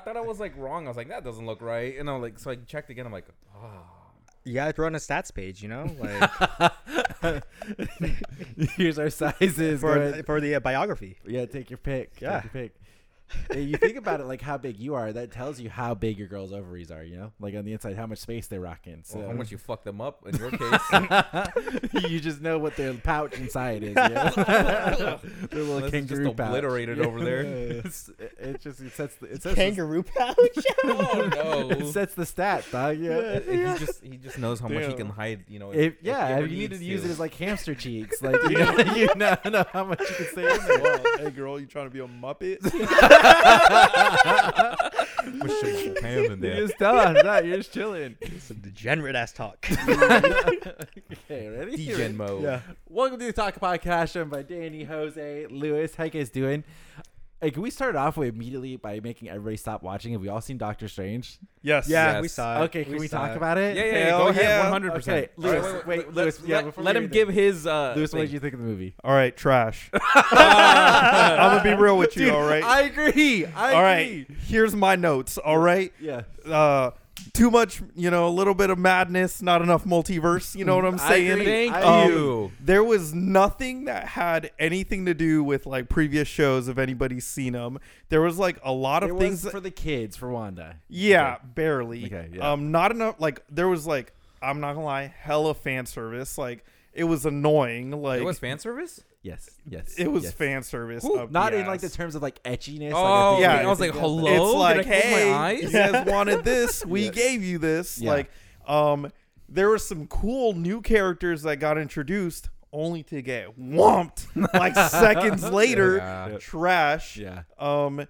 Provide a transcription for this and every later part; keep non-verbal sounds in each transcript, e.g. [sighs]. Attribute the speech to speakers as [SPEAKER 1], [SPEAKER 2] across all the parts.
[SPEAKER 1] thought I was like wrong. I was like, that doesn't look right. And I'm like, so I checked again. I'm like, oh.
[SPEAKER 2] You gotta throw on a stats page, you
[SPEAKER 3] [laughs]
[SPEAKER 2] know, like
[SPEAKER 1] [laughs]
[SPEAKER 3] Here's our sizes. go
[SPEAKER 2] for
[SPEAKER 3] ahead.
[SPEAKER 2] for the uh,
[SPEAKER 3] [laughs]
[SPEAKER 2] biography.
[SPEAKER 3] yeah, take your pick.
[SPEAKER 2] Yeah.
[SPEAKER 3] Take your pick. Yeah, you think about it, like how big you are. That tells you how big your girl's ovaries are. You know, like on the inside, how much space they rock in. So
[SPEAKER 1] Well, how much you fucked them up in your case?
[SPEAKER 3] [laughs] you just know what their pouch inside is.
[SPEAKER 1] [laughs]
[SPEAKER 3] You know? [laughs] their little
[SPEAKER 1] Unless it's just
[SPEAKER 3] kangaroo pouch.
[SPEAKER 1] obliterated over there.
[SPEAKER 3] [laughs] it's, it just it sets the, it sets
[SPEAKER 2] Kangaroo
[SPEAKER 3] [laughs]
[SPEAKER 2] pouch.
[SPEAKER 1] oh
[SPEAKER 3] The, [laughs] it
[SPEAKER 1] no.
[SPEAKER 3] sets the stat, dog. Yeah.
[SPEAKER 1] If He just he just knows how much he
[SPEAKER 3] Damn.
[SPEAKER 1] can hide. You know.
[SPEAKER 3] [laughs] If,
[SPEAKER 1] he
[SPEAKER 3] yeah,
[SPEAKER 1] ever
[SPEAKER 3] if you needed
[SPEAKER 1] needs
[SPEAKER 3] to use it as like hamster cheeks, like you know, [laughs] you know, know how much you can say. in there.
[SPEAKER 4] Whoa, hey girl, Oh, you trying to be
[SPEAKER 1] [laughs]
[SPEAKER 3] [laughs]
[SPEAKER 4] a muppet?
[SPEAKER 1] Put some ham in
[SPEAKER 3] You
[SPEAKER 1] there.
[SPEAKER 3] just tell him that you're just chilling.
[SPEAKER 2] Some degenerate ass talk.
[SPEAKER 3] [laughs] Okay, ready?
[SPEAKER 1] DJ mode.
[SPEAKER 2] yeah.
[SPEAKER 3] Welcome to the Talk Podcast, shown by Danny, Jose, Lewis. How you guys doing? Like we started off with immediately by making everybody stop watching. Have we all seen Doctor Strange?
[SPEAKER 4] yes.
[SPEAKER 2] Yeah,
[SPEAKER 1] Yes.
[SPEAKER 2] we saw it.
[SPEAKER 3] okay, can we,
[SPEAKER 2] saw
[SPEAKER 3] talk
[SPEAKER 2] it.
[SPEAKER 3] about it?
[SPEAKER 1] Uh, Yeah, yeah, yeah,
[SPEAKER 4] Hell
[SPEAKER 1] go ahead,
[SPEAKER 4] oh, yeah.
[SPEAKER 1] 100%.
[SPEAKER 3] Okay,
[SPEAKER 1] All right,
[SPEAKER 3] Lewis,
[SPEAKER 1] wait,
[SPEAKER 3] wait,
[SPEAKER 1] wait,
[SPEAKER 3] Lewis,
[SPEAKER 1] let,
[SPEAKER 3] yeah,
[SPEAKER 1] let,
[SPEAKER 3] before
[SPEAKER 1] let
[SPEAKER 3] we
[SPEAKER 1] him
[SPEAKER 3] do
[SPEAKER 1] give his. Uh,
[SPEAKER 3] Lewis, what
[SPEAKER 1] thing.
[SPEAKER 3] did you think of the
[SPEAKER 4] [laughs]
[SPEAKER 3] movie?
[SPEAKER 4] All
[SPEAKER 3] [laughs]
[SPEAKER 4] right, trash. I'm gonna be real with you. all right.
[SPEAKER 3] I agree. I
[SPEAKER 4] all
[SPEAKER 3] agree.
[SPEAKER 4] right. Here's my notes. All right.
[SPEAKER 3] Yeah.
[SPEAKER 4] Uh, too much. You know, a little bit of madness. Not enough multiverse. You know what I'm
[SPEAKER 3] I
[SPEAKER 4] saying?
[SPEAKER 3] agree.
[SPEAKER 1] Thank
[SPEAKER 3] I-
[SPEAKER 1] you.
[SPEAKER 4] Um, There was nothing that had anything to do with like previous shows if anybody's seen them. There was like a lot of
[SPEAKER 3] It
[SPEAKER 4] things.
[SPEAKER 3] was for the kids, for Wanda.
[SPEAKER 4] Yeah, barely.
[SPEAKER 3] Okay, yeah.
[SPEAKER 4] Um, not enough. Like there was like I'm not gonna lie, hella fan service. Like it was annoying. Like
[SPEAKER 1] It was fan service.
[SPEAKER 3] Yes, yes.
[SPEAKER 4] it was
[SPEAKER 3] yes.
[SPEAKER 4] fan service.
[SPEAKER 3] Ooh,
[SPEAKER 4] up
[SPEAKER 3] not
[SPEAKER 4] the
[SPEAKER 3] in like the
[SPEAKER 4] ass.
[SPEAKER 3] terms of like etchiness.
[SPEAKER 1] Oh,
[SPEAKER 3] like,
[SPEAKER 4] yeah,
[SPEAKER 1] I was like, hello.
[SPEAKER 4] It's
[SPEAKER 1] Did I
[SPEAKER 4] like,
[SPEAKER 1] close my
[SPEAKER 4] hey,
[SPEAKER 1] eyes? [laughs]
[SPEAKER 4] you guys wanted this, we
[SPEAKER 3] Yeah.
[SPEAKER 4] gave you this.
[SPEAKER 3] Yeah.
[SPEAKER 4] Like, um, there were some cool new characters that got introduced, only to get whomped like
[SPEAKER 3] [laughs]
[SPEAKER 4] seconds later.
[SPEAKER 1] Yeah.
[SPEAKER 4] Trash.
[SPEAKER 3] Yeah.
[SPEAKER 4] Um,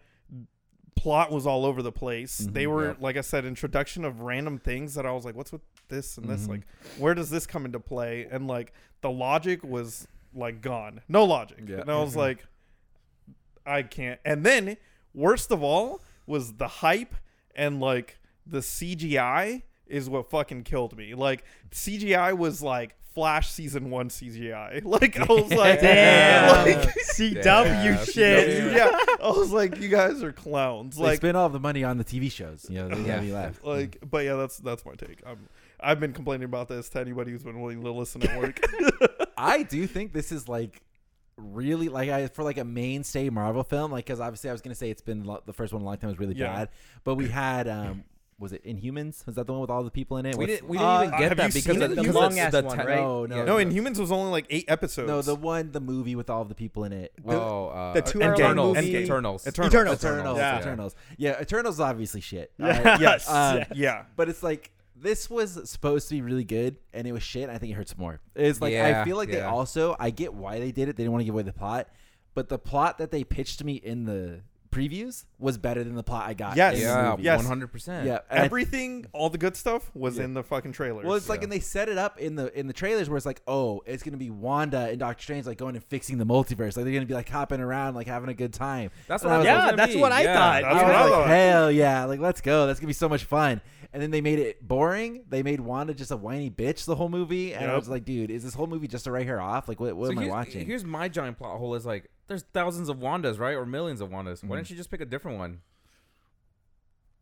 [SPEAKER 4] plot was all over the place.
[SPEAKER 3] Mm-hmm.
[SPEAKER 4] they were, like I said, introduction of random things that I was like, what's with this and this? Like,
[SPEAKER 3] Mm-hmm.
[SPEAKER 4] where does this come into play? And like, the logic was like gone. No logic.
[SPEAKER 3] Yeah. Mm-hmm.
[SPEAKER 4] And I was like, I can't. And then, worst of all, was the hype and like the CGI is what fucking killed me. Like, CGI was like, Flash season one CGI. Like I [laughs]
[SPEAKER 3] [laughs]
[SPEAKER 4] was like,
[SPEAKER 2] Damn. [laughs]
[SPEAKER 4] like,
[SPEAKER 2] CW
[SPEAKER 1] Damn.
[SPEAKER 2] shit.
[SPEAKER 4] yeah. I was like, you guys are clowns.
[SPEAKER 3] They
[SPEAKER 4] Like,
[SPEAKER 3] spend all the money on the TV shows. You know, there's yeah. left.
[SPEAKER 4] like, but yeah, that's that's my take. I'm, I've been complaining about this to anybody who's been willing to listen at work.
[SPEAKER 3] I do think this is like really like I for like a mainstay Marvel film. Like because obviously I was gonna say it's been lo- the first one in a long time was really
[SPEAKER 4] Yeah.
[SPEAKER 3] bad, but we had um was it Inhumans? Was that the one with all the people in it?
[SPEAKER 1] We
[SPEAKER 3] What's-
[SPEAKER 1] didn't. We didn't even
[SPEAKER 4] Uh,
[SPEAKER 1] get
[SPEAKER 4] have
[SPEAKER 1] that
[SPEAKER 4] you
[SPEAKER 1] because of
[SPEAKER 4] seen it?
[SPEAKER 1] the,
[SPEAKER 4] The
[SPEAKER 1] because of
[SPEAKER 2] long-ass
[SPEAKER 1] the
[SPEAKER 2] one,
[SPEAKER 1] te-
[SPEAKER 2] right?
[SPEAKER 3] No, no,
[SPEAKER 4] no, Inhumans was only like eight episodes.
[SPEAKER 3] no, the one the movie with all the people in it.
[SPEAKER 1] Oh, uh,
[SPEAKER 2] the two-hour
[SPEAKER 4] long
[SPEAKER 1] Eternals.
[SPEAKER 4] movie.
[SPEAKER 1] Eternals.
[SPEAKER 4] Eternals.
[SPEAKER 2] Eternals.
[SPEAKER 3] Eternals,
[SPEAKER 4] Yeah.
[SPEAKER 3] Eternals. Yeah, Eternals is obviously shit. all
[SPEAKER 2] Yeah.
[SPEAKER 3] right?
[SPEAKER 4] yes,
[SPEAKER 3] Um,
[SPEAKER 4] yeah.
[SPEAKER 3] But it's like this was supposed to be really good, and it was shit. and I think it hurts more. It's like
[SPEAKER 1] Yeah,
[SPEAKER 3] I feel like they
[SPEAKER 1] yeah.
[SPEAKER 3] also I get why they did it. They didn't want to give away the plot, but the plot that they pitched to me in the previews was better than the plot I got.
[SPEAKER 4] Yes.
[SPEAKER 3] in the
[SPEAKER 1] Yeah,
[SPEAKER 3] movie.
[SPEAKER 4] Yes.
[SPEAKER 1] one hundred percent.
[SPEAKER 3] yeah. [laughs] and I-
[SPEAKER 4] Everything, all the good stuff was in the fucking trailers.
[SPEAKER 3] well, it's like,
[SPEAKER 1] yeah.
[SPEAKER 3] and they set it up in the in the trailers where it's like, oh, it's gonna be Wanda and Doctor Strange like going and fixing the multiverse. Like they're gonna be like hopping around, like having a good time.
[SPEAKER 1] That's
[SPEAKER 3] And
[SPEAKER 1] what I was
[SPEAKER 3] like,
[SPEAKER 2] Yeah,
[SPEAKER 1] gonna
[SPEAKER 2] that's
[SPEAKER 1] be.
[SPEAKER 2] what I
[SPEAKER 1] Yeah.
[SPEAKER 2] thought.
[SPEAKER 4] That's
[SPEAKER 3] I
[SPEAKER 4] what I
[SPEAKER 3] was like,
[SPEAKER 4] thought.
[SPEAKER 3] hell yeah, like let's go. That's gonna be so much fun. And then they made it boring. They made Wanda just a whiny bitch the whole movie, and I
[SPEAKER 4] Yep.
[SPEAKER 3] was like, dude, is this whole movie just to write her off? Like, what, what
[SPEAKER 1] So
[SPEAKER 3] am I
[SPEAKER 1] here's,
[SPEAKER 3] watching?
[SPEAKER 1] Here's my giant plot hole: is like there's thousands of Wandas, right, or millions of Wandas. Why
[SPEAKER 3] Mm.
[SPEAKER 1] don't you just pick a different one?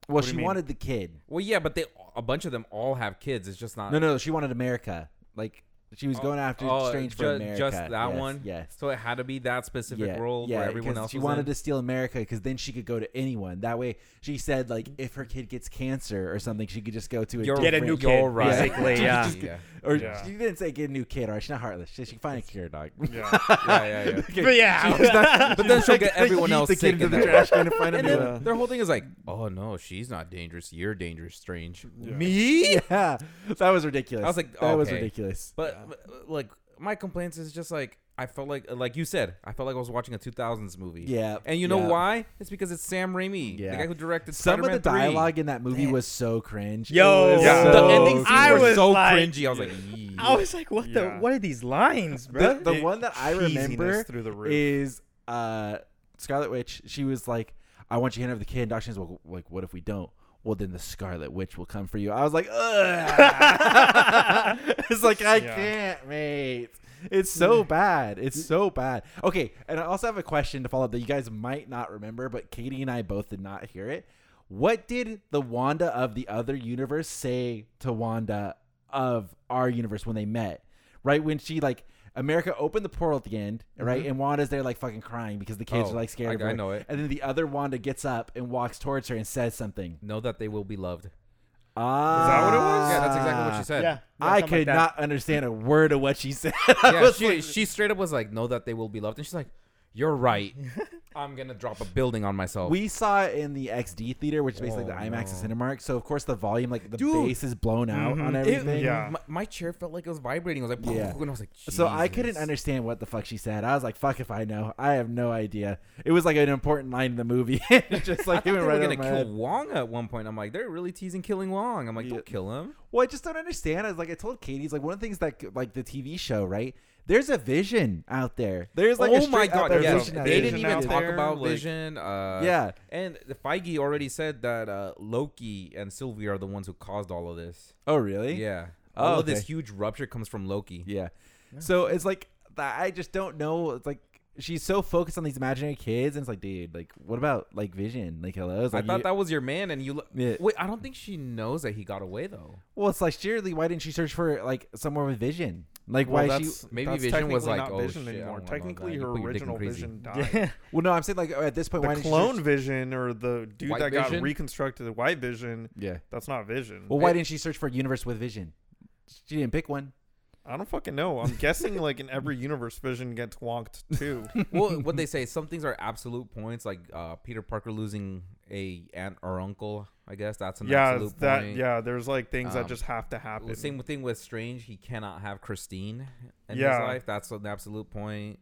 [SPEAKER 3] well,
[SPEAKER 4] do you
[SPEAKER 3] she
[SPEAKER 4] mean?
[SPEAKER 3] wanted the kid.
[SPEAKER 1] Well, yeah, but they a bunch of them all have kids. It's just not.
[SPEAKER 3] No, no, she wanted America. Like she was
[SPEAKER 1] Uh, Oh,
[SPEAKER 3] going after
[SPEAKER 1] oh,
[SPEAKER 3] Strange
[SPEAKER 1] ju-
[SPEAKER 3] for America.
[SPEAKER 1] Just that
[SPEAKER 3] Yes,
[SPEAKER 1] one.
[SPEAKER 3] Yes.
[SPEAKER 1] So it had to be that specific world where everyone
[SPEAKER 3] 'cause
[SPEAKER 1] else
[SPEAKER 3] She
[SPEAKER 1] was
[SPEAKER 3] wanted
[SPEAKER 1] in.
[SPEAKER 3] to steal America because then she could go to anyone. That way, she said like if her kid gets cancer or something, she could just go to a
[SPEAKER 1] You're-
[SPEAKER 2] Get a new
[SPEAKER 3] different-
[SPEAKER 2] kid,
[SPEAKER 1] You're right. [laughs]
[SPEAKER 3] [laughs]
[SPEAKER 2] basically, yeah.
[SPEAKER 1] yeah.
[SPEAKER 3] Or
[SPEAKER 4] Yeah.
[SPEAKER 3] she didn't say get a new kid. All right, she's not heartless. She, she can find a cure, dog. [laughs]
[SPEAKER 4] yeah.
[SPEAKER 1] Yeah, yeah, yeah.
[SPEAKER 2] But yeah. [laughs]
[SPEAKER 1] But then she'll get everyone else
[SPEAKER 3] the
[SPEAKER 1] sick.
[SPEAKER 3] kid into
[SPEAKER 1] in
[SPEAKER 3] the
[SPEAKER 1] that- [laughs]
[SPEAKER 3] trash can to find
[SPEAKER 1] And
[SPEAKER 3] him.
[SPEAKER 1] then
[SPEAKER 3] Yeah.
[SPEAKER 1] their whole thing is like, oh no, she's not dangerous. You're dangerous, strange.
[SPEAKER 3] Me? Yeah, that was ridiculous.
[SPEAKER 1] I was like,
[SPEAKER 3] that was
[SPEAKER 1] okay.
[SPEAKER 3] ridiculous.
[SPEAKER 1] But but, like my complaints is just like I felt like uh, like you said I felt like I was watching a 2000s movie.
[SPEAKER 3] Yeah,
[SPEAKER 1] And you know
[SPEAKER 3] yeah.
[SPEAKER 1] why? It's because it's Sam Raimi, the
[SPEAKER 3] Yeah.
[SPEAKER 1] guy who directed
[SPEAKER 3] Some
[SPEAKER 1] Spider-Man
[SPEAKER 3] of the
[SPEAKER 1] 3.
[SPEAKER 3] dialogue in that movie was so cringe.
[SPEAKER 2] Yo,
[SPEAKER 3] It was
[SPEAKER 4] Yeah.
[SPEAKER 3] so
[SPEAKER 1] the ending scenes
[SPEAKER 2] I
[SPEAKER 1] were
[SPEAKER 2] was
[SPEAKER 1] so
[SPEAKER 2] like-
[SPEAKER 1] cringy. I was like, "Yee."
[SPEAKER 2] I was like, what the?
[SPEAKER 4] Yeah.
[SPEAKER 2] What are these lines,
[SPEAKER 3] the,
[SPEAKER 2] bro?
[SPEAKER 3] the
[SPEAKER 4] It-
[SPEAKER 3] one that I
[SPEAKER 4] cheesiness
[SPEAKER 3] remember
[SPEAKER 4] through the roof.
[SPEAKER 3] is uh, Scarlet Witch. She was like, "I want you to hand over the kid." And Doctor Strange was like, "Like, what if we don't?" Well, then the Scarlet Witch will come for you. I was like,
[SPEAKER 1] [laughs]
[SPEAKER 3] Ugh. [laughs] it's like I
[SPEAKER 4] Yeah.
[SPEAKER 3] can't, mate. It's so bad. It's so bad. Okay, and I also have a question to follow up that you guys might not remember, but Katie and I both did not hear it. What did the Wanda of the other universe say to Wanda of our universe when they met? Right when she like America opened the portal at the end, right? And Wanda's there like fucking crying because the kids
[SPEAKER 1] Oh,
[SPEAKER 3] are like scared.
[SPEAKER 1] I-
[SPEAKER 3] of her.
[SPEAKER 1] I know it.
[SPEAKER 3] And then the other Wanda gets up and walks towards her and says something.
[SPEAKER 1] Know that they will be loved.
[SPEAKER 3] Ah,
[SPEAKER 4] that what it was?
[SPEAKER 1] yeah, that's exactly what she said.
[SPEAKER 2] yeah,
[SPEAKER 3] I
[SPEAKER 2] something like
[SPEAKER 3] could
[SPEAKER 2] that.
[SPEAKER 3] not understand a word of what she [laughs] said. I
[SPEAKER 1] yeah
[SPEAKER 3] was
[SPEAKER 1] she,
[SPEAKER 3] like-
[SPEAKER 1] she straight up was like, know that they will be loved. And she's like, you're
[SPEAKER 3] [laughs]
[SPEAKER 1] right. I'm going to drop a building on myself.
[SPEAKER 3] we saw it in the XD theater, which is basically
[SPEAKER 1] Oh,
[SPEAKER 3] the IMAX
[SPEAKER 1] no.
[SPEAKER 3] and Cinemark. So of course the volume, like the
[SPEAKER 1] Dude. Mm-hmm.
[SPEAKER 3] bass, is blown out on
[SPEAKER 1] It-
[SPEAKER 3] everything.
[SPEAKER 4] yeah.
[SPEAKER 1] My, my chair felt like it was vibrating. I was like,
[SPEAKER 3] Yeah.
[SPEAKER 1] and [laughs] I was like,
[SPEAKER 3] So I couldn't
[SPEAKER 1] "Jesus."
[SPEAKER 3] understand what the fuck she said. I was like, "Fuck if I know. I have no idea." It was like an important line in the movie. [laughs] It's just like
[SPEAKER 1] I thought
[SPEAKER 3] it went
[SPEAKER 1] they were
[SPEAKER 3] right
[SPEAKER 1] gonna
[SPEAKER 3] over my
[SPEAKER 1] kill
[SPEAKER 3] head.
[SPEAKER 1] Wong at one point. I'm like, they're really teasing killing Wong. I'm like,
[SPEAKER 3] Yeah.
[SPEAKER 1] don't kill him.
[SPEAKER 3] Well, I just don't understand. I was like, I told Katie's like one of the things that like the TV show, right? There's a vision out there. There's like a
[SPEAKER 1] oh my
[SPEAKER 3] straight out
[SPEAKER 1] god,
[SPEAKER 3] there
[SPEAKER 1] yeah.
[SPEAKER 3] vision out
[SPEAKER 1] They
[SPEAKER 3] there.
[SPEAKER 1] didn't
[SPEAKER 4] Vision
[SPEAKER 1] even
[SPEAKER 4] out
[SPEAKER 1] talk
[SPEAKER 4] there,
[SPEAKER 1] about
[SPEAKER 4] like-
[SPEAKER 1] Vision. Uh,
[SPEAKER 3] Yeah.
[SPEAKER 1] and the Feige already said that uh, Loki and Sylvie are the ones who caused all of this.
[SPEAKER 3] Oh really?
[SPEAKER 1] Yeah,
[SPEAKER 3] Oh,
[SPEAKER 1] all of this
[SPEAKER 3] okay.
[SPEAKER 1] huge rupture comes from Loki.
[SPEAKER 3] Yeah. So it's like th- I just don't know. It's like she's so focused on these imaginary kids, and it's like, dude, like what about like Vision? Like hello. It's
[SPEAKER 1] I
[SPEAKER 3] like,
[SPEAKER 1] thought
[SPEAKER 3] you-
[SPEAKER 1] that was your man, and you. Lo-
[SPEAKER 3] Yeah.
[SPEAKER 1] Wait, I don't think she knows that he got away though.
[SPEAKER 3] Well, it's like surely why didn't she search for like somewhere with Vision? Like
[SPEAKER 4] Well,
[SPEAKER 3] why she?
[SPEAKER 4] that's-
[SPEAKER 1] Maybe
[SPEAKER 4] that's
[SPEAKER 1] Vision was
[SPEAKER 4] technically
[SPEAKER 1] like,
[SPEAKER 4] not
[SPEAKER 1] "Oh,
[SPEAKER 4] vision
[SPEAKER 1] shit, I
[SPEAKER 4] anymore.
[SPEAKER 1] don't wanna know
[SPEAKER 4] Technically,
[SPEAKER 1] that. You
[SPEAKER 4] her
[SPEAKER 1] put your dick in
[SPEAKER 4] original
[SPEAKER 1] crazy.
[SPEAKER 4] vision
[SPEAKER 1] [laughs]
[SPEAKER 4] died.
[SPEAKER 2] Yeah.
[SPEAKER 3] Well, no, I'm saying like at this point,
[SPEAKER 4] the
[SPEAKER 3] why didn't
[SPEAKER 4] clone
[SPEAKER 3] She search-
[SPEAKER 4] vision or the dude
[SPEAKER 1] White
[SPEAKER 4] that got
[SPEAKER 1] Vision?
[SPEAKER 4] reconstructed, the white vision,
[SPEAKER 3] yeah.
[SPEAKER 4] that's not vision.
[SPEAKER 3] Well, why didn't she search for a universe with Vision? She didn't pick one.
[SPEAKER 4] I don't fucking know. I'm guessing like in every universe, vision
[SPEAKER 1] [laughs]
[SPEAKER 4] gets wonked too.
[SPEAKER 1] [laughs] well, what
[SPEAKER 3] [laughs]
[SPEAKER 1] they say, some things are absolute points, like uh, Peter Parker losing a aunt or uncle. I guess that's an
[SPEAKER 4] yeah,
[SPEAKER 1] absolute
[SPEAKER 4] that
[SPEAKER 1] point.
[SPEAKER 4] yeah. There's like things
[SPEAKER 1] Um,
[SPEAKER 4] that just have to happen.
[SPEAKER 1] Well, Same thing with Strange. He cannot have Christine in his
[SPEAKER 4] Yeah.
[SPEAKER 1] life. That's an absolute point.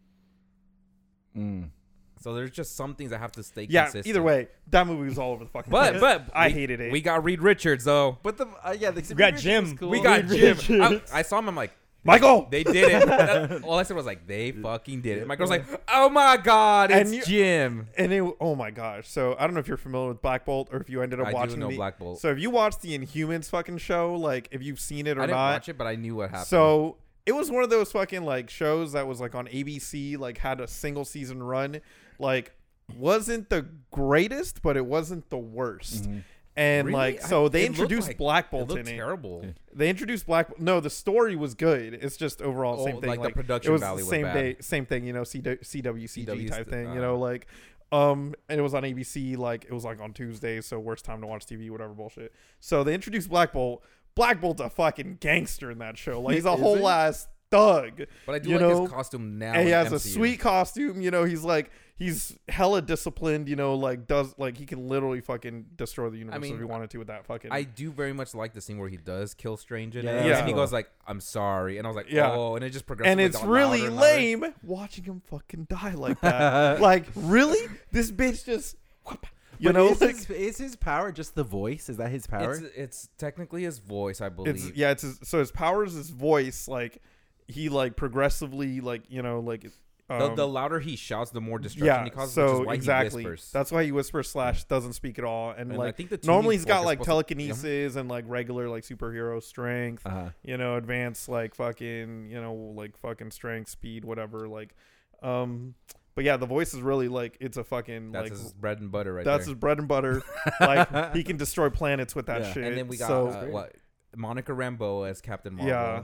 [SPEAKER 1] So there's just some things that have to stay.
[SPEAKER 4] yeah.
[SPEAKER 1] consistent.
[SPEAKER 4] Either way, that movie was all over the fucking.
[SPEAKER 1] But
[SPEAKER 4] [laughs] place.
[SPEAKER 1] but
[SPEAKER 4] I
[SPEAKER 1] we-
[SPEAKER 4] hated it.
[SPEAKER 1] We got Reed Richards though.
[SPEAKER 3] But the uh, yeah, the
[SPEAKER 2] We got Jim.
[SPEAKER 1] We got Jim. I, I saw him. I'm like,
[SPEAKER 4] Michael.
[SPEAKER 1] they did
[SPEAKER 4] [laughs]
[SPEAKER 1] it. That- all I said was like, they fucking did it. My girl's like, oh my god, it's
[SPEAKER 4] And you-
[SPEAKER 1] Jim.
[SPEAKER 4] and it, oh my gosh! So I don't know if you're familiar with Black Bolt or if you ended up
[SPEAKER 1] I do
[SPEAKER 4] watching
[SPEAKER 1] know
[SPEAKER 4] the
[SPEAKER 1] Black Bolt.
[SPEAKER 4] So if you watched the Inhumans fucking show, like if you've seen it
[SPEAKER 1] I
[SPEAKER 4] or
[SPEAKER 1] didn't
[SPEAKER 4] not,
[SPEAKER 1] watch it, but I knew what happened.
[SPEAKER 4] So it was one of those fucking like shows that was like on ABC, like had a single season run, like wasn't the greatest, but it wasn't the worst. And
[SPEAKER 1] Mm-hmm. Really?
[SPEAKER 4] like
[SPEAKER 1] I-
[SPEAKER 4] so they
[SPEAKER 1] it looked
[SPEAKER 4] introduced
[SPEAKER 1] like-
[SPEAKER 4] Black
[SPEAKER 1] it
[SPEAKER 4] Bolt in
[SPEAKER 1] looked
[SPEAKER 4] it.
[SPEAKER 1] terrible.
[SPEAKER 4] They introduced Black Bolt. No, the story was good. It's just overall
[SPEAKER 1] Oh,
[SPEAKER 4] same thing.
[SPEAKER 1] like, the production
[SPEAKER 4] it was
[SPEAKER 1] value
[SPEAKER 4] the
[SPEAKER 1] was
[SPEAKER 4] same
[SPEAKER 1] bad.
[SPEAKER 4] day, same thing. You know, CW, CW, CG
[SPEAKER 1] CW
[SPEAKER 4] type thing.
[SPEAKER 1] uh,
[SPEAKER 4] you know, like um, and it was on ABC. Like it was like on Tuesday, so worst time to watch TV, whatever bullshit. So they introduced Black Bolt. Black Bolt's a fucking gangster in that show. Like
[SPEAKER 1] [laughs]
[SPEAKER 4] he's a
[SPEAKER 3] Is
[SPEAKER 4] whole
[SPEAKER 3] he?
[SPEAKER 4] ass thug.
[SPEAKER 1] But I do
[SPEAKER 4] you
[SPEAKER 1] like
[SPEAKER 4] know?
[SPEAKER 1] his costume now.
[SPEAKER 4] And he
[SPEAKER 1] in
[SPEAKER 4] has a
[SPEAKER 1] MCU.
[SPEAKER 4] sweet costume. You know, he's like he's hella disciplined. You know, like does like he can literally fucking destroy the universe
[SPEAKER 1] mean,
[SPEAKER 4] if he wanted to with that fucking.
[SPEAKER 1] I do very much like the scene where he does kill Strange in
[SPEAKER 3] Yeah,
[SPEAKER 1] it.
[SPEAKER 4] yeah.
[SPEAKER 1] And he goes like, I'm sorry. And I was like,
[SPEAKER 4] Yeah.
[SPEAKER 1] oh, and it just progresses.
[SPEAKER 4] and
[SPEAKER 1] like,
[SPEAKER 4] it's
[SPEAKER 1] louder
[SPEAKER 4] really
[SPEAKER 1] and louder.
[SPEAKER 4] lame watching him fucking die like that. like, really? This bitch just, whoop, you
[SPEAKER 3] You [laughs] but
[SPEAKER 4] know,
[SPEAKER 3] is,
[SPEAKER 4] like,
[SPEAKER 3] his, is his power just the voice? Is that his power?
[SPEAKER 1] It's, it's technically his voice, I believe.
[SPEAKER 4] it's yeah. It's his, so his power is his voice. Like, he like progressively, like you know, like
[SPEAKER 1] the,
[SPEAKER 4] um,
[SPEAKER 1] the louder he shouts, the more destruction
[SPEAKER 4] yeah.
[SPEAKER 1] he causes.
[SPEAKER 4] so
[SPEAKER 1] which is why
[SPEAKER 4] exactly,
[SPEAKER 1] he whispers.
[SPEAKER 4] that's why he whispers slash doesn't speak at all, and,
[SPEAKER 1] And I
[SPEAKER 4] like
[SPEAKER 1] think the tuning
[SPEAKER 4] normally he's got
[SPEAKER 1] fork is
[SPEAKER 4] like
[SPEAKER 1] supposed to- yeah.
[SPEAKER 4] telekinesis and like regular like superhero strength.
[SPEAKER 3] uh-huh.
[SPEAKER 4] you know, advanced like fucking, you know, like fucking strength, speed, whatever. Like, um, but yeah, the voice is really like it's a fucking
[SPEAKER 1] that's
[SPEAKER 4] like
[SPEAKER 1] his bread and butter right
[SPEAKER 4] that's
[SPEAKER 1] there.
[SPEAKER 4] his bread
[SPEAKER 1] [laughs]
[SPEAKER 4] and butter. like he can destroy planets with that
[SPEAKER 3] Yeah.
[SPEAKER 4] shit.
[SPEAKER 1] and then we got
[SPEAKER 4] so,
[SPEAKER 1] uh, what Monica Rambeau as Captain Marvel.
[SPEAKER 4] Yeah.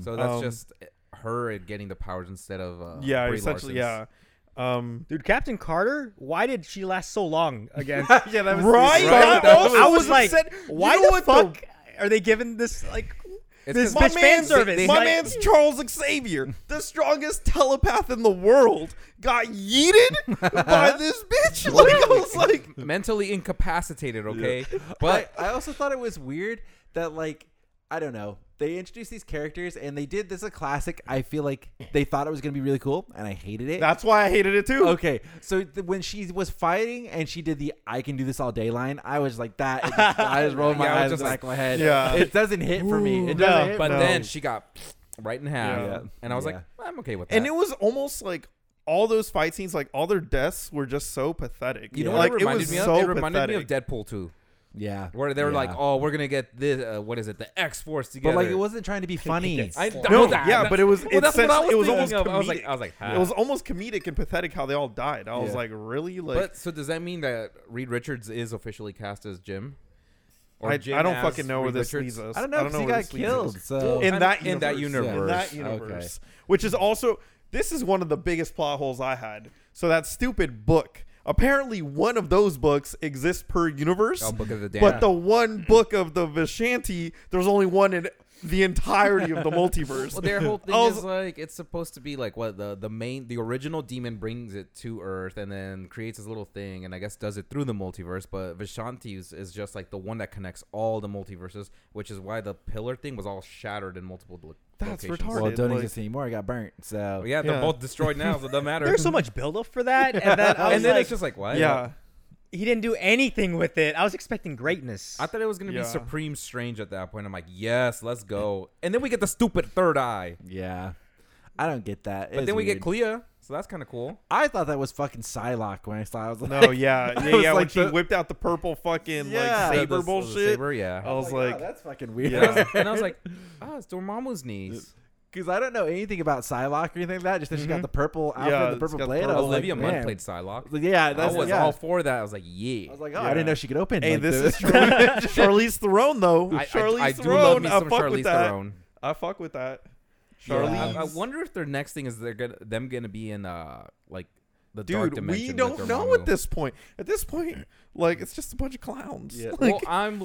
[SPEAKER 1] So that's
[SPEAKER 4] Um,
[SPEAKER 1] just her getting the powers instead of uh,
[SPEAKER 4] yeah,
[SPEAKER 1] Brie
[SPEAKER 4] essentially,
[SPEAKER 1] Larson's.
[SPEAKER 4] yeah, um,
[SPEAKER 2] [laughs] Dude, Captain Carter, why did she last so long again?
[SPEAKER 4] yeah, that
[SPEAKER 2] right?
[SPEAKER 4] was
[SPEAKER 1] Right, that was-
[SPEAKER 2] I was like,
[SPEAKER 4] upset.
[SPEAKER 2] why
[SPEAKER 4] You know
[SPEAKER 2] the
[SPEAKER 4] what
[SPEAKER 2] fuck are they giving this like
[SPEAKER 1] It's
[SPEAKER 2] this
[SPEAKER 1] 'cause
[SPEAKER 2] bitch fan
[SPEAKER 4] man's-
[SPEAKER 2] service?
[SPEAKER 4] My
[SPEAKER 2] Like-
[SPEAKER 4] man's Charles Xavier, the strongest telepath in the world, got yeeted
[SPEAKER 1] [laughs]
[SPEAKER 4] by this bitch. Like I was like,
[SPEAKER 1] mentally incapacitated.
[SPEAKER 4] [laughs]
[SPEAKER 1] Okay, but
[SPEAKER 3] But I, I also thought it was weird that like I don't know they introduced these characters and they did this a classic. I feel like they thought it was gonna be really cool and I hated it.
[SPEAKER 4] that's why I hated it too.
[SPEAKER 3] okay, so th- when she was fighting and she did the "I can do this all day" line, I was like that. It just-
[SPEAKER 1] [laughs]
[SPEAKER 3] I just rolled my
[SPEAKER 1] Yeah, I was
[SPEAKER 3] eyes
[SPEAKER 1] just
[SPEAKER 3] back
[SPEAKER 1] like,
[SPEAKER 3] of my head.
[SPEAKER 4] yeah.
[SPEAKER 3] it doesn't hit for me. It
[SPEAKER 4] No,
[SPEAKER 3] doesn't. hit
[SPEAKER 1] but
[SPEAKER 3] for me.
[SPEAKER 1] then she got right in half,
[SPEAKER 4] Yeah.
[SPEAKER 1] and I was like,
[SPEAKER 3] Yeah.
[SPEAKER 1] I'm okay with that.
[SPEAKER 4] And it was almost like all those fight scenes, like all their deaths were just so pathetic.
[SPEAKER 1] you know
[SPEAKER 4] Yeah.
[SPEAKER 1] what
[SPEAKER 4] like
[SPEAKER 1] it reminded
[SPEAKER 4] was
[SPEAKER 1] me of?
[SPEAKER 4] so
[SPEAKER 1] it reminded
[SPEAKER 4] pathetic.
[SPEAKER 1] me of Deadpool too.
[SPEAKER 3] Yeah.
[SPEAKER 1] where they were like,
[SPEAKER 3] Yeah.
[SPEAKER 1] "Oh, we're gonna get this. Uh, what is it? The X Force
[SPEAKER 3] but
[SPEAKER 1] together."
[SPEAKER 3] like it wasn't trying to be funny.
[SPEAKER 2] Yes.
[SPEAKER 1] [laughs] I
[SPEAKER 2] No,
[SPEAKER 1] know that.
[SPEAKER 4] yeah, but it was-
[SPEAKER 1] [laughs] Well, that's what I
[SPEAKER 4] it's-
[SPEAKER 1] was,
[SPEAKER 4] it was
[SPEAKER 1] thinking
[SPEAKER 4] almost
[SPEAKER 1] of. I was like,
[SPEAKER 4] comedic.
[SPEAKER 1] I was like, "Ah."
[SPEAKER 4] It
[SPEAKER 1] huh.
[SPEAKER 4] was almost comedic and pathetic how they all died. I was
[SPEAKER 3] Yeah.
[SPEAKER 4] like, really? Like,
[SPEAKER 1] But so does that mean that Reed Richards is officially cast as Jim?
[SPEAKER 4] I,
[SPEAKER 1] Jim
[SPEAKER 4] I don't
[SPEAKER 1] as
[SPEAKER 4] fucking know where
[SPEAKER 1] Reed
[SPEAKER 4] this
[SPEAKER 1] Richards?
[SPEAKER 4] leads us.
[SPEAKER 3] I don't know because he
[SPEAKER 4] where
[SPEAKER 3] got
[SPEAKER 4] this leads
[SPEAKER 3] killed.
[SPEAKER 4] us.
[SPEAKER 3] So
[SPEAKER 1] Oh, In
[SPEAKER 4] in that
[SPEAKER 1] in that
[SPEAKER 4] in that
[SPEAKER 3] universe.
[SPEAKER 4] universe, which is also this is one of the biggest plot holes I had. So that stupid book. Apparently, one of those books exists per universe,
[SPEAKER 1] Oh, Book of the Damned.
[SPEAKER 4] but the one book of the Vishanti, there's only one in the
[SPEAKER 1] [laughs]
[SPEAKER 4] entirety of the multiverse.
[SPEAKER 1] Well, their whole thing
[SPEAKER 4] [laughs] I
[SPEAKER 1] is
[SPEAKER 4] was-
[SPEAKER 1] like it's supposed to be like what the the main the original demon brings it to Earth and then creates his little thing and I guess does it through the multiverse. But Vishanti's is just like the one that connects all the multiverses, which is why the pillar thing was all shattered in multiple. Lo-
[SPEAKER 4] That's
[SPEAKER 1] locations.
[SPEAKER 4] retarded.
[SPEAKER 3] Well, it don't
[SPEAKER 4] Like-
[SPEAKER 3] exist anymore. I got burnt. So
[SPEAKER 1] But yeah, they're
[SPEAKER 4] Yeah.
[SPEAKER 1] both destroyed now, so it
[SPEAKER 4] [laughs]
[SPEAKER 1] doesn't
[SPEAKER 2] [laughs]
[SPEAKER 1] matter.
[SPEAKER 2] There's so much buildup for that, and then I was
[SPEAKER 1] [laughs] and then
[SPEAKER 2] like,
[SPEAKER 1] it's just like what? [laughs]
[SPEAKER 4] yeah,
[SPEAKER 2] he didn't do anything with it. I was expecting greatness.
[SPEAKER 1] I thought it was gonna
[SPEAKER 4] Yeah.
[SPEAKER 1] be Supreme Strange at that point. I'm like, yes, let's go. And then we get the stupid third eye.
[SPEAKER 3] Yeah. I don't get that.
[SPEAKER 1] But then we get Clea, so that's kind of cool.
[SPEAKER 3] I thought that was fucking Psylocke when I saw. it. I was like,
[SPEAKER 4] no, yeah, yeah,
[SPEAKER 3] was
[SPEAKER 4] yeah. when
[SPEAKER 3] like
[SPEAKER 4] she
[SPEAKER 3] the-
[SPEAKER 4] whipped out the purple fucking
[SPEAKER 3] Yeah.
[SPEAKER 4] like
[SPEAKER 1] The-
[SPEAKER 4] saber
[SPEAKER 1] the- the
[SPEAKER 4] bullshit,
[SPEAKER 1] saber, yeah.
[SPEAKER 4] I was
[SPEAKER 3] oh,
[SPEAKER 4] like,
[SPEAKER 3] that's fucking weird.
[SPEAKER 1] And I
[SPEAKER 3] [laughs]
[SPEAKER 1] was- and I was like, ah, it's Dormammu's niece.
[SPEAKER 3] Because I don't know anything about Psylocke or anything like that. Just that she got the purple outfit,
[SPEAKER 4] Yeah,
[SPEAKER 3] and the
[SPEAKER 4] it's
[SPEAKER 3] purple
[SPEAKER 4] got
[SPEAKER 3] blade. [laughs]
[SPEAKER 4] purple-
[SPEAKER 3] I was
[SPEAKER 1] Olivia
[SPEAKER 3] like,
[SPEAKER 1] Munn
[SPEAKER 3] man.
[SPEAKER 1] played Psylocke.
[SPEAKER 3] Like, yeah,
[SPEAKER 1] I
[SPEAKER 3] that's
[SPEAKER 1] was
[SPEAKER 3] yeah.
[SPEAKER 1] all for that. I was like, yeah.
[SPEAKER 3] I was like, oh,
[SPEAKER 4] Yeah.
[SPEAKER 3] I didn't know she could open.
[SPEAKER 4] Hey,
[SPEAKER 3] like
[SPEAKER 4] this
[SPEAKER 1] [laughs]
[SPEAKER 4] is
[SPEAKER 3] this
[SPEAKER 4] Charlize, Charlize Theron, though.
[SPEAKER 1] I,
[SPEAKER 4] Charlize
[SPEAKER 1] I, I do
[SPEAKER 4] Theron.
[SPEAKER 1] love me
[SPEAKER 4] I
[SPEAKER 1] some
[SPEAKER 4] fuck
[SPEAKER 1] Charlize
[SPEAKER 4] with that.
[SPEAKER 1] Theron.
[SPEAKER 4] I fuck with that.
[SPEAKER 3] Yeah.
[SPEAKER 4] Charlize.
[SPEAKER 1] I, I wonder if their next thing is they're gonna them gonna be in uh like the dark
[SPEAKER 4] Dude,
[SPEAKER 1] dimension.
[SPEAKER 4] we
[SPEAKER 1] with
[SPEAKER 4] don't know
[SPEAKER 1] Dormammu.
[SPEAKER 4] at this point. At this point, like it's just a bunch of clowns.
[SPEAKER 3] Yeah.
[SPEAKER 4] Like,
[SPEAKER 1] Well, I'm,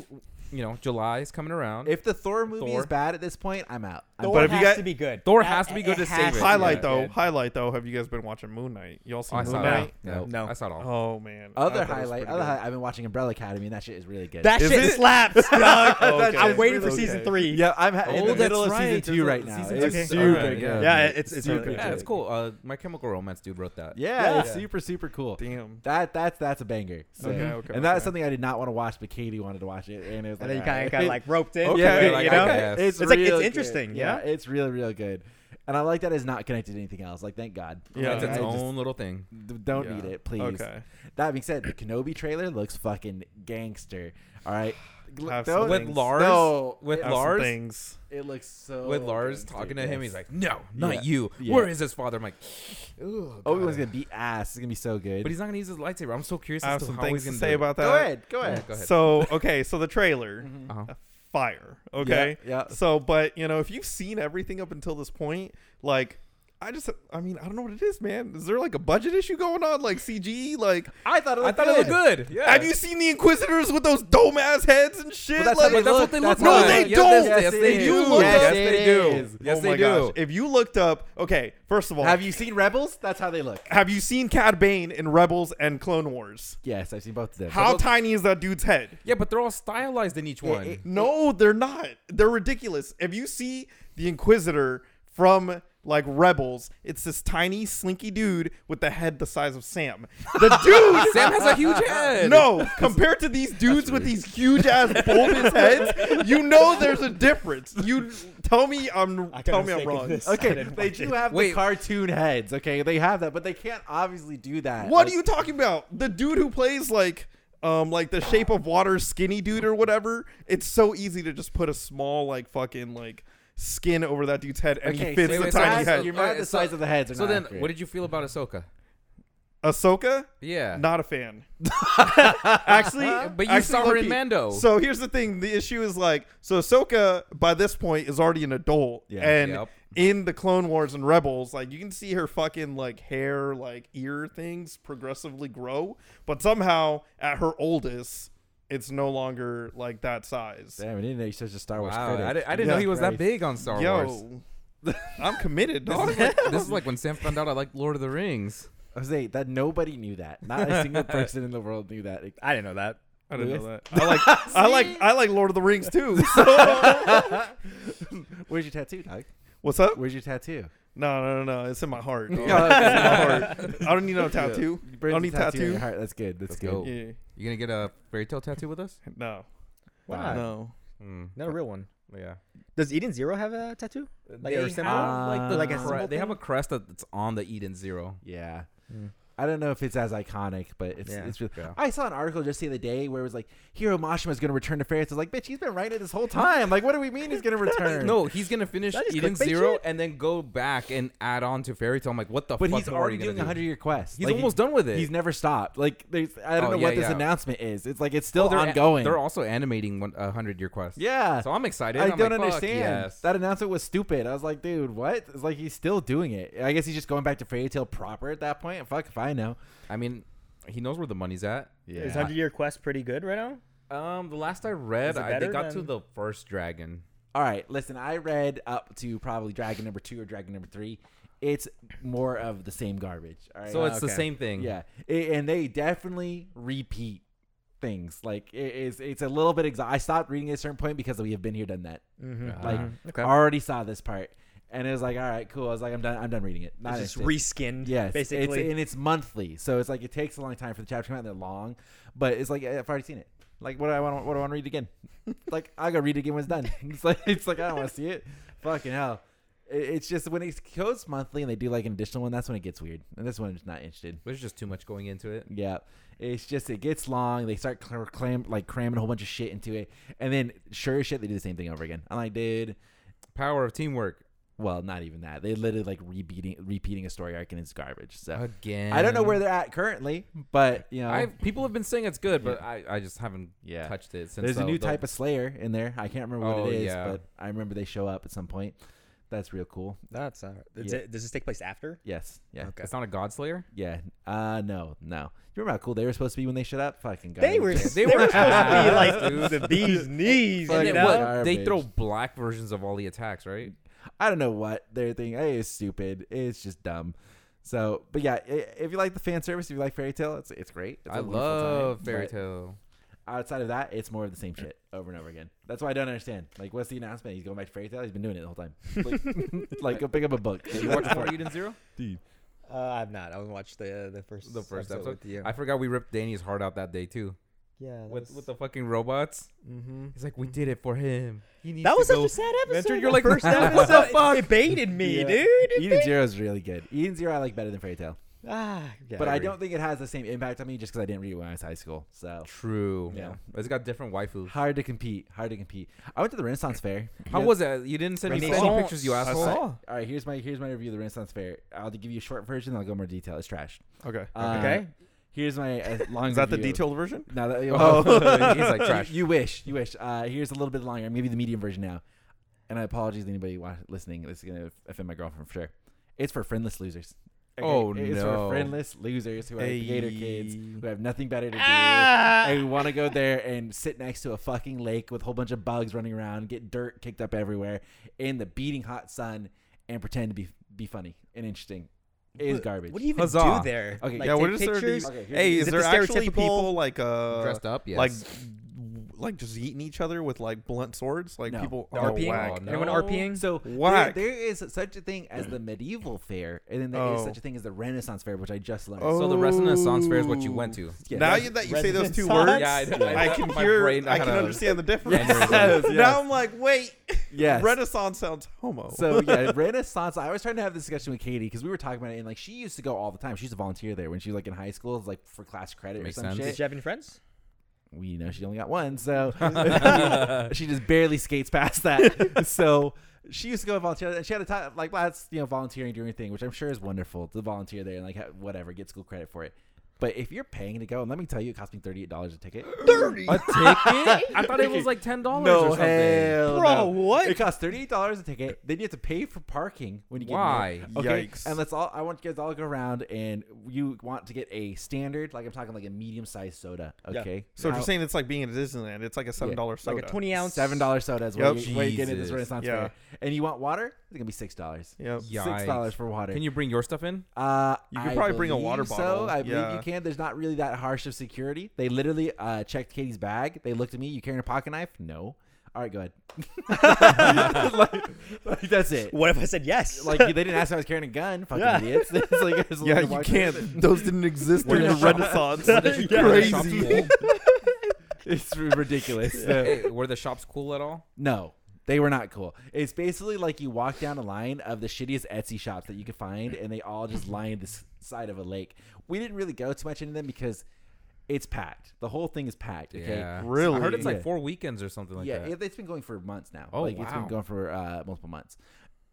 [SPEAKER 1] you know, July's coming around.
[SPEAKER 3] [laughs] if the Thor movie
[SPEAKER 1] Thor.
[SPEAKER 3] is bad at this point, I'm out. I'm
[SPEAKER 2] Thor
[SPEAKER 4] But if you
[SPEAKER 2] has
[SPEAKER 4] got-
[SPEAKER 2] to be good.
[SPEAKER 1] Thor
[SPEAKER 2] That-
[SPEAKER 1] has to be good to
[SPEAKER 2] has
[SPEAKER 1] save it. [laughs]
[SPEAKER 4] highlight
[SPEAKER 1] Yeah.
[SPEAKER 4] though,
[SPEAKER 2] good.
[SPEAKER 4] highlight though. Have you guys been watching Moon Knight? Y'all
[SPEAKER 1] Oh,
[SPEAKER 4] seen
[SPEAKER 1] I
[SPEAKER 4] Moon
[SPEAKER 1] saw
[SPEAKER 4] Knight?
[SPEAKER 1] that. No,
[SPEAKER 2] No.
[SPEAKER 1] I saw it all.
[SPEAKER 4] Oh man.
[SPEAKER 3] Other
[SPEAKER 4] I thought it was
[SPEAKER 3] highlight,
[SPEAKER 4] pretty
[SPEAKER 3] other
[SPEAKER 4] good.
[SPEAKER 3] highlight. I've been watching Umbrella Academy, and that shit is really good.
[SPEAKER 2] That
[SPEAKER 4] Is
[SPEAKER 2] shit
[SPEAKER 4] it?
[SPEAKER 2] slaps. dog.
[SPEAKER 4] Okay.
[SPEAKER 2] I'm waiting for
[SPEAKER 4] Okay.
[SPEAKER 2] season three.
[SPEAKER 3] [laughs] yeah, I'm ha- in
[SPEAKER 1] Oh,
[SPEAKER 3] the
[SPEAKER 1] that's
[SPEAKER 3] middle of season
[SPEAKER 1] right.
[SPEAKER 3] two
[SPEAKER 1] There's a-
[SPEAKER 3] right now.
[SPEAKER 1] season
[SPEAKER 3] It's
[SPEAKER 2] two. Okay.
[SPEAKER 3] super
[SPEAKER 1] Alright,
[SPEAKER 3] good.
[SPEAKER 1] yeah.
[SPEAKER 2] Yeah, it's- it's
[SPEAKER 3] super
[SPEAKER 2] really
[SPEAKER 1] Yeah,
[SPEAKER 3] good.
[SPEAKER 1] it's cool. Uh, my Chemical Romance dude wrote that.
[SPEAKER 3] Yeah,
[SPEAKER 2] Yeah.
[SPEAKER 3] it's super super cool.
[SPEAKER 4] Damn.
[SPEAKER 3] That that's that's a banger. So-
[SPEAKER 4] Okay, okay,
[SPEAKER 3] and that's
[SPEAKER 4] okay.
[SPEAKER 3] something I did not want to watch, but Katie wanted to watch it, and it
[SPEAKER 2] And
[SPEAKER 3] was like,
[SPEAKER 2] then you
[SPEAKER 3] all
[SPEAKER 2] kind
[SPEAKER 3] right.
[SPEAKER 2] of got like roped in.
[SPEAKER 3] Okay,
[SPEAKER 2] you
[SPEAKER 1] like,
[SPEAKER 2] know?
[SPEAKER 1] okay.
[SPEAKER 3] it's,
[SPEAKER 2] It's like- it's
[SPEAKER 3] real good.
[SPEAKER 2] interesting, you
[SPEAKER 3] Yeah,
[SPEAKER 2] know?
[SPEAKER 3] it's real real good, and I like that it's not connected to anything else. Like, thank God.
[SPEAKER 4] Yeah.
[SPEAKER 3] Like,
[SPEAKER 1] it's its
[SPEAKER 3] I just
[SPEAKER 1] own little thing.
[SPEAKER 3] d- don't
[SPEAKER 4] Yeah.
[SPEAKER 3] need it, please.
[SPEAKER 4] Okay.
[SPEAKER 3] That being said, the Kenobi trailer looks fucking gangster. All right. Gl-
[SPEAKER 4] Have
[SPEAKER 3] don't-
[SPEAKER 4] some
[SPEAKER 1] With
[SPEAKER 4] things.
[SPEAKER 1] Lars,
[SPEAKER 3] No,
[SPEAKER 1] with
[SPEAKER 3] it-
[SPEAKER 4] Have some
[SPEAKER 1] Lars,
[SPEAKER 4] things.
[SPEAKER 3] it looks so.
[SPEAKER 1] with Lars
[SPEAKER 3] gangster,
[SPEAKER 1] talking to him,
[SPEAKER 3] Oh, yes.
[SPEAKER 1] he's like, "No, not
[SPEAKER 3] Yeah.
[SPEAKER 1] you.
[SPEAKER 3] Yeah.
[SPEAKER 1] Where is his father?" I'm like, "Ugh,
[SPEAKER 3] Obi Wan's
[SPEAKER 1] God."
[SPEAKER 3] Oh, gonna beat ass. It's gonna be so good.
[SPEAKER 1] but he's not gonna use his lightsaber. I'm so curious
[SPEAKER 4] I
[SPEAKER 1] as
[SPEAKER 4] have
[SPEAKER 1] to
[SPEAKER 4] some
[SPEAKER 1] how he's
[SPEAKER 4] things to
[SPEAKER 1] gonna
[SPEAKER 4] say
[SPEAKER 1] do it.
[SPEAKER 4] about that.
[SPEAKER 3] go ahead, go ahead. Mm-hmm.
[SPEAKER 1] Yeah, go ahead.
[SPEAKER 4] So okay, so
[SPEAKER 3] [laughs]
[SPEAKER 4] the trailer, Uh,
[SPEAKER 1] Uh-huh.
[SPEAKER 4] fire. Okay,
[SPEAKER 3] yeah.
[SPEAKER 4] So, but you know, if you've seen everything up until this point, like, I just, I mean, I don't know what it is, man. Is there like a budget issue going on, like CG? Like,
[SPEAKER 3] I thought it
[SPEAKER 1] I
[SPEAKER 3] looked
[SPEAKER 1] thought it
[SPEAKER 3] good.
[SPEAKER 1] looked good. Yeah.
[SPEAKER 4] have you seen the Inquisitors with those dome ass heads and shit?
[SPEAKER 3] But that's how
[SPEAKER 4] like,
[SPEAKER 1] But that's what they
[SPEAKER 3] That's
[SPEAKER 1] look
[SPEAKER 4] how
[SPEAKER 1] like.
[SPEAKER 4] No, they
[SPEAKER 1] yes,
[SPEAKER 4] don't.
[SPEAKER 1] Yes,
[SPEAKER 3] Yes,
[SPEAKER 1] they
[SPEAKER 3] it
[SPEAKER 1] do.
[SPEAKER 4] is.
[SPEAKER 1] Yes,
[SPEAKER 4] Yes,
[SPEAKER 1] they
[SPEAKER 3] it
[SPEAKER 1] do.
[SPEAKER 3] is.
[SPEAKER 1] Yes,
[SPEAKER 4] oh
[SPEAKER 1] they
[SPEAKER 4] my
[SPEAKER 1] do.
[SPEAKER 4] gosh! If you looked up, okay, first of all,
[SPEAKER 3] Have you seen Rebels? That's how they look.
[SPEAKER 4] have you seen Cad Bane in Rebels and Clone Wars?
[SPEAKER 3] Yes, I've seen both of them.
[SPEAKER 4] How
[SPEAKER 1] those-
[SPEAKER 4] tiny is that dude's head?
[SPEAKER 1] Yeah, but they're all stylized in each one.
[SPEAKER 3] it-
[SPEAKER 4] No, they're not. They're ridiculous. If you see the Inquisitor from like Rebels, it's this tiny, slinky dude with the head the size of Sam. The
[SPEAKER 3] [laughs]
[SPEAKER 4] dude.
[SPEAKER 1] Sam has a
[SPEAKER 4] [laughs]
[SPEAKER 1] huge head.
[SPEAKER 4] No, compared to these dudes with these huge ass bulbous heads, you know there's a difference. You tell me I'm tell me I'm wrong.
[SPEAKER 3] Okay, they do have
[SPEAKER 1] Wait.
[SPEAKER 3] the cartoon heads. Okay, they have that, but they can't obviously do that.
[SPEAKER 4] What are
[SPEAKER 3] Like,
[SPEAKER 4] you talking about? The dude who plays like um like the shape of water skinny dude or whatever. It's so easy to just put a small like fucking like skin over that dude's head and
[SPEAKER 3] Okay,
[SPEAKER 4] he fits
[SPEAKER 3] so
[SPEAKER 4] the
[SPEAKER 3] it's
[SPEAKER 4] tiny
[SPEAKER 3] not-
[SPEAKER 4] head.
[SPEAKER 3] You're mad at the
[SPEAKER 1] so-
[SPEAKER 3] size of the heads are
[SPEAKER 1] So
[SPEAKER 3] not
[SPEAKER 1] then,
[SPEAKER 3] accurate.
[SPEAKER 1] what did you feel about Ahsoka?
[SPEAKER 4] Ahsoka?
[SPEAKER 1] Yeah.
[SPEAKER 4] Not
[SPEAKER 1] [laughs]
[SPEAKER 4] a fan. actually,
[SPEAKER 1] But you
[SPEAKER 4] actually,
[SPEAKER 1] saw her in
[SPEAKER 4] low-key.
[SPEAKER 1] Mando.
[SPEAKER 4] So here's the thing: the issue is like, so Ahsoka by this point is already an adult,
[SPEAKER 3] Yeah.
[SPEAKER 4] and
[SPEAKER 1] Yep.
[SPEAKER 4] in the Clone Wars and Rebels, like you can see her fucking like hair, like ear things progressively grow, but somehow at her oldest, it's no longer like that size.
[SPEAKER 3] Damn, I didn't know you're such a Star Wars
[SPEAKER 1] Wow,
[SPEAKER 3] critic.
[SPEAKER 1] I, di- I didn't know
[SPEAKER 4] Yeah.
[SPEAKER 1] he was that
[SPEAKER 3] Christ.
[SPEAKER 1] big on Star Wars.
[SPEAKER 4] Yo, I'm committed, dog.
[SPEAKER 1] [laughs] This is like when Sam found out I liked Lord of the Rings.
[SPEAKER 3] Jose, that nobody knew that. Not a
[SPEAKER 4] [laughs]
[SPEAKER 3] single person in the world knew that.
[SPEAKER 2] I didn't know that.
[SPEAKER 4] I
[SPEAKER 3] didn't
[SPEAKER 4] didn't
[SPEAKER 3] know
[SPEAKER 4] know that. I like, I like, I like Lord of the Rings
[SPEAKER 1] [laughs]
[SPEAKER 4] too. so- [laughs]
[SPEAKER 3] Where's your tattoo, dog?
[SPEAKER 4] What's up?
[SPEAKER 3] Where's your tattoo?
[SPEAKER 4] No, no, no, no. It's in my heart. dog.
[SPEAKER 3] Oh, okay.
[SPEAKER 4] It's in my heart. I don't need no tattoo. I
[SPEAKER 3] Where's
[SPEAKER 4] don't
[SPEAKER 3] your
[SPEAKER 4] need
[SPEAKER 3] tattoo? on your
[SPEAKER 4] tattoo.
[SPEAKER 3] heart? That's good. That's
[SPEAKER 1] Let's
[SPEAKER 3] good.
[SPEAKER 1] go.
[SPEAKER 4] Yeah.
[SPEAKER 1] You gonna get a fairy tale tattoo with us?
[SPEAKER 4] No.
[SPEAKER 2] Wow.
[SPEAKER 4] No.
[SPEAKER 1] Mm,
[SPEAKER 2] Not a real one.
[SPEAKER 1] yeah.
[SPEAKER 2] Does Eden Zero have a tattoo? Like
[SPEAKER 1] they
[SPEAKER 2] a
[SPEAKER 1] have
[SPEAKER 2] symbol?
[SPEAKER 1] like the
[SPEAKER 3] Like a
[SPEAKER 1] cre-
[SPEAKER 2] symbol
[SPEAKER 1] they have
[SPEAKER 2] thing?
[SPEAKER 1] a crest that's on the Eden Zero.
[SPEAKER 3] Yeah. I don't know if it's as iconic, but it's
[SPEAKER 1] Yeah,
[SPEAKER 3] it's really.
[SPEAKER 1] yeah.
[SPEAKER 3] I saw an article just the other day where it was like Hiro Mashima is going to return to Ferris. I was like, bitch, he's been writing it this whole time. Like, what do we mean he's [laughs] going to return?
[SPEAKER 1] No, he's gonna finish
[SPEAKER 2] That is
[SPEAKER 1] Eden
[SPEAKER 2] clickbait
[SPEAKER 1] Zero
[SPEAKER 2] shit.
[SPEAKER 1] and then go back and add on to Fairy Tale. I'm like, what the?
[SPEAKER 3] but
[SPEAKER 1] fuck
[SPEAKER 3] he's
[SPEAKER 1] more are
[SPEAKER 3] already
[SPEAKER 1] you gonna
[SPEAKER 3] doing a
[SPEAKER 1] do?
[SPEAKER 3] hundred year quest.
[SPEAKER 1] He's
[SPEAKER 3] Like,
[SPEAKER 1] almost done with it.
[SPEAKER 3] He's never stopped. Like, there's I don't
[SPEAKER 1] Oh,
[SPEAKER 3] know
[SPEAKER 1] yeah,
[SPEAKER 3] what this
[SPEAKER 1] yeah.
[SPEAKER 3] announcement is. It's like it's still
[SPEAKER 1] They're an-
[SPEAKER 3] ongoing.
[SPEAKER 1] They're also animating one- a hundred year quest.
[SPEAKER 3] yeah.
[SPEAKER 1] So I'm excited. I'm
[SPEAKER 3] I
[SPEAKER 1] like,
[SPEAKER 3] don't
[SPEAKER 1] fuck
[SPEAKER 3] understand.
[SPEAKER 1] Yes.
[SPEAKER 3] That announcement was stupid. I was like, dude, what? It's like he's still doing it. I guess he's just going back to Fairy Tale proper at that point. Fuck if I know.
[SPEAKER 1] I mean, he knows where the money's at.
[SPEAKER 3] Yeah.
[SPEAKER 2] Is Hundred Year Quest pretty good right now?
[SPEAKER 1] Um, the last I read,
[SPEAKER 2] Is it
[SPEAKER 1] I, they
[SPEAKER 2] better
[SPEAKER 1] got to
[SPEAKER 2] than-
[SPEAKER 1] the first dragon.
[SPEAKER 3] All right, listen, I read up to probably Dragon number two or Dragon number three. It's more of the same garbage. All right. Ah,
[SPEAKER 1] So it's the
[SPEAKER 2] okay.
[SPEAKER 1] same thing.
[SPEAKER 3] yeah. It, and they definitely repeat things. Like it is it's a little bit exhausting. I stopped reading at a certain point because we have been here done that.
[SPEAKER 1] Uh,
[SPEAKER 3] Mm-hmm. Like
[SPEAKER 1] okay.
[SPEAKER 3] already saw this part. And it was like, all right, cool. I was like, I'm done I'm done reading it. Not
[SPEAKER 2] It's just
[SPEAKER 3] interested.
[SPEAKER 2] reskinned.
[SPEAKER 3] Yes,
[SPEAKER 2] basically.
[SPEAKER 3] it's, and it's monthly, so it's like it takes a long time for the chapter to come out. and They're long, but it's like I've already seen it. Like, what do I want? What do I want to read again? like, I gotta read it again when it's done. [laughs] It's like it's like I don't want to see it. Fucking hell! It, it's just when it goes monthly and they do like an additional one, that's when it gets weird. And this one I'm just not interested.
[SPEAKER 1] There's just too much going into it.
[SPEAKER 3] Yeah, it's just it gets long. They start cl- clam like cramming a whole bunch of shit into it, and then sure as shit they do the same thing over again. I'm like, dude.
[SPEAKER 1] Power of teamwork
[SPEAKER 3] Well, not even that. They literally like repeating repeating a story arc and it's garbage. So
[SPEAKER 1] again.
[SPEAKER 3] I don't know where they're at currently, but you know,
[SPEAKER 1] I people have been saying it's good, but I, I just haven't
[SPEAKER 3] Yeah.
[SPEAKER 1] touched it since.
[SPEAKER 3] there's a
[SPEAKER 1] the-
[SPEAKER 3] new
[SPEAKER 1] the-
[SPEAKER 3] type of Slayer in there. I can't remember
[SPEAKER 1] Oh,
[SPEAKER 3] what it is,
[SPEAKER 1] yeah.
[SPEAKER 3] but I remember they show up at some point. That's real cool.
[SPEAKER 2] That's uh, all right.
[SPEAKER 3] Yeah.
[SPEAKER 2] Does this take place after?
[SPEAKER 3] Yes. Yeah.
[SPEAKER 1] It's not a God Slayer.
[SPEAKER 3] Yeah. Uh, no, no. You remember how cool they were supposed to be when they showed up? Fucking
[SPEAKER 2] They
[SPEAKER 3] garbage.
[SPEAKER 2] were
[SPEAKER 1] They
[SPEAKER 2] they,
[SPEAKER 1] were
[SPEAKER 2] were supposed
[SPEAKER 1] ass,
[SPEAKER 2] to be like
[SPEAKER 1] dude.
[SPEAKER 2] the bee's knees.
[SPEAKER 3] Fuck
[SPEAKER 1] And
[SPEAKER 2] you
[SPEAKER 1] then
[SPEAKER 3] no.
[SPEAKER 2] know?
[SPEAKER 1] what? They
[SPEAKER 3] Garbage.
[SPEAKER 1] throw black versions of all the attacks, right?
[SPEAKER 3] [laughs] I don't know what their thing. Hey, it's stupid. It's just dumb. So, but yeah, i- if you like the fan service, if you like Fairy Tale, it's it's great. It's
[SPEAKER 1] I
[SPEAKER 3] a wonderful
[SPEAKER 1] love
[SPEAKER 3] time,
[SPEAKER 1] Fairy
[SPEAKER 3] but
[SPEAKER 1] Tale.
[SPEAKER 3] Outside of that, it's more of the same shit over and over again. That's why I don't understand. Like, what's the announcement? He's going back to Fairy Tale. He's been doing it the whole time. Like, like go pick up a book.
[SPEAKER 1] Did you watch Before Eden Zero?
[SPEAKER 2] Uh, I've not. I haven't watched the the first
[SPEAKER 1] The first episode.
[SPEAKER 2] with you.
[SPEAKER 1] I forgot we ripped Danny's heart out that day too.
[SPEAKER 2] yeah, that
[SPEAKER 1] With
[SPEAKER 2] was,
[SPEAKER 1] with the fucking robots.
[SPEAKER 4] Mm-hmm.
[SPEAKER 1] He's like, we did it for him. He needs
[SPEAKER 2] that was
[SPEAKER 1] to
[SPEAKER 2] such
[SPEAKER 1] go.
[SPEAKER 2] a sad episode.
[SPEAKER 1] Mentor, you're
[SPEAKER 2] the
[SPEAKER 1] like,
[SPEAKER 2] first
[SPEAKER 1] "What the
[SPEAKER 2] episode. It-
[SPEAKER 1] fuck?"
[SPEAKER 2] It baited me,
[SPEAKER 3] Yeah.
[SPEAKER 2] dude. It
[SPEAKER 3] Eden
[SPEAKER 2] baited-
[SPEAKER 3] Zero is really good. Eden Zero I like better than Fairy Tale,
[SPEAKER 2] Ah, yeah,
[SPEAKER 3] but I
[SPEAKER 2] agree.
[SPEAKER 3] don't think it has the same impact on me just because I didn't read it when I was high school. So
[SPEAKER 1] True.
[SPEAKER 3] Yeah.
[SPEAKER 1] But it's got different waifus.
[SPEAKER 3] hard to compete. Hard to compete. I went to the Renaissance Fair.
[SPEAKER 1] How was that? You didn't send me
[SPEAKER 2] Renaissance.
[SPEAKER 1] any pictures, you
[SPEAKER 4] I
[SPEAKER 1] asshole.
[SPEAKER 4] saw. [laughs]
[SPEAKER 3] All right, here's my here's my review of the Renaissance Fair. I'll give you a short version. I'll go more detail. It's trash.
[SPEAKER 4] Okay.
[SPEAKER 3] Uh,
[SPEAKER 2] Okay.
[SPEAKER 3] Here's my uh, long.
[SPEAKER 4] Is that the
[SPEAKER 3] review.
[SPEAKER 4] detailed version?
[SPEAKER 3] Now that [laughs]
[SPEAKER 1] Oh. [laughs] He's like,
[SPEAKER 3] You-
[SPEAKER 1] "Trash."
[SPEAKER 3] You, wish. You wish. Uh, here's a little bit longer. Maybe the medium version now. And I apologize to anybody wa- listening. This is gonna offend my girlfriend for sure. It's for friendless losers.
[SPEAKER 1] Oh,
[SPEAKER 3] it's
[SPEAKER 1] no.
[SPEAKER 3] for friendless losers who are
[SPEAKER 4] Hey.
[SPEAKER 3] gator kids who have nothing better to do
[SPEAKER 2] Ah!
[SPEAKER 3] and want to go there and sit next to a fucking lake with a whole bunch of bugs running around, get dirt kicked up everywhere in the beating hot sun, and pretend to be be funny and interesting. It's
[SPEAKER 2] What-
[SPEAKER 3] garbage.
[SPEAKER 2] What do you even
[SPEAKER 1] Huzzah.
[SPEAKER 2] do there?
[SPEAKER 3] Okay,
[SPEAKER 2] Like,
[SPEAKER 4] yeah. What
[SPEAKER 2] take
[SPEAKER 4] is there?
[SPEAKER 2] pictures?
[SPEAKER 4] These,
[SPEAKER 3] Okay, here's-
[SPEAKER 4] hey,
[SPEAKER 2] is
[SPEAKER 4] is,
[SPEAKER 2] it
[SPEAKER 4] there
[SPEAKER 2] the
[SPEAKER 4] actually
[SPEAKER 2] stereotypical-
[SPEAKER 4] people like uh
[SPEAKER 1] Dressed up, yes.
[SPEAKER 4] like like just eating each other with like blunt swords? Like
[SPEAKER 3] No.
[SPEAKER 4] people
[SPEAKER 1] No.
[SPEAKER 4] oh,
[SPEAKER 1] RPing?
[SPEAKER 4] whack.
[SPEAKER 1] No.
[SPEAKER 2] Anyone RPing?
[SPEAKER 3] So there-
[SPEAKER 4] Whack.
[SPEAKER 3] there is such a thing as the medieval fair, and then there is
[SPEAKER 4] Oh.
[SPEAKER 3] such a thing as the Renaissance fair, which I just learned.
[SPEAKER 4] Oh.
[SPEAKER 1] So the rest of Renaissance fair is what you went to.
[SPEAKER 3] Yeah.
[SPEAKER 4] Now you, that you say those two
[SPEAKER 2] Renaissance?
[SPEAKER 4] words,
[SPEAKER 1] Yeah, [laughs] I, know.
[SPEAKER 4] I can
[SPEAKER 1] My
[SPEAKER 4] hear.
[SPEAKER 1] brain,
[SPEAKER 4] I can
[SPEAKER 1] gotta-
[SPEAKER 4] understand the difference.
[SPEAKER 1] Yes,
[SPEAKER 4] [laughs] Now I'm like, wait,
[SPEAKER 3] [laughs] Yes.
[SPEAKER 4] Renaissance sounds homo.
[SPEAKER 3] so yeah, Renaissance. I was trying to have this discussion with Katie because we were talking about it, and like she used to go all the time. She used to volunteer there when she was like in high school, like for class credit
[SPEAKER 1] Makes
[SPEAKER 3] or some
[SPEAKER 1] sense.
[SPEAKER 3] shit.
[SPEAKER 2] Did you have any friends?
[SPEAKER 3] we know she only got one,
[SPEAKER 4] [laughs]
[SPEAKER 3] so [laughs] she just barely skates past that. [laughs] so she used to go volunteer, and she had a time like that's you know volunteering doing her thing, which I'm sure is wonderful to volunteer there and like ha- whatever get school credit for it. But if you're paying to go, and let me tell you, it cost me thirty eight dollars a
[SPEAKER 4] [gasps]
[SPEAKER 3] ticket. [laughs]
[SPEAKER 1] a
[SPEAKER 4] [laughs]
[SPEAKER 1] ticket? I thought it was like ten dollars or something.
[SPEAKER 3] hell
[SPEAKER 2] Bro,
[SPEAKER 3] no.
[SPEAKER 2] what?
[SPEAKER 3] It costs thirty eight dollars a ticket. Then you have to pay for parking when you get
[SPEAKER 1] Why?
[SPEAKER 3] in there. Okay,
[SPEAKER 4] Yikes.
[SPEAKER 3] and let's all. I want you guys all go around, and you want to get a standard, like I'm talking like a medium sized soda.
[SPEAKER 2] Yeah.
[SPEAKER 3] Okay,
[SPEAKER 4] So if
[SPEAKER 3] Now-
[SPEAKER 4] you're saying it's like being at Disneyland, it's like a seven dollar soda.
[SPEAKER 2] Like a twenty ounce.
[SPEAKER 3] Seven dollar soda is
[SPEAKER 4] Yep.
[SPEAKER 3] what, you, what you get at this
[SPEAKER 1] Jesus.
[SPEAKER 3] Renaissance
[SPEAKER 4] Yeah.
[SPEAKER 3] fair. And you want water? It's gonna be six dollars.
[SPEAKER 4] Yep.
[SPEAKER 1] Yikes.
[SPEAKER 3] Six dollars for water.
[SPEAKER 1] Can you bring your stuff in?
[SPEAKER 3] Uh,
[SPEAKER 4] You could
[SPEAKER 3] I
[SPEAKER 4] probably bring a water
[SPEAKER 3] believe
[SPEAKER 4] bottle.
[SPEAKER 3] So I believe
[SPEAKER 4] Yeah.
[SPEAKER 3] you can. There's not really that harsh of security. They literally uh, checked Katie's bag. They looked at me. You carrying a pocket knife? No. All right, go ahead. like, [laughs] like, that's
[SPEAKER 4] [laughs]
[SPEAKER 2] [laughs]
[SPEAKER 3] it.
[SPEAKER 2] What if I said yes? [laughs]
[SPEAKER 3] Like they didn't ask if I was carrying a gun. Fucking
[SPEAKER 2] Yeah.
[SPEAKER 3] idiots. [laughs] It's like, it's like
[SPEAKER 4] Yeah,
[SPEAKER 3] they're
[SPEAKER 4] you
[SPEAKER 3] walking-
[SPEAKER 4] can't. Those didn't exist
[SPEAKER 3] When
[SPEAKER 4] during
[SPEAKER 3] [laughs]
[SPEAKER 4] the
[SPEAKER 3] the shop-
[SPEAKER 4] Renaissance.
[SPEAKER 2] you
[SPEAKER 1] Were the shops
[SPEAKER 4] Crazy.
[SPEAKER 1] cool?
[SPEAKER 3] It's ridiculous. So,
[SPEAKER 1] Hey, Were the shops cool at all?
[SPEAKER 3] no. They were not cool. It's basically like you walk down a line of the shittiest Etsy shops that you could find, and they all just line the s- side of a lake. We didn't really go too much into them because it's packed. The whole thing is packed. Okay.
[SPEAKER 1] Yeah.
[SPEAKER 4] Really?
[SPEAKER 1] I heard it's like
[SPEAKER 3] Yeah.
[SPEAKER 1] four weekends or something like
[SPEAKER 3] yeah,
[SPEAKER 1] that.
[SPEAKER 3] it- it's been going for months now.
[SPEAKER 1] Oh,
[SPEAKER 3] like, It's been
[SPEAKER 1] wow.
[SPEAKER 3] going for uh, multiple months.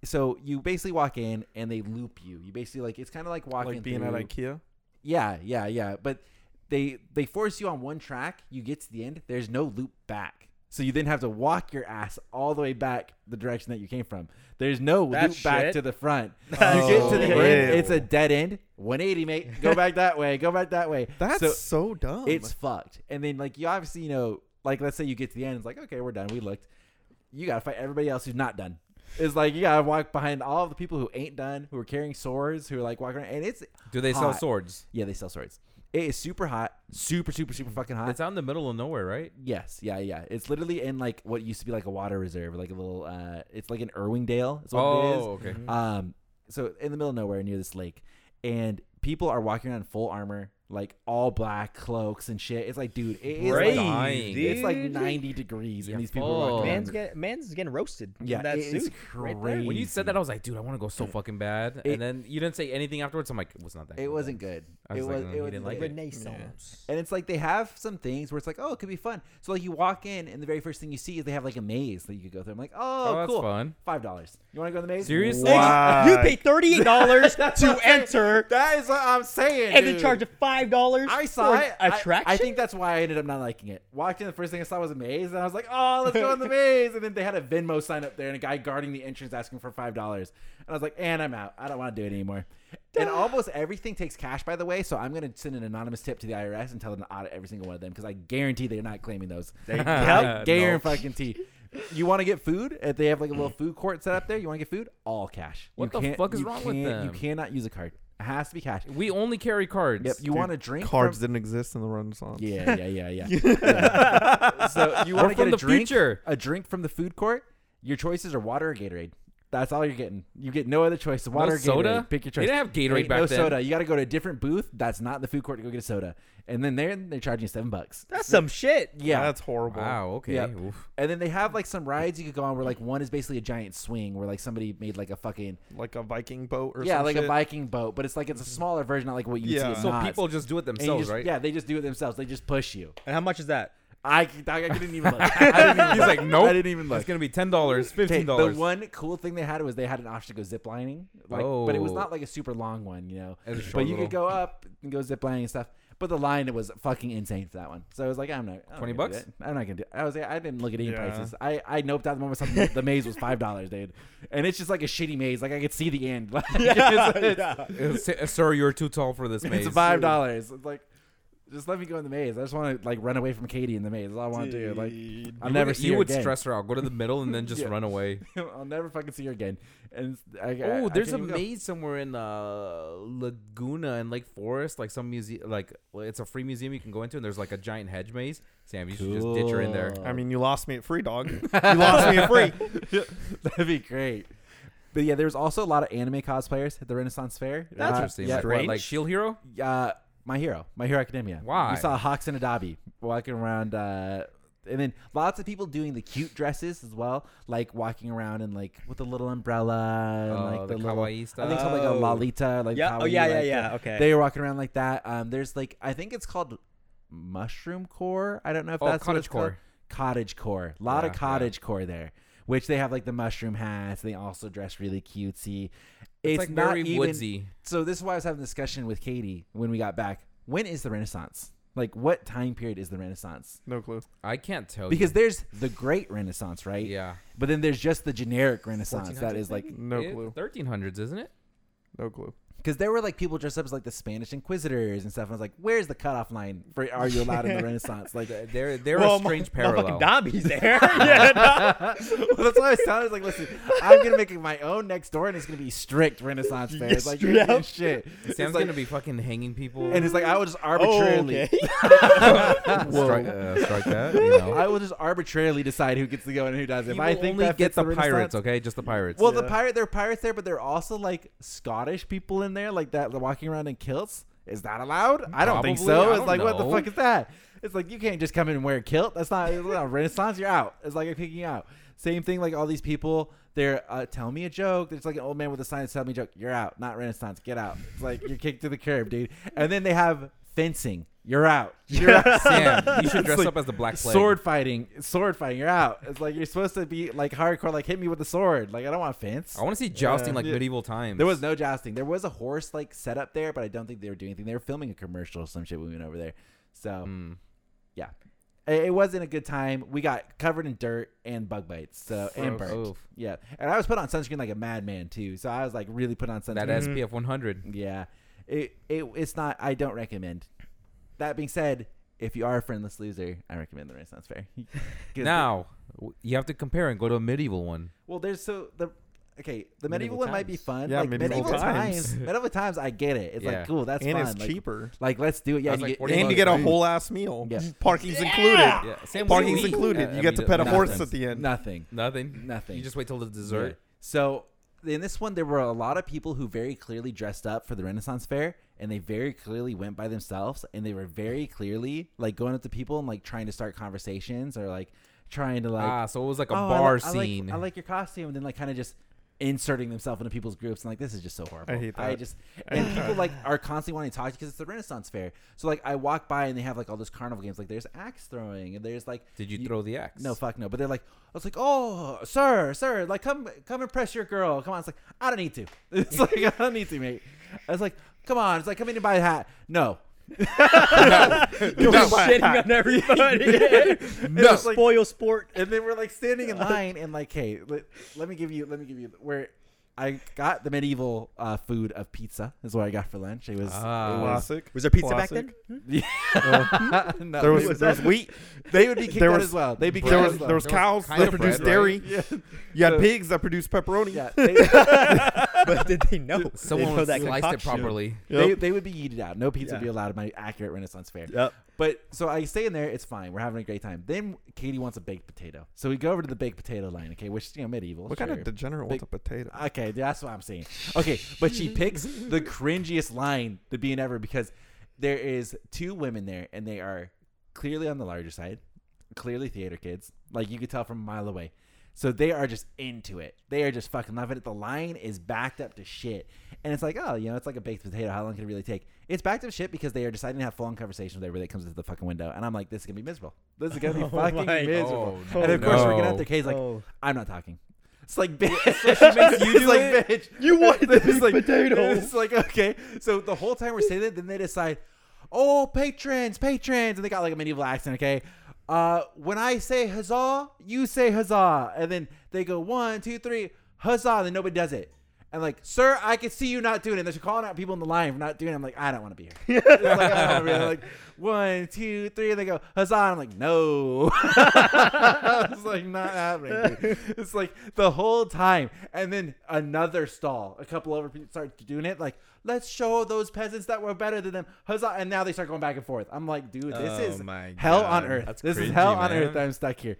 [SPEAKER 3] So you basically walk in and they loop you. You basically like it's kind of like walking
[SPEAKER 4] like being
[SPEAKER 3] through,
[SPEAKER 4] at IKEA.
[SPEAKER 3] yeah, yeah, yeah. But they they force you on one track. You get to the end. There's no loop back. So you then have to walk your ass all the way back the direction that you came from. There's no
[SPEAKER 2] That's
[SPEAKER 3] loop back
[SPEAKER 2] shit.
[SPEAKER 3] to
[SPEAKER 2] [laughs]
[SPEAKER 3] the front.
[SPEAKER 2] That's
[SPEAKER 3] you get to the
[SPEAKER 4] shit.
[SPEAKER 3] end.
[SPEAKER 4] Ew.
[SPEAKER 3] It's a dead end. 180, mate. Go back that way. Go back that way.
[SPEAKER 4] That's so,
[SPEAKER 3] So-
[SPEAKER 4] dumb.
[SPEAKER 3] it's fucked. And then like you obviously you know like let's say you get to the end, it's like okay we're done, we looked. You gotta fight everybody else who's not done. It's like you gotta walk behind all the people who ain't done, who are carrying swords, who are like walking around, and it's
[SPEAKER 1] Do they sell
[SPEAKER 3] hot.
[SPEAKER 1] swords?
[SPEAKER 3] Yeah, they sell swords. It is super hot, super super super fucking hot.
[SPEAKER 1] It's out in the middle of nowhere, right?
[SPEAKER 3] yes, yeah, yeah. It's literally in like what used to be like a water reserve, like a little. uh It's like in Irwingdale. Is what it is.
[SPEAKER 1] Oh, okay.
[SPEAKER 3] Um, so in the middle of nowhere near this lake, and people are walking around in full armor, like all black cloaks and shit. It's like, dude, it is
[SPEAKER 1] Brave,
[SPEAKER 3] like,
[SPEAKER 1] dying.
[SPEAKER 2] dude.
[SPEAKER 3] it's like ninety degrees,
[SPEAKER 1] Yeah,
[SPEAKER 3] and these people are
[SPEAKER 1] full.
[SPEAKER 3] walking.
[SPEAKER 2] Man's
[SPEAKER 3] Around.
[SPEAKER 2] get, man's getting roasted. in
[SPEAKER 3] Yeah,
[SPEAKER 2] that
[SPEAKER 3] it is
[SPEAKER 2] suit. right there.
[SPEAKER 1] When you said
[SPEAKER 3] crazy.
[SPEAKER 1] that, I was like, dude, I want to go so fucking bad.
[SPEAKER 3] Mm-hmm. Mm. It-
[SPEAKER 1] and then you didn't say anything afterwards. I'm like, it was not that.
[SPEAKER 3] it
[SPEAKER 1] good.
[SPEAKER 3] wasn't good.
[SPEAKER 1] I was
[SPEAKER 3] it
[SPEAKER 1] like,
[SPEAKER 3] was.
[SPEAKER 1] mm,
[SPEAKER 3] it
[SPEAKER 1] he
[SPEAKER 3] was
[SPEAKER 1] didn't
[SPEAKER 3] like,
[SPEAKER 1] like it.
[SPEAKER 2] Renaissance.
[SPEAKER 3] And it's like they have some things where it's like, oh, it could be fun. So like you walk in, and the very first thing you see is they have like a maze that you could go through. I'm like,
[SPEAKER 1] Oh,
[SPEAKER 3] oh,
[SPEAKER 1] that's
[SPEAKER 3] cool,
[SPEAKER 1] fun.
[SPEAKER 3] five dollars. You want to go in the maze?
[SPEAKER 1] Seriously?
[SPEAKER 4] Wow.
[SPEAKER 2] You pay thirty-eight [laughs] dollars
[SPEAKER 3] That's what
[SPEAKER 2] to
[SPEAKER 3] I'm saying.
[SPEAKER 2] enter,
[SPEAKER 3] That is what I'm saying.
[SPEAKER 2] and they
[SPEAKER 3] dude.
[SPEAKER 2] charge five dollars.
[SPEAKER 3] I saw it. I-
[SPEAKER 2] Attraction.
[SPEAKER 3] I, think that's why I ended up not liking it. Walked in, the first thing I saw was a maze, and I was like, "Oh, let's
[SPEAKER 1] [laughs]
[SPEAKER 3] go in the maze." And then they had a Venmo sign up there, and a guy guarding the entrance asking for five dollars. And I was like, "And I'm out. I don't want to do it anymore."
[SPEAKER 1] [sighs]
[SPEAKER 3] And almost everything takes cash, by the way. So I'm gonna send an anonymous tip to the IRS and tell them to audit every single one of them because I guarantee they're not claiming those. [laughs] They
[SPEAKER 1] Yep.
[SPEAKER 3] guarantee fucking tea. You want to get food? If they have like a
[SPEAKER 1] [clears throat]
[SPEAKER 3] little food court set up there, you want to get food? All cash.
[SPEAKER 1] What
[SPEAKER 3] You
[SPEAKER 1] the
[SPEAKER 3] can't-
[SPEAKER 1] fuck is
[SPEAKER 3] you
[SPEAKER 1] wrong with
[SPEAKER 3] can't-
[SPEAKER 1] them?
[SPEAKER 3] You cannot use a card. It has to be cash.
[SPEAKER 1] We only carry cards.
[SPEAKER 3] Yep.
[SPEAKER 1] [laughs]
[SPEAKER 3] You
[SPEAKER 4] Dude,
[SPEAKER 3] want to drink?
[SPEAKER 4] Cards
[SPEAKER 3] from-
[SPEAKER 4] didn't exist in the Renaissance. [laughs]
[SPEAKER 3] yeah, yeah, yeah, yeah. Yeah. So you
[SPEAKER 1] We're
[SPEAKER 3] want to
[SPEAKER 1] from
[SPEAKER 3] get
[SPEAKER 1] the
[SPEAKER 3] a drink,
[SPEAKER 1] future.
[SPEAKER 3] a drink from the food court. Your choices are water or Gatorade. That's all you're getting. You get no other choice. Water
[SPEAKER 1] No
[SPEAKER 3] or Gatorade.
[SPEAKER 1] soda?
[SPEAKER 3] Pick your
[SPEAKER 1] They
[SPEAKER 3] choice.
[SPEAKER 1] didn't have Gatorade
[SPEAKER 3] Ain't
[SPEAKER 1] back
[SPEAKER 3] no
[SPEAKER 1] then.
[SPEAKER 3] soda. You got to go to a different booth. That's not in the food court to go get a soda. And then there they're charging you seven bucks.
[SPEAKER 2] that's some shit.
[SPEAKER 3] yeah.
[SPEAKER 4] That's horrible.
[SPEAKER 1] Wow. Okay.
[SPEAKER 3] Yep.
[SPEAKER 1] Oof.
[SPEAKER 3] and then they have like some rides you could go on where like one is basically a giant swing where like somebody made like a fucking
[SPEAKER 4] Like a Viking boat or
[SPEAKER 3] yeah
[SPEAKER 4] some
[SPEAKER 3] like a
[SPEAKER 4] shit.
[SPEAKER 3] Viking boat, but it's like it's a smaller version, not like what you would see.
[SPEAKER 4] Yeah.
[SPEAKER 3] at
[SPEAKER 4] So
[SPEAKER 1] So
[SPEAKER 3] Knott's.
[SPEAKER 1] people just do it
[SPEAKER 3] Uh, And you
[SPEAKER 1] themselves,
[SPEAKER 3] just-
[SPEAKER 1] right? [laughs]
[SPEAKER 3] Yeah, they just do it themselves. They just push you.
[SPEAKER 2] And how much is that?
[SPEAKER 3] I, I couldn't even
[SPEAKER 1] [laughs]
[SPEAKER 3] look. I didn't even
[SPEAKER 1] He's like, nope.
[SPEAKER 3] [laughs] I didn't even look.
[SPEAKER 1] It's gonna be ten dollars,
[SPEAKER 3] Okay,
[SPEAKER 1] fifteen
[SPEAKER 3] the
[SPEAKER 1] dollars.
[SPEAKER 3] one cool thing they had was they had an option to go ziplining, like, but it was
[SPEAKER 1] Oh.
[SPEAKER 3] not like a super long one, you know.
[SPEAKER 1] It was a short
[SPEAKER 3] But you
[SPEAKER 1] little-
[SPEAKER 3] could go up and go ziplining and stuff. But the line was fucking insane for that one. So I was like, I'm not I'm not
[SPEAKER 1] 20
[SPEAKER 3] gonna do
[SPEAKER 1] bucks?
[SPEAKER 3] that. I'm not gonna do. It. I was like, I didn't look at any
[SPEAKER 4] Yeah.
[SPEAKER 3] prices. I I noped out the moment something. the maze was five dollars, dude, and it's just like a shitty maze. Like I could see the end. [laughs] Like, it's, it's-
[SPEAKER 1] Uh, [laughs] Sir, you're too tall for this maze.
[SPEAKER 3] it's five dollars. It's like. Just let me go in the maze. I just want to like run away from Katie in the maze. That's all I want to do. Like
[SPEAKER 4] Dude.
[SPEAKER 3] I'll
[SPEAKER 1] You
[SPEAKER 3] never
[SPEAKER 1] would,
[SPEAKER 3] see
[SPEAKER 1] You
[SPEAKER 3] her
[SPEAKER 1] would
[SPEAKER 3] again.
[SPEAKER 1] stress her out. Go to the middle
[SPEAKER 3] [laughs]
[SPEAKER 1] and then just
[SPEAKER 3] Yeah.
[SPEAKER 1] run away.
[SPEAKER 3] [laughs] I'll never fucking see her again. And it's- I, I- I
[SPEAKER 1] Oh, there's
[SPEAKER 3] can't
[SPEAKER 1] a
[SPEAKER 3] even go.
[SPEAKER 1] maze somewhere in uh, Laguna and Lake Forest, like some museum, like well, it's a free museum you can go into, and there's like a giant hedge maze. Sam, you should just ditch her in there.
[SPEAKER 3] Cool.
[SPEAKER 4] I mean, you lost me at
[SPEAKER 3] [laughs]
[SPEAKER 4] free, dog. you lost me at free.
[SPEAKER 3] That'd be great. But yeah, there was also a lot of anime cosplayers at the Renaissance Fair.
[SPEAKER 2] That's
[SPEAKER 3] Uh,
[SPEAKER 1] Interesting.
[SPEAKER 3] Yeah,
[SPEAKER 1] like, what, like
[SPEAKER 2] Strange.
[SPEAKER 1] Shield Hero.
[SPEAKER 3] uh, My Hero, My Hero Academia.
[SPEAKER 1] Why?
[SPEAKER 3] You saw Hawks and Adabi walking around, uh, and then lots of people doing the cute dresses as well, like walking around and like with a little umbrella and
[SPEAKER 1] Oh,
[SPEAKER 3] like
[SPEAKER 1] the
[SPEAKER 3] the, little.
[SPEAKER 1] kawaii
[SPEAKER 3] I think it's called like a
[SPEAKER 2] stuff.
[SPEAKER 3] Lolita, like
[SPEAKER 2] Yeah. Oh
[SPEAKER 3] kawaii,
[SPEAKER 2] yeah, yeah,
[SPEAKER 3] like, uh,
[SPEAKER 2] yeah. Okay.
[SPEAKER 3] They were walking around like that. Um, there's like I think it's called mushroom core. I don't know if
[SPEAKER 1] Oh,
[SPEAKER 3] that's what it's
[SPEAKER 1] cottagecore.
[SPEAKER 3] called. Cottage core. A lot
[SPEAKER 1] Yeah,
[SPEAKER 3] of
[SPEAKER 1] yeah.
[SPEAKER 3] cottage core there, which they have like the mushroom hats. They also dress really cutesy.
[SPEAKER 1] It's,
[SPEAKER 3] It's,
[SPEAKER 1] like
[SPEAKER 3] not
[SPEAKER 1] very
[SPEAKER 3] even,
[SPEAKER 1] woodsy.
[SPEAKER 3] So this is why I was having a discussion with Katie when we got back. When is the Renaissance? Like what time period is the Renaissance?
[SPEAKER 4] No clue.
[SPEAKER 1] I can't tell you.
[SPEAKER 3] Because there's the Great Renaissance, right?
[SPEAKER 1] yeah,
[SPEAKER 3] But then there's just the generic Renaissance that is like
[SPEAKER 4] No
[SPEAKER 1] It-
[SPEAKER 4] clue.
[SPEAKER 1] 1300s, isn't it?
[SPEAKER 4] No clue.
[SPEAKER 3] Because there were like people dressed up as like the Spanish inquisitors and stuff. And I was like, where's the cutoff line for are you allowed
[SPEAKER 1] [laughs]
[SPEAKER 3] in the Renaissance? Like, well,
[SPEAKER 1] They're they're
[SPEAKER 2] well,
[SPEAKER 1] a strange
[SPEAKER 2] my,
[SPEAKER 1] parallel.
[SPEAKER 2] Motherfucking Dobby's there.
[SPEAKER 5] [laughs]
[SPEAKER 2] yeah,
[SPEAKER 3] that's why I sounded like, listen, I'm gonna make my own next door, and it's gonna be strict Renaissance fair. It's like you're
[SPEAKER 2] Straight
[SPEAKER 3] getting
[SPEAKER 2] up.
[SPEAKER 3] shit. It's
[SPEAKER 1] Sam's
[SPEAKER 3] like,
[SPEAKER 1] gonna be fucking hanging people. [laughs]
[SPEAKER 3] and it's like I will just arbitrarily,
[SPEAKER 2] okay.
[SPEAKER 1] strike, uh, strike that. You know.
[SPEAKER 3] I will just arbitrarily decide who gets to go and who doesn't. If
[SPEAKER 1] You
[SPEAKER 3] I
[SPEAKER 1] will
[SPEAKER 3] think
[SPEAKER 1] only
[SPEAKER 3] that
[SPEAKER 1] get
[SPEAKER 3] fits
[SPEAKER 1] the,
[SPEAKER 3] Renaissance-
[SPEAKER 1] pirates, okay? Just the pirates.
[SPEAKER 3] Well, the
[SPEAKER 4] Yeah.
[SPEAKER 3] pirate, there are pirates there, but there are also like Scottish people in there, like that, walking around in kilts. Is that allowed? I don't think
[SPEAKER 1] Probably.
[SPEAKER 3] so.
[SPEAKER 1] I
[SPEAKER 3] It's
[SPEAKER 1] don't
[SPEAKER 3] like, what the
[SPEAKER 1] know.
[SPEAKER 3] fuck is that? It's like you can't just come in and wear a kilt. That's not, it's not Renaissance. You're out. It's like I'm picking out. Same thing. Like all these people, they're uh, tell me a joke. It's like an old man with a sign tell me a joke. You're out. Not Renaissance. Get out. It's like you're kicked to the curb, dude. And then they have fencing. You're out. You're out.
[SPEAKER 1] Sam, you should
[SPEAKER 3] It's
[SPEAKER 1] dress
[SPEAKER 3] like
[SPEAKER 1] up as the Black [laughs] Plague.
[SPEAKER 3] sword fighting. Sword fighting. You're out. It's like you're supposed to be like hardcore. Like hit me with a sword. Like I don't want fence.
[SPEAKER 1] I want to see jousting like
[SPEAKER 3] Yeah.
[SPEAKER 1] medieval times.
[SPEAKER 3] There was no jousting. There was a horse like set up there, but I don't think they were doing anything. They were filming a commercial or some shit when we went over there. So
[SPEAKER 1] Mm.
[SPEAKER 3] yeah, it, it wasn't a good time. We got covered in dirt and bug bites. So and
[SPEAKER 1] Gross.
[SPEAKER 3] burnt.
[SPEAKER 1] Oof.
[SPEAKER 3] Yeah, and I was put on sunscreen like a madman too. So I was like really put on
[SPEAKER 1] that
[SPEAKER 3] sunscreen.
[SPEAKER 2] Mhm.
[SPEAKER 1] SPF 100.
[SPEAKER 3] yeah, it, it it's not. I don't recommend. That being said, if you are a friendless loser, I recommend the Renaissance Fair. [laughs] 'Cause
[SPEAKER 1] Now w- you have to compare and go to a medieval one.
[SPEAKER 3] Well, there's so the okay. The medieval,
[SPEAKER 1] Medieval
[SPEAKER 3] one might be
[SPEAKER 1] times.
[SPEAKER 3] fun.
[SPEAKER 4] Yeah,
[SPEAKER 3] like, medieval,
[SPEAKER 4] medieval
[SPEAKER 3] times.
[SPEAKER 4] times.
[SPEAKER 1] [laughs]
[SPEAKER 3] medieval times, I get it. It's
[SPEAKER 1] Yeah.
[SPEAKER 3] like cool. That's
[SPEAKER 4] and
[SPEAKER 3] fun.
[SPEAKER 4] it's
[SPEAKER 3] like,
[SPEAKER 4] cheaper.
[SPEAKER 3] Like let's do it. Yeah,
[SPEAKER 1] That's
[SPEAKER 3] you
[SPEAKER 1] like
[SPEAKER 3] get,
[SPEAKER 1] 40
[SPEAKER 4] And
[SPEAKER 1] bucks.
[SPEAKER 4] you get a
[SPEAKER 1] Dude.
[SPEAKER 4] whole ass meal.
[SPEAKER 3] Yeah.
[SPEAKER 4] Parking's included.
[SPEAKER 1] Yeah, Sam, what do
[SPEAKER 4] Parking's
[SPEAKER 1] you eat?
[SPEAKER 4] included.
[SPEAKER 1] Uh,
[SPEAKER 4] you
[SPEAKER 1] I
[SPEAKER 4] get
[SPEAKER 1] mean,
[SPEAKER 4] to pet a
[SPEAKER 1] nothing.
[SPEAKER 4] horse at the end.
[SPEAKER 3] nothing.
[SPEAKER 1] Nothing.
[SPEAKER 3] Nothing.
[SPEAKER 1] You just wait till the dessert.
[SPEAKER 3] Dessert. So in this one, there were a lot of people who very clearly dressed up for the Renaissance Fair, and they very clearly went by themselves, and they were very clearly like going up to people and like trying to start conversations or like trying to like
[SPEAKER 1] ah, so it was like a
[SPEAKER 3] "Oh, I
[SPEAKER 1] bar
[SPEAKER 3] like- I like-
[SPEAKER 1] scene.
[SPEAKER 3] I like your costume, and then like kind of just inserting themselves into people's groups, and like this is just so horrible.
[SPEAKER 4] I hate
[SPEAKER 3] I
[SPEAKER 1] [laughs]
[SPEAKER 4] that.
[SPEAKER 3] just
[SPEAKER 4] I
[SPEAKER 3] and
[SPEAKER 4] hate
[SPEAKER 3] people
[SPEAKER 4] that.
[SPEAKER 3] like are constantly wanting to talk to because it's the Renaissance Fair. So like I walk by and they have like all those carnival games. Like there's axe throwing, and there's like
[SPEAKER 1] Did you, throw the axe?
[SPEAKER 3] no, fuck no. But they're like, I was like, oh, sir, sir, like come, come impress your girl. Come on. It's like I don't need to. [laughs] It's like I don't need to, mate. I was like, come on. It's like come in and buy a hat. No.
[SPEAKER 2] You're
[SPEAKER 4] No.
[SPEAKER 2] shitting on everybody.
[SPEAKER 3] No. It's like-
[SPEAKER 2] Spoil sport.
[SPEAKER 3] and then we're like standing in line and like hey let, let me give you let me give you where i got the medieval uh, food of pizza is what i got for lunch it was, [laughs]
[SPEAKER 1] Ah.
[SPEAKER 3] it was
[SPEAKER 4] Uh, Classic.
[SPEAKER 2] Was there pizza back
[SPEAKER 4] Classic.
[SPEAKER 2] then?
[SPEAKER 3] no,
[SPEAKER 4] There
[SPEAKER 3] [laughs] it
[SPEAKER 4] was, there was wheat.
[SPEAKER 3] they would be kicked
[SPEAKER 4] there
[SPEAKER 3] out
[SPEAKER 4] was-
[SPEAKER 3] as well they'd be kicked
[SPEAKER 4] There
[SPEAKER 3] out
[SPEAKER 4] was
[SPEAKER 3] as
[SPEAKER 4] there was
[SPEAKER 1] There was
[SPEAKER 4] cows
[SPEAKER 1] kind
[SPEAKER 4] that
[SPEAKER 1] of
[SPEAKER 4] produced
[SPEAKER 1] bread,
[SPEAKER 4] dairy.
[SPEAKER 3] [laughs]
[SPEAKER 1] right?
[SPEAKER 4] You had
[SPEAKER 3] So-
[SPEAKER 4] pigs that produced pepperoni.
[SPEAKER 3] yeah they,
[SPEAKER 2] but did they know? They
[SPEAKER 5] [laughs]
[SPEAKER 1] Someone
[SPEAKER 2] know that
[SPEAKER 1] sliced it
[SPEAKER 2] concoction.
[SPEAKER 1] properly.
[SPEAKER 4] Yep.
[SPEAKER 3] they, they would be yeeted out no pizza would be
[SPEAKER 2] Yeah.
[SPEAKER 3] allowed at my accurate renaissance fair
[SPEAKER 2] Yep.
[SPEAKER 3] But so I stay in there. It's fine. We're having a great time. Then Katie wants a baked potato, so we go over to the baked potato line. Okay, which you know medieval.
[SPEAKER 4] What kind
[SPEAKER 3] sure.
[SPEAKER 4] of degenerate
[SPEAKER 3] Big-
[SPEAKER 4] wants a potato?
[SPEAKER 3] Okay, that's what I'm saying. Okay, but she picks the cringiest line to be in ever because there is two women there and they are clearly on the larger side, clearly theater kids. Like you could tell from a mile away. So they are just into it. They are just fucking loving it. The line is backed up to shit. And it's like, oh, you know, it's like a baked potato. How long can it really take? It's backed up to shit because they are deciding to have full on conversations with everybody that comes into the fucking window. And I'm like, this is going to be miserable. This is going to be
[SPEAKER 2] [laughs] Oh
[SPEAKER 3] fucking
[SPEAKER 2] my-
[SPEAKER 3] miserable.
[SPEAKER 1] oh
[SPEAKER 3] and of course, we're going to
[SPEAKER 1] no.
[SPEAKER 3] have to. Katie's like,
[SPEAKER 2] Oh.
[SPEAKER 3] I'm not talking. It's like, bitch. she [laughs] makes you do like,
[SPEAKER 1] it?
[SPEAKER 3] bitch.
[SPEAKER 2] You wanted the
[SPEAKER 3] It's
[SPEAKER 2] big
[SPEAKER 3] like,
[SPEAKER 2] potato.
[SPEAKER 3] It's like, okay. So the whole time we're sitting there, then they decide, oh, patrons, patrons. And they got like a medieval accent, okay? Uh, when I say huzzah, you say huzzah. And then they go one, two, three, huzzah. And then nobody does it. And like, sir, I can see you not doing it. And they're calling out people in the line for not doing it. I'm like, I don't want to be here. [laughs] It's like, I don't wanna be here. Like, one, two, three. And they go, huzzah. I'm like, no. [laughs] it's like not happening. dude. It's like the whole time, and then another stall. A couple over people start doing it. Like, let's show those peasants that were better than them. Huzzah! And now they start going back and forth. I'm like, dude, this
[SPEAKER 1] Oh
[SPEAKER 3] is
[SPEAKER 1] my
[SPEAKER 3] hell
[SPEAKER 1] God.
[SPEAKER 3] on earth.
[SPEAKER 1] That's
[SPEAKER 3] this is
[SPEAKER 1] cringy,
[SPEAKER 3] hell on
[SPEAKER 1] man.
[SPEAKER 3] earth. I'm stuck here.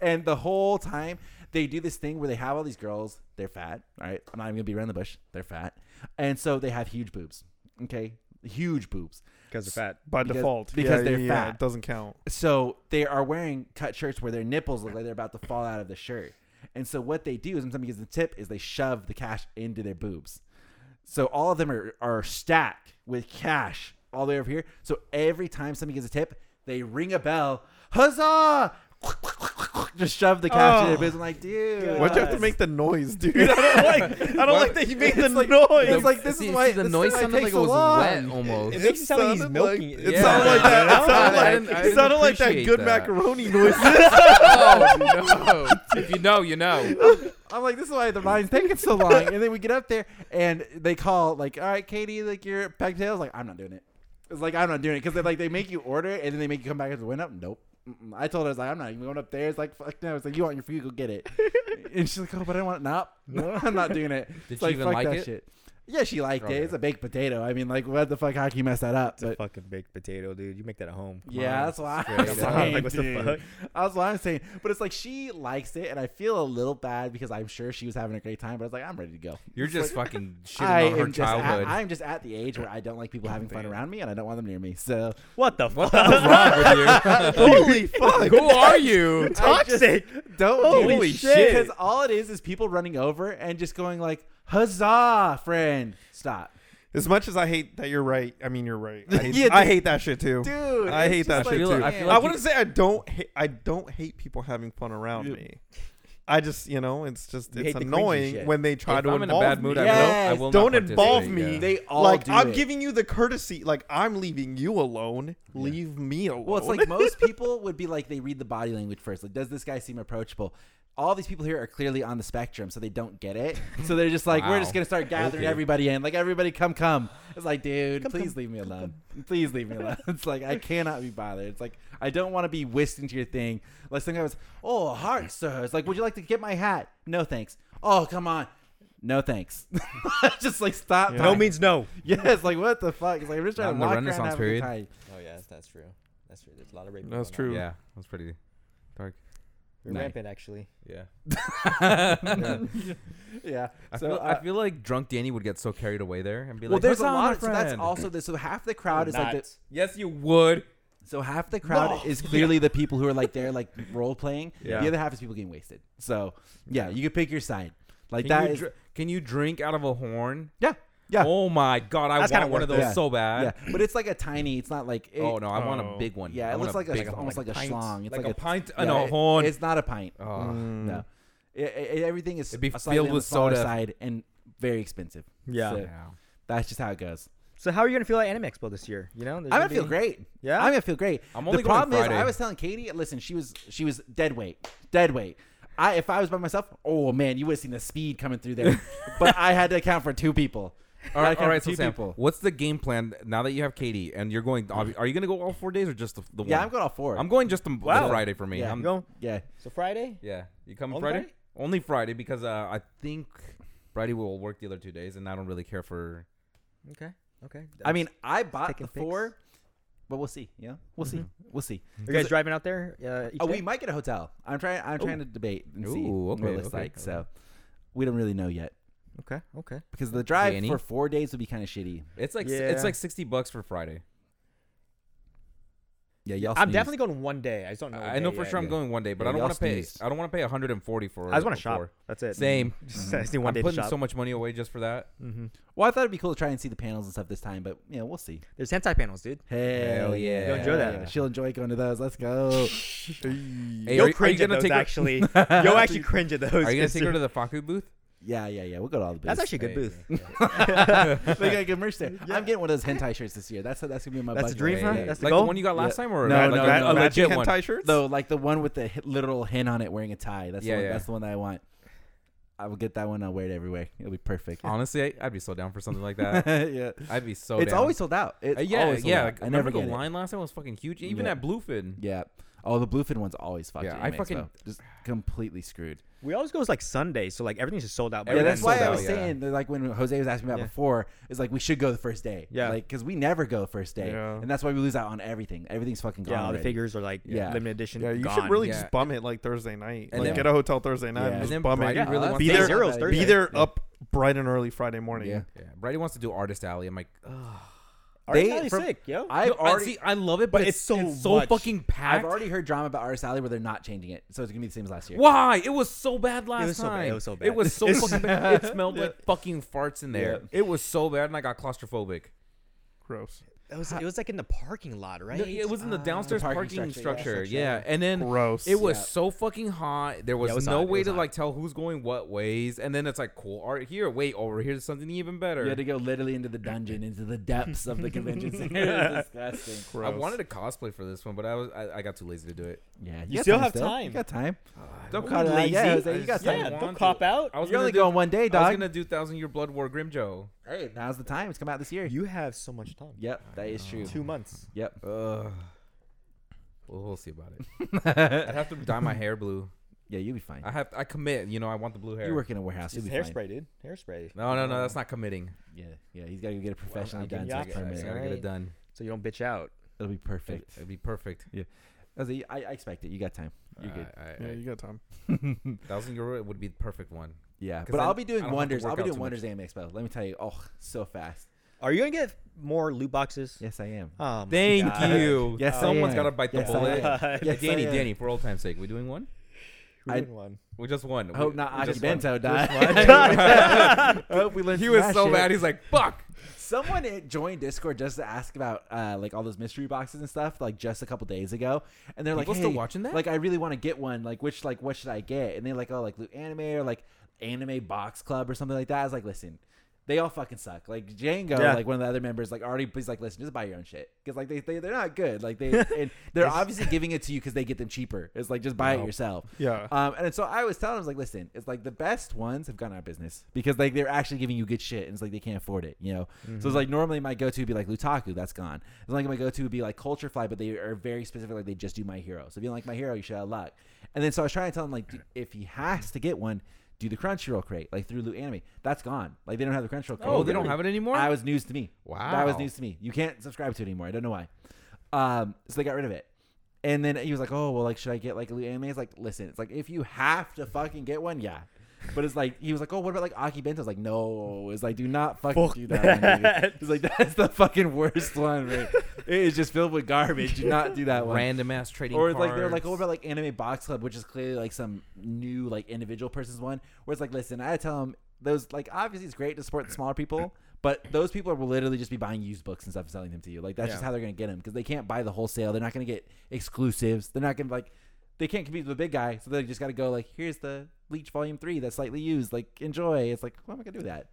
[SPEAKER 3] And the whole time they do this thing where they have all these girls. They're fat. All right, I'm not even gonna be around the bush. They're fat, and so they have huge boobs. Okay, huge boobs.
[SPEAKER 2] Because they're fat.
[SPEAKER 4] By
[SPEAKER 3] because-
[SPEAKER 4] default.
[SPEAKER 3] because
[SPEAKER 4] Yeah,
[SPEAKER 3] they're
[SPEAKER 4] yeah,
[SPEAKER 3] fat.
[SPEAKER 4] It doesn't count.
[SPEAKER 3] So they are wearing cut shirts where their nipples look like they're about to fall out of the shirt. And so what they do is when somebody gives them a tip is they shove the cash into their boobs. So all of them are, are stacked with cash all the way over here. So every time somebody gives a tip, they ring a bell. Huzzah! [laughs] Just shove the cash in their
[SPEAKER 4] Oh.
[SPEAKER 3] boobs. I'm like, dude.
[SPEAKER 4] Why'd you have to make the noise, dude? I don't like. [laughs] I don't like that you made the
[SPEAKER 3] like-
[SPEAKER 4] noise.
[SPEAKER 3] It's like, this
[SPEAKER 1] See-
[SPEAKER 3] is why-
[SPEAKER 1] see, the
[SPEAKER 3] this is
[SPEAKER 1] noise
[SPEAKER 3] why it
[SPEAKER 1] sounded
[SPEAKER 3] takes
[SPEAKER 1] like it
[SPEAKER 3] so
[SPEAKER 1] was
[SPEAKER 3] long. [laughs]
[SPEAKER 1] wet almost.
[SPEAKER 2] It makes it sound like he's
[SPEAKER 4] sounded like-
[SPEAKER 2] milking it.
[SPEAKER 4] It
[SPEAKER 1] Yeah.
[SPEAKER 4] sounded like that.
[SPEAKER 1] Yeah.
[SPEAKER 4] It sounded
[SPEAKER 1] I
[SPEAKER 4] like,
[SPEAKER 1] didn't- I
[SPEAKER 4] it sounded like that
[SPEAKER 1] appreciate
[SPEAKER 4] good
[SPEAKER 1] that.
[SPEAKER 4] macaroni noise. [laughs]
[SPEAKER 1] oh no! If you know, you know.
[SPEAKER 3] [laughs] I'm like, this is why the line's taking so long. And then we get up there and they call, like, all right, Katie, like your packed potatoes. Like, I'm not doing it. It's like I'm not doing it because they like they make you order it and then they make you come back and went up. Nope. Mm-mm. I told her I was like I'm not even going up there. It's like fuck no. It's like you want your
[SPEAKER 1] [laughs]
[SPEAKER 3] food, go get it. and she's like, oh, but I want it. Nope. No, [laughs] I'm not doing it.
[SPEAKER 1] Did
[SPEAKER 3] It's
[SPEAKER 1] she
[SPEAKER 3] like,
[SPEAKER 1] even
[SPEAKER 3] fuck
[SPEAKER 1] like
[SPEAKER 3] that
[SPEAKER 1] it?
[SPEAKER 3] Shit. Yeah, she liked it.
[SPEAKER 1] Okay.
[SPEAKER 3] It's a baked potato. I mean, like, what the fuck? How can you mess that up?
[SPEAKER 5] It's a
[SPEAKER 3] But
[SPEAKER 5] fucking baked potato, dude. You make that at home. Come
[SPEAKER 3] yeah,
[SPEAKER 5] on.
[SPEAKER 3] that's why. I'm
[SPEAKER 5] Straight up.
[SPEAKER 3] saying,
[SPEAKER 5] like, what the
[SPEAKER 3] dude.
[SPEAKER 5] fuck?
[SPEAKER 3] That's what I'm saying. But it's like she likes it, and I feel a little bad because I'm sure she was having a great time. But I was like, I'm ready to go.
[SPEAKER 1] You're just
[SPEAKER 3] [laughs]
[SPEAKER 1] fucking shitting
[SPEAKER 3] I
[SPEAKER 1] on her
[SPEAKER 3] am just at-
[SPEAKER 1] childhood.
[SPEAKER 3] I'm just at the age where I don't like people having fun around me, and I don't want them near me. So
[SPEAKER 2] What the
[SPEAKER 1] what
[SPEAKER 2] fuck?
[SPEAKER 1] the
[SPEAKER 5] [laughs]
[SPEAKER 3] [laughs]
[SPEAKER 1] fuck's wrong with
[SPEAKER 4] Holy
[SPEAKER 1] you? [laughs]
[SPEAKER 4] fuck!
[SPEAKER 1] Who are you?
[SPEAKER 2] Toxic.
[SPEAKER 3] don't
[SPEAKER 2] Holy
[SPEAKER 3] do it.
[SPEAKER 2] shit.
[SPEAKER 3] Because all it is is people running over and just going like, "Huzzah, friend!" Stop.
[SPEAKER 4] As much as I hate that you're right, I mean you're right. I [laughs] hate,
[SPEAKER 3] Yeah,
[SPEAKER 4] I
[SPEAKER 3] dude.
[SPEAKER 4] hate that shit too.
[SPEAKER 3] Dude,
[SPEAKER 4] I
[SPEAKER 3] it's
[SPEAKER 4] hate
[SPEAKER 3] just
[SPEAKER 4] that
[SPEAKER 3] like,
[SPEAKER 4] shit
[SPEAKER 1] feel-
[SPEAKER 4] too.
[SPEAKER 1] I
[SPEAKER 4] I,
[SPEAKER 1] feel like you-
[SPEAKER 4] wouldn't say I don't. Ha- I don't hate people having fun around me. I just, you know, it's just
[SPEAKER 5] You
[SPEAKER 4] it's
[SPEAKER 5] hate the cringy
[SPEAKER 4] annoying
[SPEAKER 5] shit.
[SPEAKER 4] when they try
[SPEAKER 1] If
[SPEAKER 4] to
[SPEAKER 1] I'm in a
[SPEAKER 4] involve
[SPEAKER 1] bad mood,
[SPEAKER 4] me.
[SPEAKER 1] I will. I
[SPEAKER 3] Yes,
[SPEAKER 1] will
[SPEAKER 4] don't
[SPEAKER 1] not
[SPEAKER 4] involve
[SPEAKER 1] participate,
[SPEAKER 4] me.
[SPEAKER 1] yeah.
[SPEAKER 3] They all
[SPEAKER 4] like
[SPEAKER 3] do
[SPEAKER 4] I'm
[SPEAKER 3] it.
[SPEAKER 4] giving you the courtesy. Like I'm leaving you alone. Leave me alone.
[SPEAKER 3] Well, it's
[SPEAKER 4] [laughs]
[SPEAKER 1] [laughs]
[SPEAKER 3] like most people would be like they read the body language first. Like, does this guy seem approachable? All these people here are clearly on the spectrum, so they don't get it. So they're just like, we're
[SPEAKER 1] Wow.
[SPEAKER 3] just gonna start gathering everybody in. Like, everybody, come, come. It's like, dude, please leave me alone. Please leave me alone. [laughs] It's
[SPEAKER 1] [laughs]
[SPEAKER 3] like I cannot be bothered. It's like I don't want to be whisked into your thing. Last thing I was, oh, heart, sir. It's like, would you like to get my hat? No, thanks. Oh, come on. No thanks. [laughs] just like stop.
[SPEAKER 4] Yeah.
[SPEAKER 3] talking.
[SPEAKER 4] No
[SPEAKER 5] No means no.
[SPEAKER 3] [laughs] Yes. like what the fuck? It's like I'm just
[SPEAKER 1] Not
[SPEAKER 3] trying
[SPEAKER 1] in
[SPEAKER 3] to
[SPEAKER 1] the
[SPEAKER 3] walk around and
[SPEAKER 1] Renaissance
[SPEAKER 3] have a good
[SPEAKER 1] period.
[SPEAKER 3] time.
[SPEAKER 5] Oh yeah, that's, that's true. That's true. There's a lot of rape.
[SPEAKER 4] That's
[SPEAKER 5] going on.
[SPEAKER 4] true.
[SPEAKER 1] Yeah, that's pretty dark.
[SPEAKER 5] They're
[SPEAKER 1] Nice.
[SPEAKER 5] rampant, actually.
[SPEAKER 1] Yeah.
[SPEAKER 3] Yeah.
[SPEAKER 1] I,
[SPEAKER 3] So,
[SPEAKER 1] feel,
[SPEAKER 3] uh,
[SPEAKER 1] I feel like drunk Danny would get so carried away there and be
[SPEAKER 3] Well,
[SPEAKER 1] like,
[SPEAKER 3] there's a
[SPEAKER 1] "Huzzah,
[SPEAKER 3] lot.
[SPEAKER 1] my
[SPEAKER 3] Of, so that's
[SPEAKER 1] friend."
[SPEAKER 3] also the, so half the crowd is like the,
[SPEAKER 1] Yes, you would.
[SPEAKER 3] so half
[SPEAKER 1] [laughs]
[SPEAKER 3] the crowd is clearly the people who are like they're like role playing.
[SPEAKER 1] Yeah.
[SPEAKER 3] The other half is people getting wasted. So yeah, you could pick your side. Like
[SPEAKER 1] Can,
[SPEAKER 3] that
[SPEAKER 1] you
[SPEAKER 3] is
[SPEAKER 1] dr- can you drink out of a horn?
[SPEAKER 3] yeah yeah
[SPEAKER 1] Oh my god, I
[SPEAKER 2] That's
[SPEAKER 1] want
[SPEAKER 2] kinda
[SPEAKER 1] one of those
[SPEAKER 3] worth it.
[SPEAKER 1] so bad.
[SPEAKER 3] yeah. But it's like a tiny. It's not like it,
[SPEAKER 1] Oh no, I want a
[SPEAKER 4] Oh.
[SPEAKER 1] big one. I
[SPEAKER 3] Yeah, it
[SPEAKER 1] want
[SPEAKER 3] looks like
[SPEAKER 1] big
[SPEAKER 3] a,
[SPEAKER 1] one.
[SPEAKER 3] almost like, a
[SPEAKER 5] pint.
[SPEAKER 3] schlong. It's
[SPEAKER 1] like,
[SPEAKER 3] like,
[SPEAKER 1] a pint and
[SPEAKER 3] yeah,
[SPEAKER 1] a
[SPEAKER 3] it-
[SPEAKER 1] horn.
[SPEAKER 3] It's not a pint.
[SPEAKER 1] oh,
[SPEAKER 3] No, it, it- everything is
[SPEAKER 1] It'd be
[SPEAKER 3] slightly
[SPEAKER 1] filled
[SPEAKER 3] on the
[SPEAKER 1] with
[SPEAKER 3] smaller
[SPEAKER 1] soda.
[SPEAKER 3] side and very expensive.
[SPEAKER 5] Yeah.
[SPEAKER 3] So
[SPEAKER 1] yeah.
[SPEAKER 3] that's just how it goes.
[SPEAKER 5] So how are you gonna feel at Anime Expo this year? You know, There's
[SPEAKER 3] I'm gonna
[SPEAKER 5] be-
[SPEAKER 3] feel great.
[SPEAKER 5] Yeah?
[SPEAKER 3] I'm gonna feel great.
[SPEAKER 1] I'm only
[SPEAKER 3] the
[SPEAKER 1] going
[SPEAKER 3] problem is,
[SPEAKER 1] Friday.
[SPEAKER 3] I was telling Katie, listen, she was she was dead weight, dead weight. I if I was by myself, oh man, you would have seen the speed coming
[SPEAKER 1] [laughs]
[SPEAKER 3] through there. but I had to account for two people.
[SPEAKER 1] All right,
[SPEAKER 3] Okay,
[SPEAKER 1] all right. So
[SPEAKER 3] two
[SPEAKER 1] Sam,
[SPEAKER 3] people.
[SPEAKER 1] what's the game plan now that you have Katie and you're going? Are you going to go all four days or just the, the one?
[SPEAKER 3] Mm. Yeah, I'm going all four.
[SPEAKER 1] I'm going just the, the
[SPEAKER 5] Wow.
[SPEAKER 1] Friday for me.
[SPEAKER 3] Yeah.
[SPEAKER 1] I'm,
[SPEAKER 5] Go.
[SPEAKER 3] yeah,
[SPEAKER 5] So Friday.
[SPEAKER 1] Yeah, you come
[SPEAKER 5] Only
[SPEAKER 1] Friday?
[SPEAKER 5] Friday?
[SPEAKER 1] Only Friday because uh, I think Friday will work the other two days, and I don't really care for.
[SPEAKER 5] Okay. Okay.
[SPEAKER 3] I mean, I bought
[SPEAKER 5] taking
[SPEAKER 3] the
[SPEAKER 5] pics.
[SPEAKER 3] four, but we'll see. Yeah, we'll see.
[SPEAKER 1] Mm-hmm.
[SPEAKER 3] We'll see.
[SPEAKER 5] are you guys driving out there? Uh, each
[SPEAKER 3] Oh,
[SPEAKER 5] day?
[SPEAKER 3] we might get a hotel. I'm trying. I'm trying to debate and see
[SPEAKER 1] Ooh,
[SPEAKER 3] what
[SPEAKER 1] okay,
[SPEAKER 3] it looks
[SPEAKER 1] okay,
[SPEAKER 3] like.
[SPEAKER 1] okay.
[SPEAKER 3] So we don't really know yet
[SPEAKER 5] Okay. Okay.
[SPEAKER 3] because the drive
[SPEAKER 1] Danny?
[SPEAKER 3] for four days would be kind of shitty.
[SPEAKER 1] It's like
[SPEAKER 5] Yeah.
[SPEAKER 1] it's like sixty bucks for Friday.
[SPEAKER 3] Yeah, y'all.
[SPEAKER 5] I'm
[SPEAKER 3] sneeze.
[SPEAKER 5] definitely going one day. I just don't know. what
[SPEAKER 1] I I know
[SPEAKER 5] day
[SPEAKER 1] for
[SPEAKER 5] yet.
[SPEAKER 1] sure I'm going one day, but
[SPEAKER 3] Oh, Yeah,
[SPEAKER 1] I don't
[SPEAKER 3] y'all
[SPEAKER 1] want to pay.
[SPEAKER 3] sneezed.
[SPEAKER 1] I don't want to pay 140 for.
[SPEAKER 5] I just want
[SPEAKER 1] for
[SPEAKER 5] to shop.
[SPEAKER 1] four.
[SPEAKER 5] That's it.
[SPEAKER 1] Same.
[SPEAKER 5] Just [laughs] I just need
[SPEAKER 1] I'm
[SPEAKER 5] one day to
[SPEAKER 1] putting
[SPEAKER 5] shop.
[SPEAKER 1] so much money away just for that.
[SPEAKER 5] mm-hmm.
[SPEAKER 3] Well, I thought it'd be cool to try and see the panels and stuff this time, but yeah, we'll see.
[SPEAKER 5] There's hentai panels, dude.
[SPEAKER 3] Hell yeah.
[SPEAKER 1] You'll
[SPEAKER 5] enjoy that.
[SPEAKER 3] Yeah, She'll enjoy going to those. Let's go.
[SPEAKER 1] Hey,
[SPEAKER 5] You'll
[SPEAKER 1] are you- are you
[SPEAKER 5] cringe at
[SPEAKER 1] gonna
[SPEAKER 5] those,
[SPEAKER 1] take her- [laughs]
[SPEAKER 5] actually. You'll actually cringe at those.
[SPEAKER 1] Are you gonna take her
[SPEAKER 5] dude.
[SPEAKER 1] to the Faku booth?
[SPEAKER 3] [laughs] yeah, yeah, yeah. We'll go to all the booths.
[SPEAKER 5] That's actually a good
[SPEAKER 1] Hey,
[SPEAKER 5] booth.
[SPEAKER 3] they got good
[SPEAKER 1] [laughs]
[SPEAKER 3] merch there. I'm getting one of those hentai shirts this year. That's that's gonna be on my.
[SPEAKER 5] That's a
[SPEAKER 3] bucket
[SPEAKER 5] dream,
[SPEAKER 3] list.
[SPEAKER 5] huh?
[SPEAKER 1] Hey,
[SPEAKER 5] That's the
[SPEAKER 1] like
[SPEAKER 5] goal?
[SPEAKER 1] one you got last
[SPEAKER 3] Yeah.
[SPEAKER 1] time, or
[SPEAKER 3] No,
[SPEAKER 1] like,
[SPEAKER 3] no,
[SPEAKER 1] like
[SPEAKER 3] no,
[SPEAKER 1] a-
[SPEAKER 3] no.
[SPEAKER 1] a
[SPEAKER 3] Magic [laughs]
[SPEAKER 1] legit one.
[SPEAKER 4] hentai shirts.
[SPEAKER 3] Though, like the one with the hi- literal hen on it wearing a tie. That's
[SPEAKER 1] Yeah,
[SPEAKER 3] the one,
[SPEAKER 1] yeah.
[SPEAKER 3] that's the one that I want. I will get that one. I'll wear it everywhere. It'll be perfect.
[SPEAKER 1] Honestly, I, I'd be so down for something like that.
[SPEAKER 3] [laughs] yeah.
[SPEAKER 1] I'd be so.
[SPEAKER 3] It's
[SPEAKER 1] down.
[SPEAKER 3] always sold out. It's
[SPEAKER 1] Uh, yeah,
[SPEAKER 3] always sold
[SPEAKER 1] yeah.
[SPEAKER 3] out.
[SPEAKER 1] like,
[SPEAKER 3] I
[SPEAKER 1] remember
[SPEAKER 3] never
[SPEAKER 1] the
[SPEAKER 3] get it.
[SPEAKER 1] line last time was fucking huge. Even
[SPEAKER 3] Yeah.
[SPEAKER 1] at Bluefin.
[SPEAKER 3] Yeah. Oh, the bluefin one's always fucked.
[SPEAKER 1] Yeah,
[SPEAKER 3] at
[SPEAKER 1] I
[SPEAKER 3] Anime
[SPEAKER 1] fucking-
[SPEAKER 3] Expo.
[SPEAKER 1] [sighs]
[SPEAKER 3] just completely screwed.
[SPEAKER 5] We always goes like Sunday, so like everything's just sold out. by
[SPEAKER 3] Yeah,
[SPEAKER 1] Everything
[SPEAKER 3] that's
[SPEAKER 5] then.
[SPEAKER 3] why
[SPEAKER 1] sold
[SPEAKER 3] I
[SPEAKER 1] out,
[SPEAKER 3] was
[SPEAKER 1] yeah.
[SPEAKER 3] saying that, like when Jose was asking me about
[SPEAKER 5] Yeah.
[SPEAKER 3] before, is like we should go the first day.
[SPEAKER 5] Yeah.
[SPEAKER 3] like because we never go first day,
[SPEAKER 4] Yeah.
[SPEAKER 3] and that's why we lose out on everything. Everything's fucking gone.
[SPEAKER 5] Yeah, all the
[SPEAKER 3] already.
[SPEAKER 5] figures are like
[SPEAKER 3] Yeah.
[SPEAKER 5] limited edition.
[SPEAKER 4] yeah, you
[SPEAKER 5] gone.
[SPEAKER 4] should really
[SPEAKER 1] Yeah.
[SPEAKER 4] just bum it like Thursday night.
[SPEAKER 1] And
[SPEAKER 4] like
[SPEAKER 1] then-
[SPEAKER 4] get a hotel Thursday night.
[SPEAKER 3] Yeah.
[SPEAKER 4] And
[SPEAKER 1] And then
[SPEAKER 4] just bum it.
[SPEAKER 1] Brady
[SPEAKER 5] Yeah,
[SPEAKER 1] really
[SPEAKER 3] that's
[SPEAKER 1] wants
[SPEAKER 4] Be
[SPEAKER 3] not
[SPEAKER 4] there.
[SPEAKER 3] bad.
[SPEAKER 5] Zero's
[SPEAKER 3] Be
[SPEAKER 5] Thursday.
[SPEAKER 4] Be there up bright and early Friday morning.
[SPEAKER 3] Yeah.
[SPEAKER 1] Yeah, Brady wants to do Artist Alley. I'm like, ugh.
[SPEAKER 5] Alright,
[SPEAKER 3] They-
[SPEAKER 5] that'd be
[SPEAKER 3] from-
[SPEAKER 5] sick, yo.
[SPEAKER 3] I've
[SPEAKER 1] No, I-
[SPEAKER 3] already,
[SPEAKER 1] see, I love it,
[SPEAKER 5] but
[SPEAKER 1] but,
[SPEAKER 5] it's
[SPEAKER 1] it's,
[SPEAKER 5] so
[SPEAKER 1] it's so
[SPEAKER 5] much.
[SPEAKER 1] fucking packed.
[SPEAKER 3] I've already heard drama about Artist Alley where they're not changing it, so it's gonna be the same as last year.
[SPEAKER 1] Why? It was so bad last
[SPEAKER 5] was so bad,
[SPEAKER 1] time.
[SPEAKER 5] it was so bad.
[SPEAKER 1] It was so fucking bad. It smelled like fucking farts in there. It was so bad, and I got claustrophobic.
[SPEAKER 4] Gross.
[SPEAKER 5] It was, it was like in the parking lot, right?
[SPEAKER 1] No, it was in the downstairs
[SPEAKER 3] parking
[SPEAKER 1] parking,
[SPEAKER 3] structure,
[SPEAKER 1] structure.
[SPEAKER 3] yeah,
[SPEAKER 1] Yeah, and then
[SPEAKER 4] Gross.
[SPEAKER 1] It was
[SPEAKER 3] Yeah.
[SPEAKER 1] so fucking hot. There was,
[SPEAKER 5] Yeah, it was
[SPEAKER 1] no
[SPEAKER 5] hot, it
[SPEAKER 1] way
[SPEAKER 5] was
[SPEAKER 1] to
[SPEAKER 5] hot.
[SPEAKER 1] like tell who's going what ways. And then it's like cool art here. Wait, over here's something even better.
[SPEAKER 3] You had to go literally into the dungeon, into the depths of
[SPEAKER 1] [laughs]
[SPEAKER 3] the convention center. It's disgusting.
[SPEAKER 1] I wanted to cosplay for this one, but I was I, I got too lazy to do it.
[SPEAKER 3] Yeah,
[SPEAKER 5] You
[SPEAKER 3] got
[SPEAKER 5] still have time.
[SPEAKER 3] You got time.
[SPEAKER 1] Don't
[SPEAKER 3] call it out. Yeah, Jose, you got
[SPEAKER 1] I
[SPEAKER 3] time.
[SPEAKER 5] Yeah, don't
[SPEAKER 1] want
[SPEAKER 5] cop
[SPEAKER 1] to.
[SPEAKER 5] out.
[SPEAKER 1] I was
[SPEAKER 3] You're
[SPEAKER 1] gonna
[SPEAKER 3] only
[SPEAKER 1] do,
[SPEAKER 3] going one day,
[SPEAKER 1] I was
[SPEAKER 3] dog.
[SPEAKER 1] gonna do Thousand Year Blood War Grim Joe.
[SPEAKER 3] Hey, now's the time. It's come out this year.
[SPEAKER 5] You have so much time.
[SPEAKER 3] Yep, that is
[SPEAKER 1] Uh,
[SPEAKER 3] true.
[SPEAKER 5] Two months.
[SPEAKER 3] Yep.
[SPEAKER 1] [laughs] Ugh. Well, we'll see about it. I'd have to dye my hair blue.
[SPEAKER 3] Yeah, you'll be fine.
[SPEAKER 1] I have I commit. You know, I want the blue hair.
[SPEAKER 3] You work in a warehouse. You'll
[SPEAKER 5] It's
[SPEAKER 3] be
[SPEAKER 5] hairspray,
[SPEAKER 3] fine.
[SPEAKER 5] dude. Hairspray.
[SPEAKER 1] no, no, no. That's not committing.
[SPEAKER 3] Yeah, yeah. He's got to get it professionally
[SPEAKER 1] I'm
[SPEAKER 3] done.
[SPEAKER 1] getting it. I
[SPEAKER 5] yeah,
[SPEAKER 3] So it's
[SPEAKER 5] permanent.
[SPEAKER 1] just
[SPEAKER 3] permanent.
[SPEAKER 1] gotta get it done.
[SPEAKER 5] So you don't bitch out.
[SPEAKER 3] It'll be
[SPEAKER 1] It'd,
[SPEAKER 3] perfect.
[SPEAKER 1] it'd be perfect. Uh,
[SPEAKER 3] I, was like, I, I expect it. You got time. You're good.
[SPEAKER 1] I,
[SPEAKER 4] Yeah, you got time.
[SPEAKER 1] thousand euro would be the perfect one.
[SPEAKER 3] Yeah,
[SPEAKER 1] 'Cause
[SPEAKER 3] but I'll
[SPEAKER 1] then I
[SPEAKER 3] be
[SPEAKER 1] don't
[SPEAKER 3] doing
[SPEAKER 1] have to
[SPEAKER 3] wonders. I'll
[SPEAKER 1] work
[SPEAKER 3] be
[SPEAKER 1] out
[SPEAKER 3] doing
[SPEAKER 1] too
[SPEAKER 3] wonders at Anime Expo. Let me tell you. Oh, so fast.
[SPEAKER 5] Are you gonna get more loot boxes?
[SPEAKER 3] Yes, I am.
[SPEAKER 5] Oh my
[SPEAKER 1] Thank
[SPEAKER 5] God.
[SPEAKER 1] you.
[SPEAKER 3] Yes, I
[SPEAKER 1] someone's
[SPEAKER 3] am.
[SPEAKER 1] gotta bite the
[SPEAKER 3] Yes, I
[SPEAKER 1] bullet.
[SPEAKER 3] am.
[SPEAKER 1] Hey,
[SPEAKER 3] Yes, I
[SPEAKER 1] Danny,
[SPEAKER 3] am.
[SPEAKER 1] Danny, for old time's sake, we doing one?
[SPEAKER 5] Who
[SPEAKER 3] I-
[SPEAKER 5] wouldn't want?
[SPEAKER 1] We just one.
[SPEAKER 3] I hope
[SPEAKER 1] We-
[SPEAKER 3] not
[SPEAKER 1] we
[SPEAKER 3] Ashi
[SPEAKER 1] just [laughs] won.
[SPEAKER 3] Bento died. [laughs]
[SPEAKER 1] one.
[SPEAKER 3] I hope we learned
[SPEAKER 1] He
[SPEAKER 3] [laughs] from
[SPEAKER 1] was
[SPEAKER 3] that
[SPEAKER 1] so
[SPEAKER 3] shit.
[SPEAKER 1] mad. He's like, "Fuck."
[SPEAKER 3] Someone had joined Discord just to ask about uh, like all those mystery boxes and stuff, like just a couple days ago, and they're
[SPEAKER 1] People
[SPEAKER 3] like,
[SPEAKER 1] still
[SPEAKER 3] "Hey,
[SPEAKER 1] watching that?
[SPEAKER 3] Like, I really want to get one. Like, which like what should I get?" And they're like, "Oh, like loot anime or like anime box club or something like that." I was like, "Listen." They all fucking suck. Like Django,
[SPEAKER 5] Yeah.
[SPEAKER 3] like one of the other members, like already, please, like listen, just buy your own shit because like they they they are not good. Like they and they're obviously giving it to you because they get them cheaper. It's like just buy it
[SPEAKER 4] No.
[SPEAKER 3] yourself.
[SPEAKER 4] Yeah.
[SPEAKER 3] Um, and so I was telling him, I was like, listen, it's like the best ones have gone out of business because like they're actually giving you good shit, and it's like they can't afford it, you know.
[SPEAKER 1] Mm-hmm.
[SPEAKER 3] So it's like normally my go-to would be like Lutaku, that's gone. It's like my go-to would be like Culture Fly, but they are very specific, like they just do My Hero. So if you don't like My Hero, you should have luck. And then so I was trying to tell him like, dude, if he has to get one, do the Crunchyroll crate, like through Loot Anime. That's gone. Like they don't have the Crunchyroll crate.
[SPEAKER 1] Oh, they don't have it anymore.
[SPEAKER 3] I was news to me.
[SPEAKER 1] Wow.
[SPEAKER 3] That was news to me. You can't subscribe to it anymore. I don't know why. Um, so they got rid of it. And then he was like, "Oh, well, like, should I get like a Lou anime?" It's like, listen, it's like if you have to fucking get one, yeah. But it's like he was like, "Oh, what about like Aki Bento?" I was like, "No, it's like do not fucking
[SPEAKER 5] Fuck
[SPEAKER 3] do that." One, dude." It's like that's the fucking worst one. Right? it is just filled with garbage. Do not
[SPEAKER 1] [laughs]
[SPEAKER 3] do that one.
[SPEAKER 1] Random ass trading.
[SPEAKER 3] or it's like they're like,
[SPEAKER 1] cards.
[SPEAKER 3] "Oh, what about like Anime Box Club," which is clearly like some new like individual person's one. Where it's like, listen, I had to tell him those like obviously it's great to support the
[SPEAKER 5] [coughs]
[SPEAKER 3] smaller people. But those people will literally just be buying used books and stuff and selling them to you. Like that's just
[SPEAKER 4] Yeah.
[SPEAKER 3] how they're gonna get them because they can't buy the wholesale. They're not gonna get exclusives. They're not gonna like they can't compete with the big guy. So they just gotta go like here's the Leech Volume Three that's slightly used. Like enjoy. It's like what am I gonna do with that?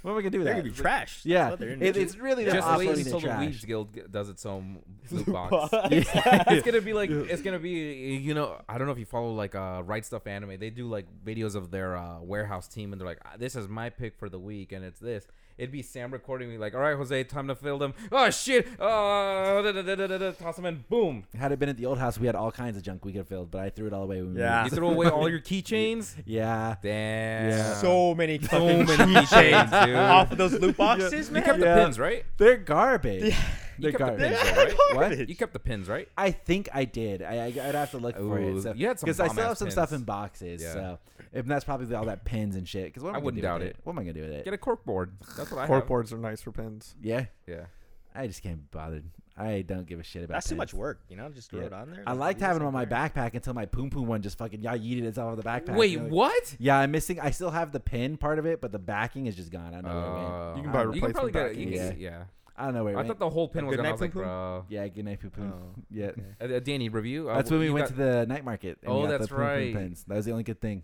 [SPEAKER 3] What am
[SPEAKER 5] [laughs]
[SPEAKER 3] I gonna do with
[SPEAKER 5] They're
[SPEAKER 3] that?
[SPEAKER 5] gonna be
[SPEAKER 3] It's like-
[SPEAKER 5] trash.
[SPEAKER 3] yeah,
[SPEAKER 5] That's what they're
[SPEAKER 3] it,
[SPEAKER 5] into.
[SPEAKER 3] it's really the
[SPEAKER 1] just wait
[SPEAKER 3] opposite
[SPEAKER 1] until
[SPEAKER 3] of
[SPEAKER 1] the
[SPEAKER 3] trash.
[SPEAKER 1] Weeds Guild g- does its own
[SPEAKER 3] [laughs]
[SPEAKER 1] loot box.
[SPEAKER 5] Box.
[SPEAKER 1] [laughs]
[SPEAKER 5] [laughs]
[SPEAKER 1] it's gonna be like it's gonna be you know I don't know if you follow like uh right stuff anime they do like videos of their uh, warehouse team and they're like "Ah, this is my pick for the week and it's this it'd be Sam recording me like all right Jose time to fill them oh shit uh, da, da, da, da, da, da, toss them in boom
[SPEAKER 3] Had it been at the old house, we had all kinds of junk we could have filled, but I threw it all away. When we
[SPEAKER 5] Yeah.
[SPEAKER 1] you
[SPEAKER 3] moved.
[SPEAKER 1] throw away all your keychains
[SPEAKER 3] yeah.
[SPEAKER 1] damn
[SPEAKER 5] So many
[SPEAKER 1] so
[SPEAKER 5] fucking
[SPEAKER 1] many keychains dude
[SPEAKER 5] off of those loot boxes,
[SPEAKER 1] you
[SPEAKER 5] man.
[SPEAKER 1] kept
[SPEAKER 3] [laughs] Yeah.
[SPEAKER 1] the pins right
[SPEAKER 3] They're garbage. They're
[SPEAKER 1] you kept the
[SPEAKER 3] garbage.
[SPEAKER 1] pins though, right
[SPEAKER 3] What?
[SPEAKER 1] you kept the pins right
[SPEAKER 3] I think I did. I, I I'd have to look for
[SPEAKER 1] Ooh,
[SPEAKER 3] it. So,
[SPEAKER 1] you had some
[SPEAKER 3] because I still
[SPEAKER 1] bomb-ass
[SPEAKER 3] have some stuff
[SPEAKER 1] pins.
[SPEAKER 3] in boxes.
[SPEAKER 1] Yeah.
[SPEAKER 3] So and that's probably all that pins and shit. Because what am
[SPEAKER 1] I
[SPEAKER 3] I, gonna
[SPEAKER 1] wouldn't
[SPEAKER 3] do with
[SPEAKER 1] doubt
[SPEAKER 3] it?
[SPEAKER 1] it.
[SPEAKER 3] What am I gonna do with it?
[SPEAKER 1] get a cork board that's what I
[SPEAKER 4] Cork
[SPEAKER 1] have
[SPEAKER 4] boards are nice for pins.
[SPEAKER 3] yeah,
[SPEAKER 1] yeah
[SPEAKER 3] I just can't be bothered. I don't give a shit about.
[SPEAKER 5] That's too
[SPEAKER 3] pins.
[SPEAKER 5] much work, you know. Just throw
[SPEAKER 3] Yeah.
[SPEAKER 5] it on there.
[SPEAKER 3] I liked having them on my backpack until my poom poom one just fucking y'all yeeted itself out of the backpack.
[SPEAKER 1] wait
[SPEAKER 3] You know, like-
[SPEAKER 1] what
[SPEAKER 3] Yeah, I'm missing. I still have the pin part of it, but the backing is just gone. I don't know where it went.
[SPEAKER 1] Uh,
[SPEAKER 4] You can buy replacement
[SPEAKER 1] probably get it-
[SPEAKER 4] backing.
[SPEAKER 1] you can- yeah.
[SPEAKER 3] I don't know where
[SPEAKER 1] I
[SPEAKER 3] it went.
[SPEAKER 1] thought the whole pin was
[SPEAKER 5] Good
[SPEAKER 1] gone. I
[SPEAKER 5] night,
[SPEAKER 1] was like,
[SPEAKER 5] Poo Poo?
[SPEAKER 1] bro.
[SPEAKER 3] yeah, good night poo poom.
[SPEAKER 5] Oh,
[SPEAKER 3] yeah,
[SPEAKER 1] Uh, uh, Danny, review. Uh,
[SPEAKER 3] that's when we went to the night market. and we
[SPEAKER 1] Oh,
[SPEAKER 3] got the
[SPEAKER 1] that's
[SPEAKER 3] poom poom
[SPEAKER 1] right.
[SPEAKER 3] Pins. That was the only good thing.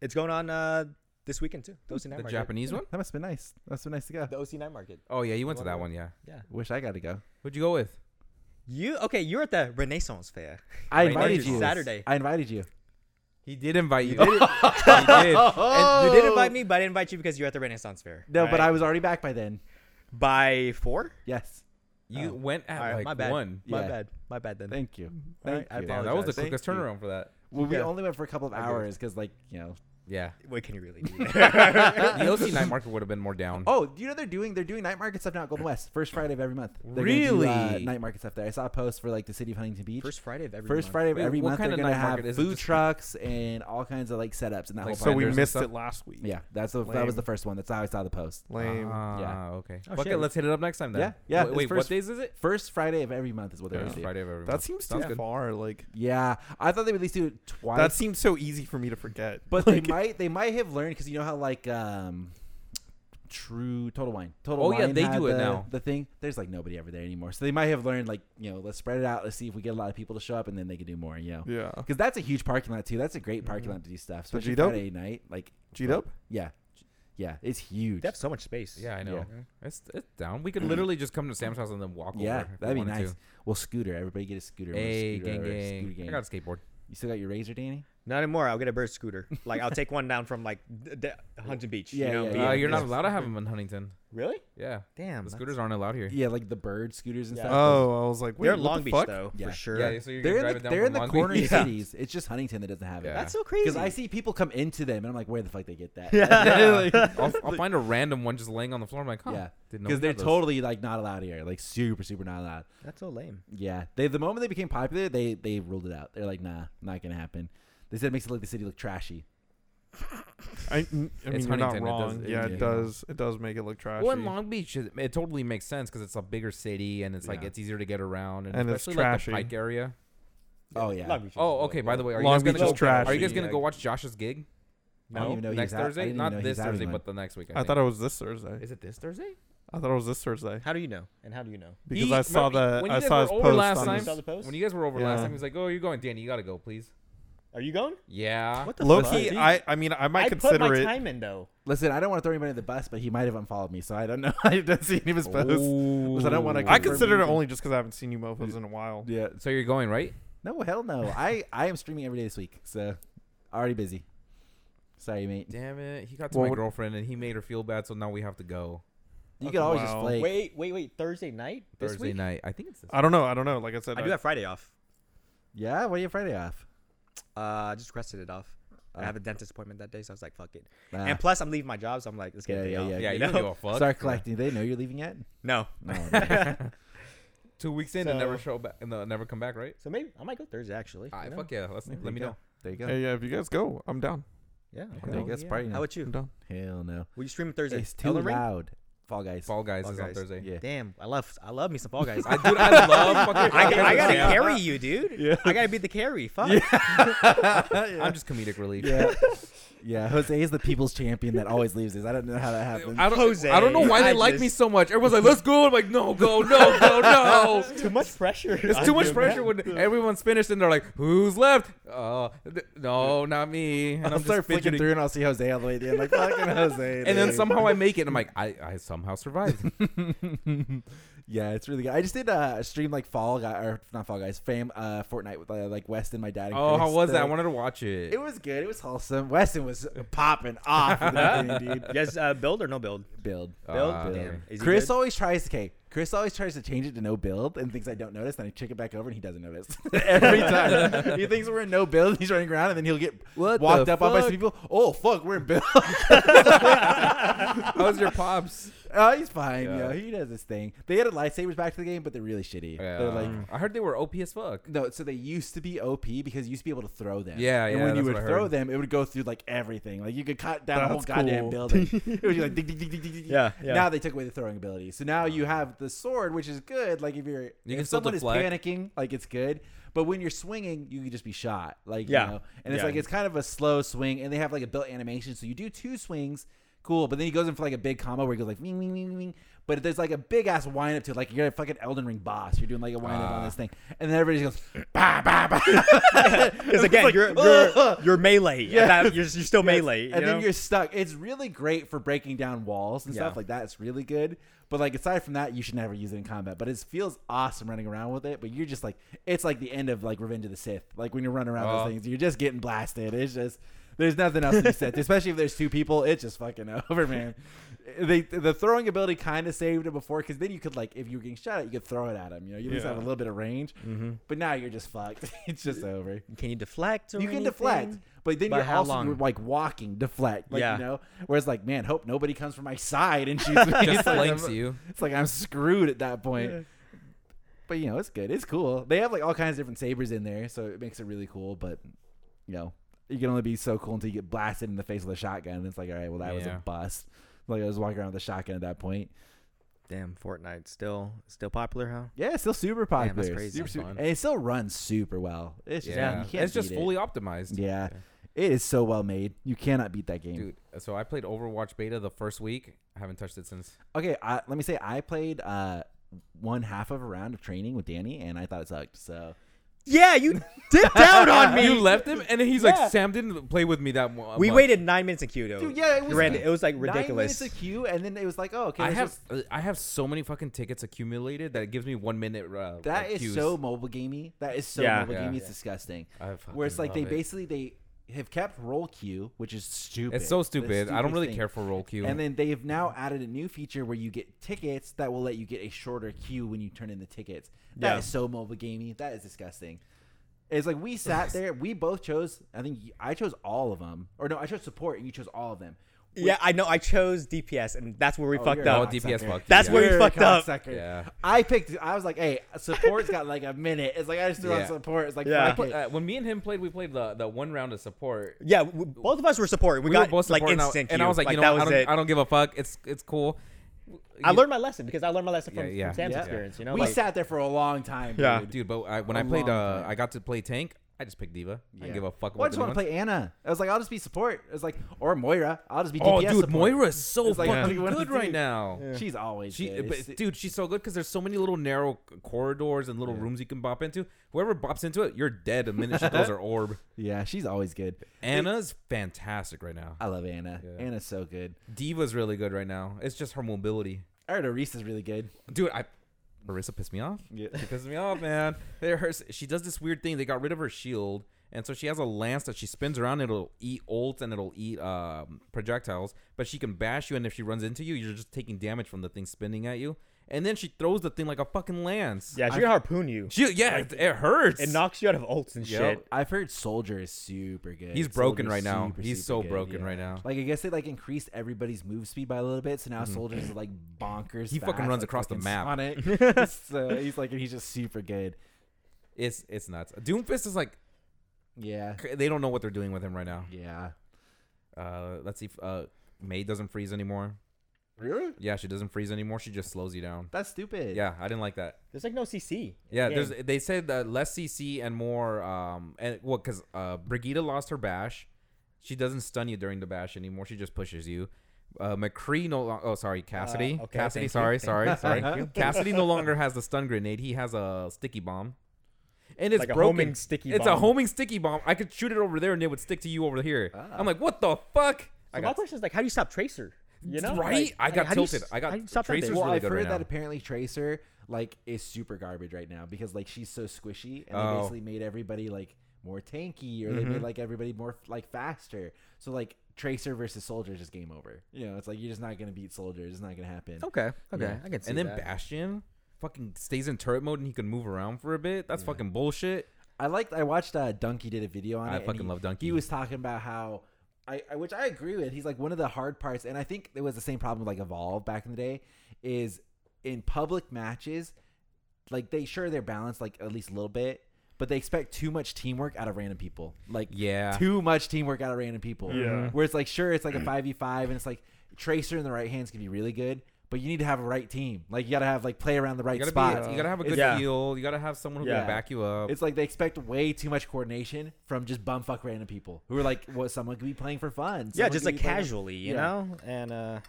[SPEAKER 5] It's going on uh, this weekend too. The OC Night
[SPEAKER 1] the
[SPEAKER 5] Market.
[SPEAKER 1] Japanese one.
[SPEAKER 3] That must have been nice. That's been nice to go.
[SPEAKER 5] The OC Night Market.
[SPEAKER 1] Oh yeah, you went to
[SPEAKER 5] One
[SPEAKER 1] that
[SPEAKER 5] of
[SPEAKER 1] one. Yeah.
[SPEAKER 3] Wish I got to go.
[SPEAKER 1] Who'd you go with?
[SPEAKER 5] You okay? You're at the Renaissance Fair.
[SPEAKER 3] I
[SPEAKER 1] Right,
[SPEAKER 3] invited
[SPEAKER 1] that's
[SPEAKER 3] you.
[SPEAKER 5] Saturday.
[SPEAKER 3] I invited you.
[SPEAKER 1] He did invite you. he [laughs] did. And
[SPEAKER 5] You did invite me, but I didn't invite you because you're at the Renaissance Fair.
[SPEAKER 3] No, but
[SPEAKER 5] right?
[SPEAKER 3] I was already back by then.
[SPEAKER 5] by four.
[SPEAKER 3] Yes.
[SPEAKER 1] you
[SPEAKER 3] Oh.
[SPEAKER 1] went at
[SPEAKER 5] All right,
[SPEAKER 1] like
[SPEAKER 5] my bad.
[SPEAKER 1] one.
[SPEAKER 5] My
[SPEAKER 3] Yeah.
[SPEAKER 5] bad. My bad then.
[SPEAKER 3] Thank you.
[SPEAKER 5] Alright,
[SPEAKER 3] Thank
[SPEAKER 5] I
[SPEAKER 3] you.
[SPEAKER 1] Damn, that
[SPEAKER 5] apologize.
[SPEAKER 1] was the quickest
[SPEAKER 3] Thank you.
[SPEAKER 1] turnaround for that.
[SPEAKER 3] Well, we
[SPEAKER 5] Yeah.
[SPEAKER 3] only went for a couple of
[SPEAKER 1] I get it.
[SPEAKER 3] hours because, like, you know.
[SPEAKER 1] Yeah.
[SPEAKER 5] what can you really
[SPEAKER 3] [laughs]
[SPEAKER 5] do?
[SPEAKER 1] The OC night market would have been more down.
[SPEAKER 3] Oh, do you know they're doing they're doing night market stuff now at Golden West first Friday of every month. They're gonna
[SPEAKER 1] Really?
[SPEAKER 3] do, uh, night market stuff there. I saw a post for like the city of Huntington Beach. First,
[SPEAKER 5] First Friday of every month.
[SPEAKER 3] Friday of
[SPEAKER 1] Wait,
[SPEAKER 3] every
[SPEAKER 1] what
[SPEAKER 3] month
[SPEAKER 1] kind
[SPEAKER 3] they're
[SPEAKER 1] of
[SPEAKER 3] gonna
[SPEAKER 1] night
[SPEAKER 3] have
[SPEAKER 1] market? Is it
[SPEAKER 3] food
[SPEAKER 1] just-
[SPEAKER 3] trucks and all kinds of like setups and
[SPEAKER 1] Like,
[SPEAKER 3] that whole.
[SPEAKER 4] So we
[SPEAKER 1] vendors and
[SPEAKER 4] missed
[SPEAKER 1] stuff?
[SPEAKER 4] it last week.
[SPEAKER 3] yeah, that's the, that
[SPEAKER 4] Lame.
[SPEAKER 3] was the first one. That's how I saw the post.
[SPEAKER 4] Lame.
[SPEAKER 1] Ah,
[SPEAKER 3] Yeah.
[SPEAKER 1] okay.
[SPEAKER 5] Oh,
[SPEAKER 1] okay,
[SPEAKER 5] shit.
[SPEAKER 1] let's hit it up next time then.
[SPEAKER 3] Yeah, yeah,
[SPEAKER 1] Wait,
[SPEAKER 3] it's
[SPEAKER 1] wait, what
[SPEAKER 3] first-
[SPEAKER 1] days is it?
[SPEAKER 3] First Friday of every month is what they're
[SPEAKER 1] First
[SPEAKER 3] gonna do.
[SPEAKER 1] Friday of every
[SPEAKER 4] That
[SPEAKER 1] month.
[SPEAKER 4] seems too
[SPEAKER 1] Sounds good.
[SPEAKER 4] far. Like
[SPEAKER 3] Yeah, I thought they would at least do it twice.
[SPEAKER 4] that seems so easy for me to forget. [laughs]
[SPEAKER 3] But
[SPEAKER 4] like,
[SPEAKER 3] they might they might have learned because you know how like um, True Total Wine. Total
[SPEAKER 1] Oh,
[SPEAKER 3] Wine
[SPEAKER 1] yeah, they
[SPEAKER 3] had
[SPEAKER 1] do it
[SPEAKER 3] the-
[SPEAKER 1] now.
[SPEAKER 3] The thing there's like nobody ever there anymore, so they might have learned like you know let's spread it out, let's see if we get a lot of people to show up, and then they can do more. You know,
[SPEAKER 4] yeah,
[SPEAKER 3] because that's a huge parking lot too. That's a great
[SPEAKER 1] Mm-hmm.
[SPEAKER 3] parking lot to do stuff,
[SPEAKER 4] The
[SPEAKER 3] especially
[SPEAKER 4] G-Dub?
[SPEAKER 3] Friday night. Like
[SPEAKER 4] G'd up.
[SPEAKER 3] yeah, yeah, it's huge.
[SPEAKER 5] They have so much space.
[SPEAKER 1] Yeah, I know.
[SPEAKER 3] Yeah.
[SPEAKER 1] It's it's down. We could literally just come to Sam's house and then walk
[SPEAKER 3] Yeah,
[SPEAKER 1] over. if we
[SPEAKER 3] that'd be
[SPEAKER 1] wanted
[SPEAKER 3] nice. Well, scooter, everybody get a scooter.
[SPEAKER 1] To.
[SPEAKER 3] We'll
[SPEAKER 1] Hey,
[SPEAKER 3] scooter
[SPEAKER 1] gang,
[SPEAKER 3] over,
[SPEAKER 1] gang.
[SPEAKER 3] scooter
[SPEAKER 1] I
[SPEAKER 3] gang.
[SPEAKER 1] got a skateboard.
[SPEAKER 3] You still got your razor, Danny?
[SPEAKER 5] Not anymore. I'll get a bird scooter. Like I'll take one down from like d- d- Huntington Beach.
[SPEAKER 3] Yeah,
[SPEAKER 5] you know?
[SPEAKER 3] yeah,
[SPEAKER 1] uh,
[SPEAKER 3] yeah.
[SPEAKER 1] you're not allowed to have them in Huntington.
[SPEAKER 5] Really?
[SPEAKER 1] Yeah.
[SPEAKER 5] Damn.
[SPEAKER 1] The
[SPEAKER 5] that's-
[SPEAKER 1] scooters aren't allowed here.
[SPEAKER 3] Yeah, like the bird scooters and
[SPEAKER 5] Yeah.
[SPEAKER 3] stuff.
[SPEAKER 4] Oh, I was like, wait,
[SPEAKER 5] They're in
[SPEAKER 4] what
[SPEAKER 5] Long
[SPEAKER 4] the
[SPEAKER 5] Beach
[SPEAKER 4] fuck?
[SPEAKER 5] though,
[SPEAKER 3] Yeah.
[SPEAKER 5] for sure.
[SPEAKER 1] Yeah, so you can
[SPEAKER 3] they're
[SPEAKER 1] drive
[SPEAKER 3] in
[SPEAKER 1] it
[SPEAKER 3] the,
[SPEAKER 1] down
[SPEAKER 3] they're
[SPEAKER 1] from
[SPEAKER 3] in the
[SPEAKER 1] Long Beach.
[SPEAKER 3] [laughs] corner
[SPEAKER 5] Yeah.
[SPEAKER 3] cities. It's just Huntington that doesn't have it.
[SPEAKER 1] Yeah.
[SPEAKER 5] That's so crazy.
[SPEAKER 3] Because [laughs] I see people come into them, and I'm like, where the fuck they get [laughs] that?
[SPEAKER 5] [laughs] Yeah.
[SPEAKER 1] I'll, I'll find a random one just laying on the floor. I'm like, huh,
[SPEAKER 3] yeah,
[SPEAKER 1] didn't know
[SPEAKER 3] because
[SPEAKER 1] we
[SPEAKER 3] they're
[SPEAKER 1] had those.
[SPEAKER 3] totally like not allowed here, like super, super not allowed.
[SPEAKER 5] That's so lame.
[SPEAKER 3] Yeah, they the moment they became popular, they they ruled it out. They're like, nah, not gonna happen. They said it makes it look the city look trashy.
[SPEAKER 4] I, I mean, you're not
[SPEAKER 1] Huntington, it does-
[SPEAKER 4] wrong.
[SPEAKER 1] it-
[SPEAKER 4] yeah,
[SPEAKER 3] yeah.
[SPEAKER 4] it does. It does make it look trashy.
[SPEAKER 1] Well, in Long Beach, it, it totally makes sense because it's a bigger city and it's like
[SPEAKER 3] Yeah.
[SPEAKER 1] it's easier to get around and,
[SPEAKER 4] And it's
[SPEAKER 1] especially like the
[SPEAKER 4] trashy.
[SPEAKER 1] Pike area.
[SPEAKER 3] Oh yeah,
[SPEAKER 5] Long Beach is
[SPEAKER 1] Oh,
[SPEAKER 5] cool,
[SPEAKER 1] okay. By
[SPEAKER 5] yeah.
[SPEAKER 1] the way, are
[SPEAKER 4] Long
[SPEAKER 1] you guys
[SPEAKER 4] Beach
[SPEAKER 1] gonna
[SPEAKER 4] is
[SPEAKER 1] go, Are you
[SPEAKER 4] trashy.
[SPEAKER 1] guys gonna go watch Josh's gig?
[SPEAKER 3] I don't even know he was
[SPEAKER 1] next
[SPEAKER 3] out- I
[SPEAKER 1] Thursday,
[SPEAKER 3] didn't even know
[SPEAKER 1] not
[SPEAKER 3] he
[SPEAKER 1] this
[SPEAKER 3] was out
[SPEAKER 1] Thursday,
[SPEAKER 3] anymore.
[SPEAKER 1] but the next week.
[SPEAKER 4] I thought it was this Thursday.
[SPEAKER 1] Is it this Thursday?
[SPEAKER 4] I thought it was this Thursday
[SPEAKER 5] How do you know? And how do you know?
[SPEAKER 4] because
[SPEAKER 1] He-
[SPEAKER 4] I saw
[SPEAKER 1] remember
[SPEAKER 4] the
[SPEAKER 1] when you
[SPEAKER 4] I
[SPEAKER 1] guys
[SPEAKER 4] saw
[SPEAKER 1] were
[SPEAKER 4] his
[SPEAKER 1] over
[SPEAKER 4] post
[SPEAKER 1] last
[SPEAKER 4] on
[SPEAKER 1] time-
[SPEAKER 4] his-
[SPEAKER 5] Saw the post?
[SPEAKER 1] When you guys were over
[SPEAKER 4] Yeah.
[SPEAKER 1] last time, he was like, "Oh, you're going, Danny. You gotta go, please."
[SPEAKER 5] Are you going?
[SPEAKER 1] Yeah.
[SPEAKER 5] What the
[SPEAKER 4] Low
[SPEAKER 5] fuck?
[SPEAKER 4] key,
[SPEAKER 5] Dude,
[SPEAKER 4] I I mean, I might
[SPEAKER 5] I put
[SPEAKER 4] consider
[SPEAKER 5] my
[SPEAKER 4] it.
[SPEAKER 5] time in though.
[SPEAKER 3] Listen, I don't want to throw anybody in the bus, but he might have unfollowed me, so I don't know. [laughs] I don't see any of his posts.
[SPEAKER 1] Ooh.
[SPEAKER 3] So I don't wanna
[SPEAKER 4] I
[SPEAKER 3] confirm
[SPEAKER 4] considered it
[SPEAKER 3] anything.
[SPEAKER 4] only just because I haven't seen you mofos in a while.
[SPEAKER 3] Yeah.
[SPEAKER 1] So you're going, right?
[SPEAKER 3] No, hell no. I I am streaming every day this week, so already busy. Sorry, mate.
[SPEAKER 1] Damn it! He got to
[SPEAKER 4] Well,
[SPEAKER 1] my
[SPEAKER 4] what-
[SPEAKER 1] girlfriend and he made her feel bad, so now we have to go
[SPEAKER 3] You could always
[SPEAKER 4] Wow.
[SPEAKER 3] just play.
[SPEAKER 5] Wait, wait, wait. Thursday night? This
[SPEAKER 1] Thursday
[SPEAKER 5] week? Uh,
[SPEAKER 1] night. I think it's this.
[SPEAKER 4] I don't know. I don't know. Like I said,
[SPEAKER 5] I do have Friday off.
[SPEAKER 3] Yeah, what are you Friday off?
[SPEAKER 5] Uh, I just requested it off. I
[SPEAKER 3] Oh.
[SPEAKER 5] have a dentist appointment that day, so I was like, fuck it.
[SPEAKER 3] Nah.
[SPEAKER 5] And plus, I'm leaving my job, so I'm like, let's get
[SPEAKER 3] Yeah,
[SPEAKER 5] a day
[SPEAKER 3] yeah,
[SPEAKER 5] off.
[SPEAKER 3] yeah,
[SPEAKER 1] yeah,
[SPEAKER 5] you
[SPEAKER 1] you
[SPEAKER 5] know?
[SPEAKER 1] don't give a fuck.
[SPEAKER 3] Start collecting. They know you're leaving yet?
[SPEAKER 5] No.
[SPEAKER 3] No.
[SPEAKER 1] [laughs] Two weeks in and
[SPEAKER 5] So-
[SPEAKER 1] never show back, and they'll never come back, right?
[SPEAKER 5] So maybe I might go Thursday actually.
[SPEAKER 1] Ah,
[SPEAKER 5] you know?
[SPEAKER 1] fuck yeah. Let's,
[SPEAKER 3] There
[SPEAKER 1] let
[SPEAKER 3] you
[SPEAKER 1] me
[SPEAKER 3] go.
[SPEAKER 1] know.
[SPEAKER 3] There you go.
[SPEAKER 4] Yeah, yeah. If you guys go, I'm down.
[SPEAKER 5] Yeah.
[SPEAKER 3] Okay,
[SPEAKER 5] okay.
[SPEAKER 3] I guess
[SPEAKER 1] yeah.
[SPEAKER 3] party night.
[SPEAKER 5] How about you?
[SPEAKER 4] I'm down.
[SPEAKER 3] Hell no.
[SPEAKER 5] Will you stream Thursday?
[SPEAKER 3] It's too
[SPEAKER 5] Elden Ring?
[SPEAKER 3] loud. Fall Guys.
[SPEAKER 1] Fall Guys
[SPEAKER 5] Fall
[SPEAKER 1] is on
[SPEAKER 5] Guys.
[SPEAKER 1] Thursday.
[SPEAKER 3] Yeah.
[SPEAKER 5] Damn, I love I love me some Fall [laughs] Guys. I,
[SPEAKER 1] I, dude, I
[SPEAKER 5] [laughs]
[SPEAKER 1] love fucking. Fall Guys,
[SPEAKER 5] I gotta
[SPEAKER 1] man.
[SPEAKER 5] carry you, dude. I gotta be the carry. Fuck.
[SPEAKER 1] I'm just comedic relief.
[SPEAKER 3] [laughs] Yeah. yeah. Jose is the people's champion that always leaves us. I don't know how that happens.
[SPEAKER 1] I don't,
[SPEAKER 5] Jose,
[SPEAKER 1] I don't know why they
[SPEAKER 5] I
[SPEAKER 1] like me
[SPEAKER 5] just-
[SPEAKER 1] so much. Everyone's like, "Let's go!" I'm like, "No, go, no,
[SPEAKER 5] [laughs]
[SPEAKER 1] go, no."
[SPEAKER 5] Oh, too much pressure.
[SPEAKER 1] It's too much pressure when everyone's finished and they're like, "Who's left?" Uh, th- no, not me. And
[SPEAKER 3] I'll
[SPEAKER 1] I'm
[SPEAKER 3] start
[SPEAKER 1] just
[SPEAKER 3] flicking
[SPEAKER 1] fidgeting.
[SPEAKER 3] through and I'll see Jose all the way at the end.
[SPEAKER 1] [laughs]
[SPEAKER 3] Like, fucking Jose.
[SPEAKER 1] And then
[SPEAKER 3] dude.
[SPEAKER 1] somehow I make it. And I'm like, I, I somehow survived.
[SPEAKER 3] yeah, it's really good. I just did uh, a stream like Fall Guy or not Fall Guys, Fame uh, Fortnite with uh, like Weston, my dad. And
[SPEAKER 1] oh, how
[SPEAKER 3] Chris.
[SPEAKER 1] was that? I
[SPEAKER 3] Like,
[SPEAKER 1] wanted to watch it.
[SPEAKER 3] It was good. It was wholesome. Weston was popping off. in the
[SPEAKER 1] [laughs]
[SPEAKER 3] beginning, dude.
[SPEAKER 5] Yes, uh, build or no build?
[SPEAKER 3] Build.
[SPEAKER 5] Build.
[SPEAKER 1] Ah,
[SPEAKER 5] Damn. Oh, Is he
[SPEAKER 3] Chris
[SPEAKER 5] good?
[SPEAKER 3] always tries to. Okay, Chris always tries to change it to no build and thinks I don't notice. Then I check it back over and he doesn't notice [laughs] every time. he thinks we're in no build. And he's running around and then he'll get
[SPEAKER 1] What
[SPEAKER 3] walked
[SPEAKER 1] the
[SPEAKER 3] up on by
[SPEAKER 1] fuck?
[SPEAKER 3] some people. Oh fuck, we're in build. [laughs]
[SPEAKER 1] How was your pops?
[SPEAKER 3] oh, he's fine. Yeah.
[SPEAKER 1] Yeah.
[SPEAKER 3] he does his thing. They added lightsabers back to the game, but they're really shitty. They're like.
[SPEAKER 1] I heard they were OP as
[SPEAKER 3] [laughs]
[SPEAKER 1] fuck.
[SPEAKER 3] No, so they used to be OP because you used to be able to throw them.
[SPEAKER 1] Yeah,
[SPEAKER 3] And
[SPEAKER 1] yeah,
[SPEAKER 3] when you
[SPEAKER 1] that's
[SPEAKER 3] would
[SPEAKER 1] what I
[SPEAKER 3] throw
[SPEAKER 1] heard.
[SPEAKER 3] them, it would go through like everything. Like you could cut down a whole
[SPEAKER 4] That's
[SPEAKER 3] goddamn
[SPEAKER 1] [laughs]
[SPEAKER 4] cool.
[SPEAKER 3] building. it would be like ding, ding, ding, ding, ding, ding.
[SPEAKER 5] Yeah, yeah.
[SPEAKER 3] Now they took away the throwing ability, so now you have the sword, which is good. Like if you're
[SPEAKER 1] Ah. You
[SPEAKER 3] if
[SPEAKER 1] can still
[SPEAKER 3] someone is
[SPEAKER 1] deflect.
[SPEAKER 3] panicking, like it's good. But when you're swinging, you could just be shot. Like
[SPEAKER 5] Yeah.
[SPEAKER 3] you know, and it's
[SPEAKER 5] Yeah.
[SPEAKER 3] like it's kind of a slow swing, and they have like a built animation, so you do two swings. Cool, but then he goes in for like a big combo where he goes like wing, wing, wing, wing. But there's like a big ass wind up to it. Like you're a fucking Elden Ring boss. You're doing like a wind up on
[SPEAKER 1] Ah.
[SPEAKER 3] this thing. And then everybody just goes, bah, bah, bah.
[SPEAKER 5] Because again, you're, you're you're melee. uh, Yeah. you're, you're still melee.
[SPEAKER 3] and then you're stuck. It's really great for breaking down walls and stuff
[SPEAKER 5] Yeah.
[SPEAKER 3] like that. It's really good. But like aside from that, you should never use it in combat. But it feels awesome running around with it. But you're just like it's like the end of like Revenge of the Sith. Like when you're running around
[SPEAKER 1] Oh.
[SPEAKER 3] those things, you're just getting blasted. It's just there's nothing else to be said. Especially if there's two people, it's just fucking [laughs] over, man. They the throwing ability kind of saved it before because then you could like if you were getting shot at, you could throw it at him. You know, you just
[SPEAKER 4] Yeah.
[SPEAKER 3] have a little bit of range. But now you're just fucked. [laughs] it's just over
[SPEAKER 5] can you deflect? Or
[SPEAKER 3] you can
[SPEAKER 5] anything?
[SPEAKER 3] deflect, but then
[SPEAKER 5] But
[SPEAKER 3] you're
[SPEAKER 5] how
[SPEAKER 3] also
[SPEAKER 5] long?
[SPEAKER 3] you're, like walking deflect, like,
[SPEAKER 5] Yeah.
[SPEAKER 3] you know. Whereas like, man, hope nobody comes from my side
[SPEAKER 1] [laughs]
[SPEAKER 3] and shoots me.
[SPEAKER 1] Just
[SPEAKER 3] It's [laughs] like,
[SPEAKER 1] flanks
[SPEAKER 3] I'm-
[SPEAKER 1] you.
[SPEAKER 3] It's like I'm screwed at that point. But you know, it's good. It's cool. They have like all kinds of different sabers in there, so it makes it really cool. But you know, you can only be so cool until you get blasted in the face with a shotgun. And it's like, all right, well, that was
[SPEAKER 1] Yeah.
[SPEAKER 3] a bust. Like I was walking around with a shotgun at that point.
[SPEAKER 5] Damn, Fortnite still still popular, huh?
[SPEAKER 3] Yeah, it's still super popular.
[SPEAKER 5] Damn, that's crazy.
[SPEAKER 3] Super,
[SPEAKER 5] That's
[SPEAKER 3] super-
[SPEAKER 1] fun.
[SPEAKER 3] and it still runs super well. It's just
[SPEAKER 1] Yeah,
[SPEAKER 3] you can't
[SPEAKER 1] it's just
[SPEAKER 3] beat it.
[SPEAKER 1] fully optimized.
[SPEAKER 3] Yeah. It is so well made. You cannot beat that game.
[SPEAKER 1] Dude, so I played Overwatch beta the first week. I haven't touched it since.
[SPEAKER 3] Okay, I, let me say I played uh, one half of a round of training with Danny, and I thought it sucked. So
[SPEAKER 5] Yeah, you
[SPEAKER 1] [laughs]
[SPEAKER 5] dipped out [laughs] on me.
[SPEAKER 1] You left him, and then he's
[SPEAKER 3] Yeah.
[SPEAKER 1] like, "Sam didn't play with me that mo- much."
[SPEAKER 5] we waited nine minutes in
[SPEAKER 1] Oh,
[SPEAKER 5] queue, though.
[SPEAKER 3] Dude, yeah, it was
[SPEAKER 5] Ran-
[SPEAKER 3] like
[SPEAKER 5] it was like
[SPEAKER 3] Nine
[SPEAKER 5] ridiculous.
[SPEAKER 3] minutes of queue, and then it was like, oh, okay.
[SPEAKER 1] I
[SPEAKER 3] let's
[SPEAKER 1] have
[SPEAKER 3] just-
[SPEAKER 1] uh, I have so many fucking tickets accumulated that it gives me one minute. Uh,
[SPEAKER 3] that
[SPEAKER 1] like,
[SPEAKER 3] is
[SPEAKER 1] queues.
[SPEAKER 3] so mobile gamey. That is so
[SPEAKER 5] Yeah.
[SPEAKER 3] mobile
[SPEAKER 1] Yeah.
[SPEAKER 3] gamey. It's
[SPEAKER 1] Yeah.
[SPEAKER 3] disgusting.
[SPEAKER 1] I
[SPEAKER 3] Where it's
[SPEAKER 1] fucking
[SPEAKER 3] like they
[SPEAKER 1] love it.
[SPEAKER 3] basically they have kept roll queue, which is stupid.
[SPEAKER 1] It's so
[SPEAKER 3] The
[SPEAKER 1] stupid. I don't
[SPEAKER 3] stupidest
[SPEAKER 1] really
[SPEAKER 3] thing.
[SPEAKER 1] care for roll queue.
[SPEAKER 3] And then they have now added a new feature where you get tickets that will let you get a shorter queue when you turn in the tickets. That is
[SPEAKER 4] Yeah.
[SPEAKER 3] so mobile gaming. That is disgusting. It's like
[SPEAKER 1] [laughs]
[SPEAKER 3] we sat there. We both chose. I think you- I chose all of them, or no, I chose support, and you chose all of them.
[SPEAKER 5] Yeah, I know. I chose DPS, and that's where we
[SPEAKER 3] Oh,
[SPEAKER 5] fucked
[SPEAKER 3] you're a
[SPEAKER 1] oh,
[SPEAKER 5] up.
[SPEAKER 3] cocksucker.
[SPEAKER 1] DPS fuck.
[SPEAKER 5] That's
[SPEAKER 1] yeah.
[SPEAKER 5] where- we
[SPEAKER 3] You're a
[SPEAKER 5] fucked up.
[SPEAKER 3] cocksucker.
[SPEAKER 1] Yeah.
[SPEAKER 3] I picked. I was like, "Hey, support's got like a minute." It's like I just threw
[SPEAKER 1] Yeah.
[SPEAKER 3] on support. It's like,
[SPEAKER 4] Yeah.
[SPEAKER 1] I
[SPEAKER 3] yeah.
[SPEAKER 1] put, uh, when me and him played, we played the, the one round of support.
[SPEAKER 5] Yeah, we, both of us were support. We,
[SPEAKER 1] We
[SPEAKER 5] got
[SPEAKER 1] were both
[SPEAKER 5] like
[SPEAKER 1] support, and I-
[SPEAKER 5] instant.
[SPEAKER 1] and, I, was like, you know,
[SPEAKER 5] that
[SPEAKER 1] what,
[SPEAKER 5] was
[SPEAKER 1] I don't,
[SPEAKER 5] it.
[SPEAKER 1] I don't give a fuck. It's it's cool.
[SPEAKER 5] I
[SPEAKER 1] You-
[SPEAKER 5] learned my lesson because I learned my lesson from,
[SPEAKER 1] Yeah, yeah.
[SPEAKER 5] from Sam's
[SPEAKER 3] Yeah.
[SPEAKER 5] experience. You know,
[SPEAKER 3] we
[SPEAKER 5] like,
[SPEAKER 3] sat there for a long time.
[SPEAKER 5] Ah.
[SPEAKER 4] Yeah.
[SPEAKER 3] dude.
[SPEAKER 1] dude. But I, when
[SPEAKER 3] A
[SPEAKER 1] I played,
[SPEAKER 3] long
[SPEAKER 1] uh,
[SPEAKER 3] time.
[SPEAKER 1] I got to play tank. I just picked diva. I didn't give a fuck.
[SPEAKER 3] Well,
[SPEAKER 1] about
[SPEAKER 3] I just
[SPEAKER 1] the
[SPEAKER 3] want to
[SPEAKER 1] new ones.
[SPEAKER 3] play Anna. I was like, I'll just be support. It's like, or Moira. I'll just be
[SPEAKER 1] Oh,
[SPEAKER 3] DPS
[SPEAKER 1] dude,
[SPEAKER 3] support.
[SPEAKER 1] Moira is so
[SPEAKER 3] It's like,
[SPEAKER 1] fucking
[SPEAKER 3] what do you
[SPEAKER 1] good
[SPEAKER 3] wanna
[SPEAKER 1] right
[SPEAKER 3] do?
[SPEAKER 1] now.
[SPEAKER 3] She's always
[SPEAKER 1] She,
[SPEAKER 3] good. It's-
[SPEAKER 1] but, dude, she's so good because there's so many little narrow c- corridors and little rooms you can bop into. Whoever bops into it, you're dead the minute she
[SPEAKER 3] [laughs]
[SPEAKER 1] throws her orb.
[SPEAKER 3] yeah, she's always good.
[SPEAKER 1] Anna's fantastic right now.
[SPEAKER 3] I love Anna. Anna's so good.
[SPEAKER 1] Diva's really good right now. It's just her mobility,
[SPEAKER 3] I heard Arisa's really good.
[SPEAKER 1] dude. I Marissa pissed me off.
[SPEAKER 3] [laughs] Yeah.
[SPEAKER 1] She pisses me off, man. There, her, she does this weird thing. They got rid of her shield, and so she has a lance that she spins around. And it'll eat ults and it'll eat um, projectiles, but she can bash you. And if she runs into you, you're just taking damage from the thing spinning at you. And then she throws the thing like a fucking lance.
[SPEAKER 5] yeah, she can harpoon you.
[SPEAKER 1] She, yeah, it, it hurts.
[SPEAKER 5] It knocks you out of ults and
[SPEAKER 1] Yep.
[SPEAKER 5] shit.
[SPEAKER 3] I've heard Soldier is super good.
[SPEAKER 1] He's
[SPEAKER 3] Soldier's
[SPEAKER 1] broken right now.
[SPEAKER 3] super,
[SPEAKER 1] He's
[SPEAKER 3] super
[SPEAKER 1] so
[SPEAKER 3] good,
[SPEAKER 1] broken
[SPEAKER 3] yeah.
[SPEAKER 1] right now. Mm-hmm.
[SPEAKER 3] Like I guess they like increased everybody's move speed by a little bit, so now Soldier's is like bonkers.
[SPEAKER 1] He fucking
[SPEAKER 3] fast,
[SPEAKER 1] runs
[SPEAKER 3] like
[SPEAKER 1] across the
[SPEAKER 3] fucking
[SPEAKER 1] map. [laughs]
[SPEAKER 3] Sonic. [laughs] so he's like, he's just super good.
[SPEAKER 1] It's it's nuts. Doomfist is like
[SPEAKER 3] Yeah,
[SPEAKER 1] c- they don't know what they're doing with him right now.
[SPEAKER 3] yeah.
[SPEAKER 1] Uh, let's see if uh, May doesn't freeze anymore.
[SPEAKER 3] Really?
[SPEAKER 1] Yeah, she doesn't freeze anymore. She just slows you down.
[SPEAKER 3] That's stupid.
[SPEAKER 1] Yeah, I didn't like that.
[SPEAKER 5] There's like no CC.
[SPEAKER 1] Yeah,
[SPEAKER 5] Yeah.
[SPEAKER 1] there's they said that less CC and more um and well because uh Brigida lost her bash, she doesn't stun you during the bash anymore. She just pushes you. Uh, McCree no longer. Oh, sorry, Cassidy.
[SPEAKER 5] Uh, okay,
[SPEAKER 1] Cassidy,
[SPEAKER 5] [laughs] thank
[SPEAKER 1] sorry,
[SPEAKER 5] you,
[SPEAKER 1] sorry, sorry,
[SPEAKER 3] thank you.
[SPEAKER 1] Cassidy no longer has the stun grenade. He has a sticky bomb, and it's
[SPEAKER 5] Like a
[SPEAKER 1] broken.
[SPEAKER 5] homing sticky
[SPEAKER 1] It's a
[SPEAKER 5] bomb.
[SPEAKER 1] homing sticky bomb. I could shoot it over there, and it would stick to you over here. I'm like, what the fuck? I
[SPEAKER 5] Ah. So my
[SPEAKER 1] got
[SPEAKER 5] question is like, how do you stop Tracer? You know,
[SPEAKER 1] Right?
[SPEAKER 5] Like,
[SPEAKER 1] I got
[SPEAKER 5] how do you s-
[SPEAKER 1] tilted. I got
[SPEAKER 5] how do you stop that
[SPEAKER 1] Tracer's
[SPEAKER 5] bitch?
[SPEAKER 1] really
[SPEAKER 3] well, I've
[SPEAKER 1] good
[SPEAKER 3] heard
[SPEAKER 1] right
[SPEAKER 3] that
[SPEAKER 1] now.
[SPEAKER 3] apparently Tracer like is super garbage right now because like she's so squishy
[SPEAKER 1] Oh.
[SPEAKER 3] and
[SPEAKER 1] Mm-hmm.
[SPEAKER 3] they basically made everybody like more tanky or they made like everybody more like faster. So like Tracer versus Soldier is just game over. You know, it's like you're just not gonna beat Soldier. It's not gonna happen.
[SPEAKER 1] Okay,
[SPEAKER 3] okay,
[SPEAKER 5] I can see
[SPEAKER 1] And then
[SPEAKER 5] that.
[SPEAKER 1] Bastion fucking stays in turret mode and he can move around for a bit. That's fucking bullshit.
[SPEAKER 3] I liked. I watched uh, Donkey did a video on
[SPEAKER 1] I
[SPEAKER 3] it. and
[SPEAKER 1] fucking
[SPEAKER 3] he-
[SPEAKER 1] love Dunkey.
[SPEAKER 3] He was talking about how. I, I, which I agree with. He's like one of the hard parts, and I think it was the same problem with like Evolve back in the day. Is in public matches, like they sure they're balanced like at least a little bit, but they expect too much teamwork out of random people. Like
[SPEAKER 1] Yeah. Mm-hmm.
[SPEAKER 3] too much teamwork out of random people.
[SPEAKER 4] Yeah.
[SPEAKER 3] where it's like sure it's like a five v five, and it's like Tracer in the right hands can be really good, but you need to have a right team. Like you gotta have like play around the right
[SPEAKER 1] You gotta,
[SPEAKER 3] spots.
[SPEAKER 1] be, you gotta have a good
[SPEAKER 5] Yeah.
[SPEAKER 1] feel. You gotta have someone who
[SPEAKER 5] Yeah.
[SPEAKER 1] can back you up.
[SPEAKER 3] It's like they expect way too much coordination from just bumfuck random people who are like, [laughs] "Well, someone could be playing for fun."
[SPEAKER 5] Yeah,
[SPEAKER 3] someone
[SPEAKER 5] just
[SPEAKER 3] could
[SPEAKER 5] like
[SPEAKER 3] be playing-
[SPEAKER 5] casually, you
[SPEAKER 3] Yeah.
[SPEAKER 5] know, and uh,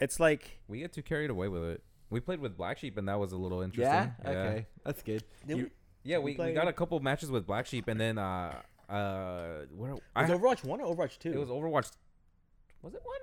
[SPEAKER 5] it's like
[SPEAKER 1] we get too carried away with it. We played with Black Sheep and that was a little interesting.
[SPEAKER 3] Yeah, okay, that's good.
[SPEAKER 5] Did
[SPEAKER 3] You-
[SPEAKER 5] we-
[SPEAKER 1] Yeah, we, we
[SPEAKER 5] played-
[SPEAKER 1] got a couple matches with Black Sheep and then uh uh where
[SPEAKER 5] was
[SPEAKER 1] I,
[SPEAKER 5] Overwatch one or Overwatch two?
[SPEAKER 1] it
[SPEAKER 5] [laughs]
[SPEAKER 1] was Overwatch. Was it one?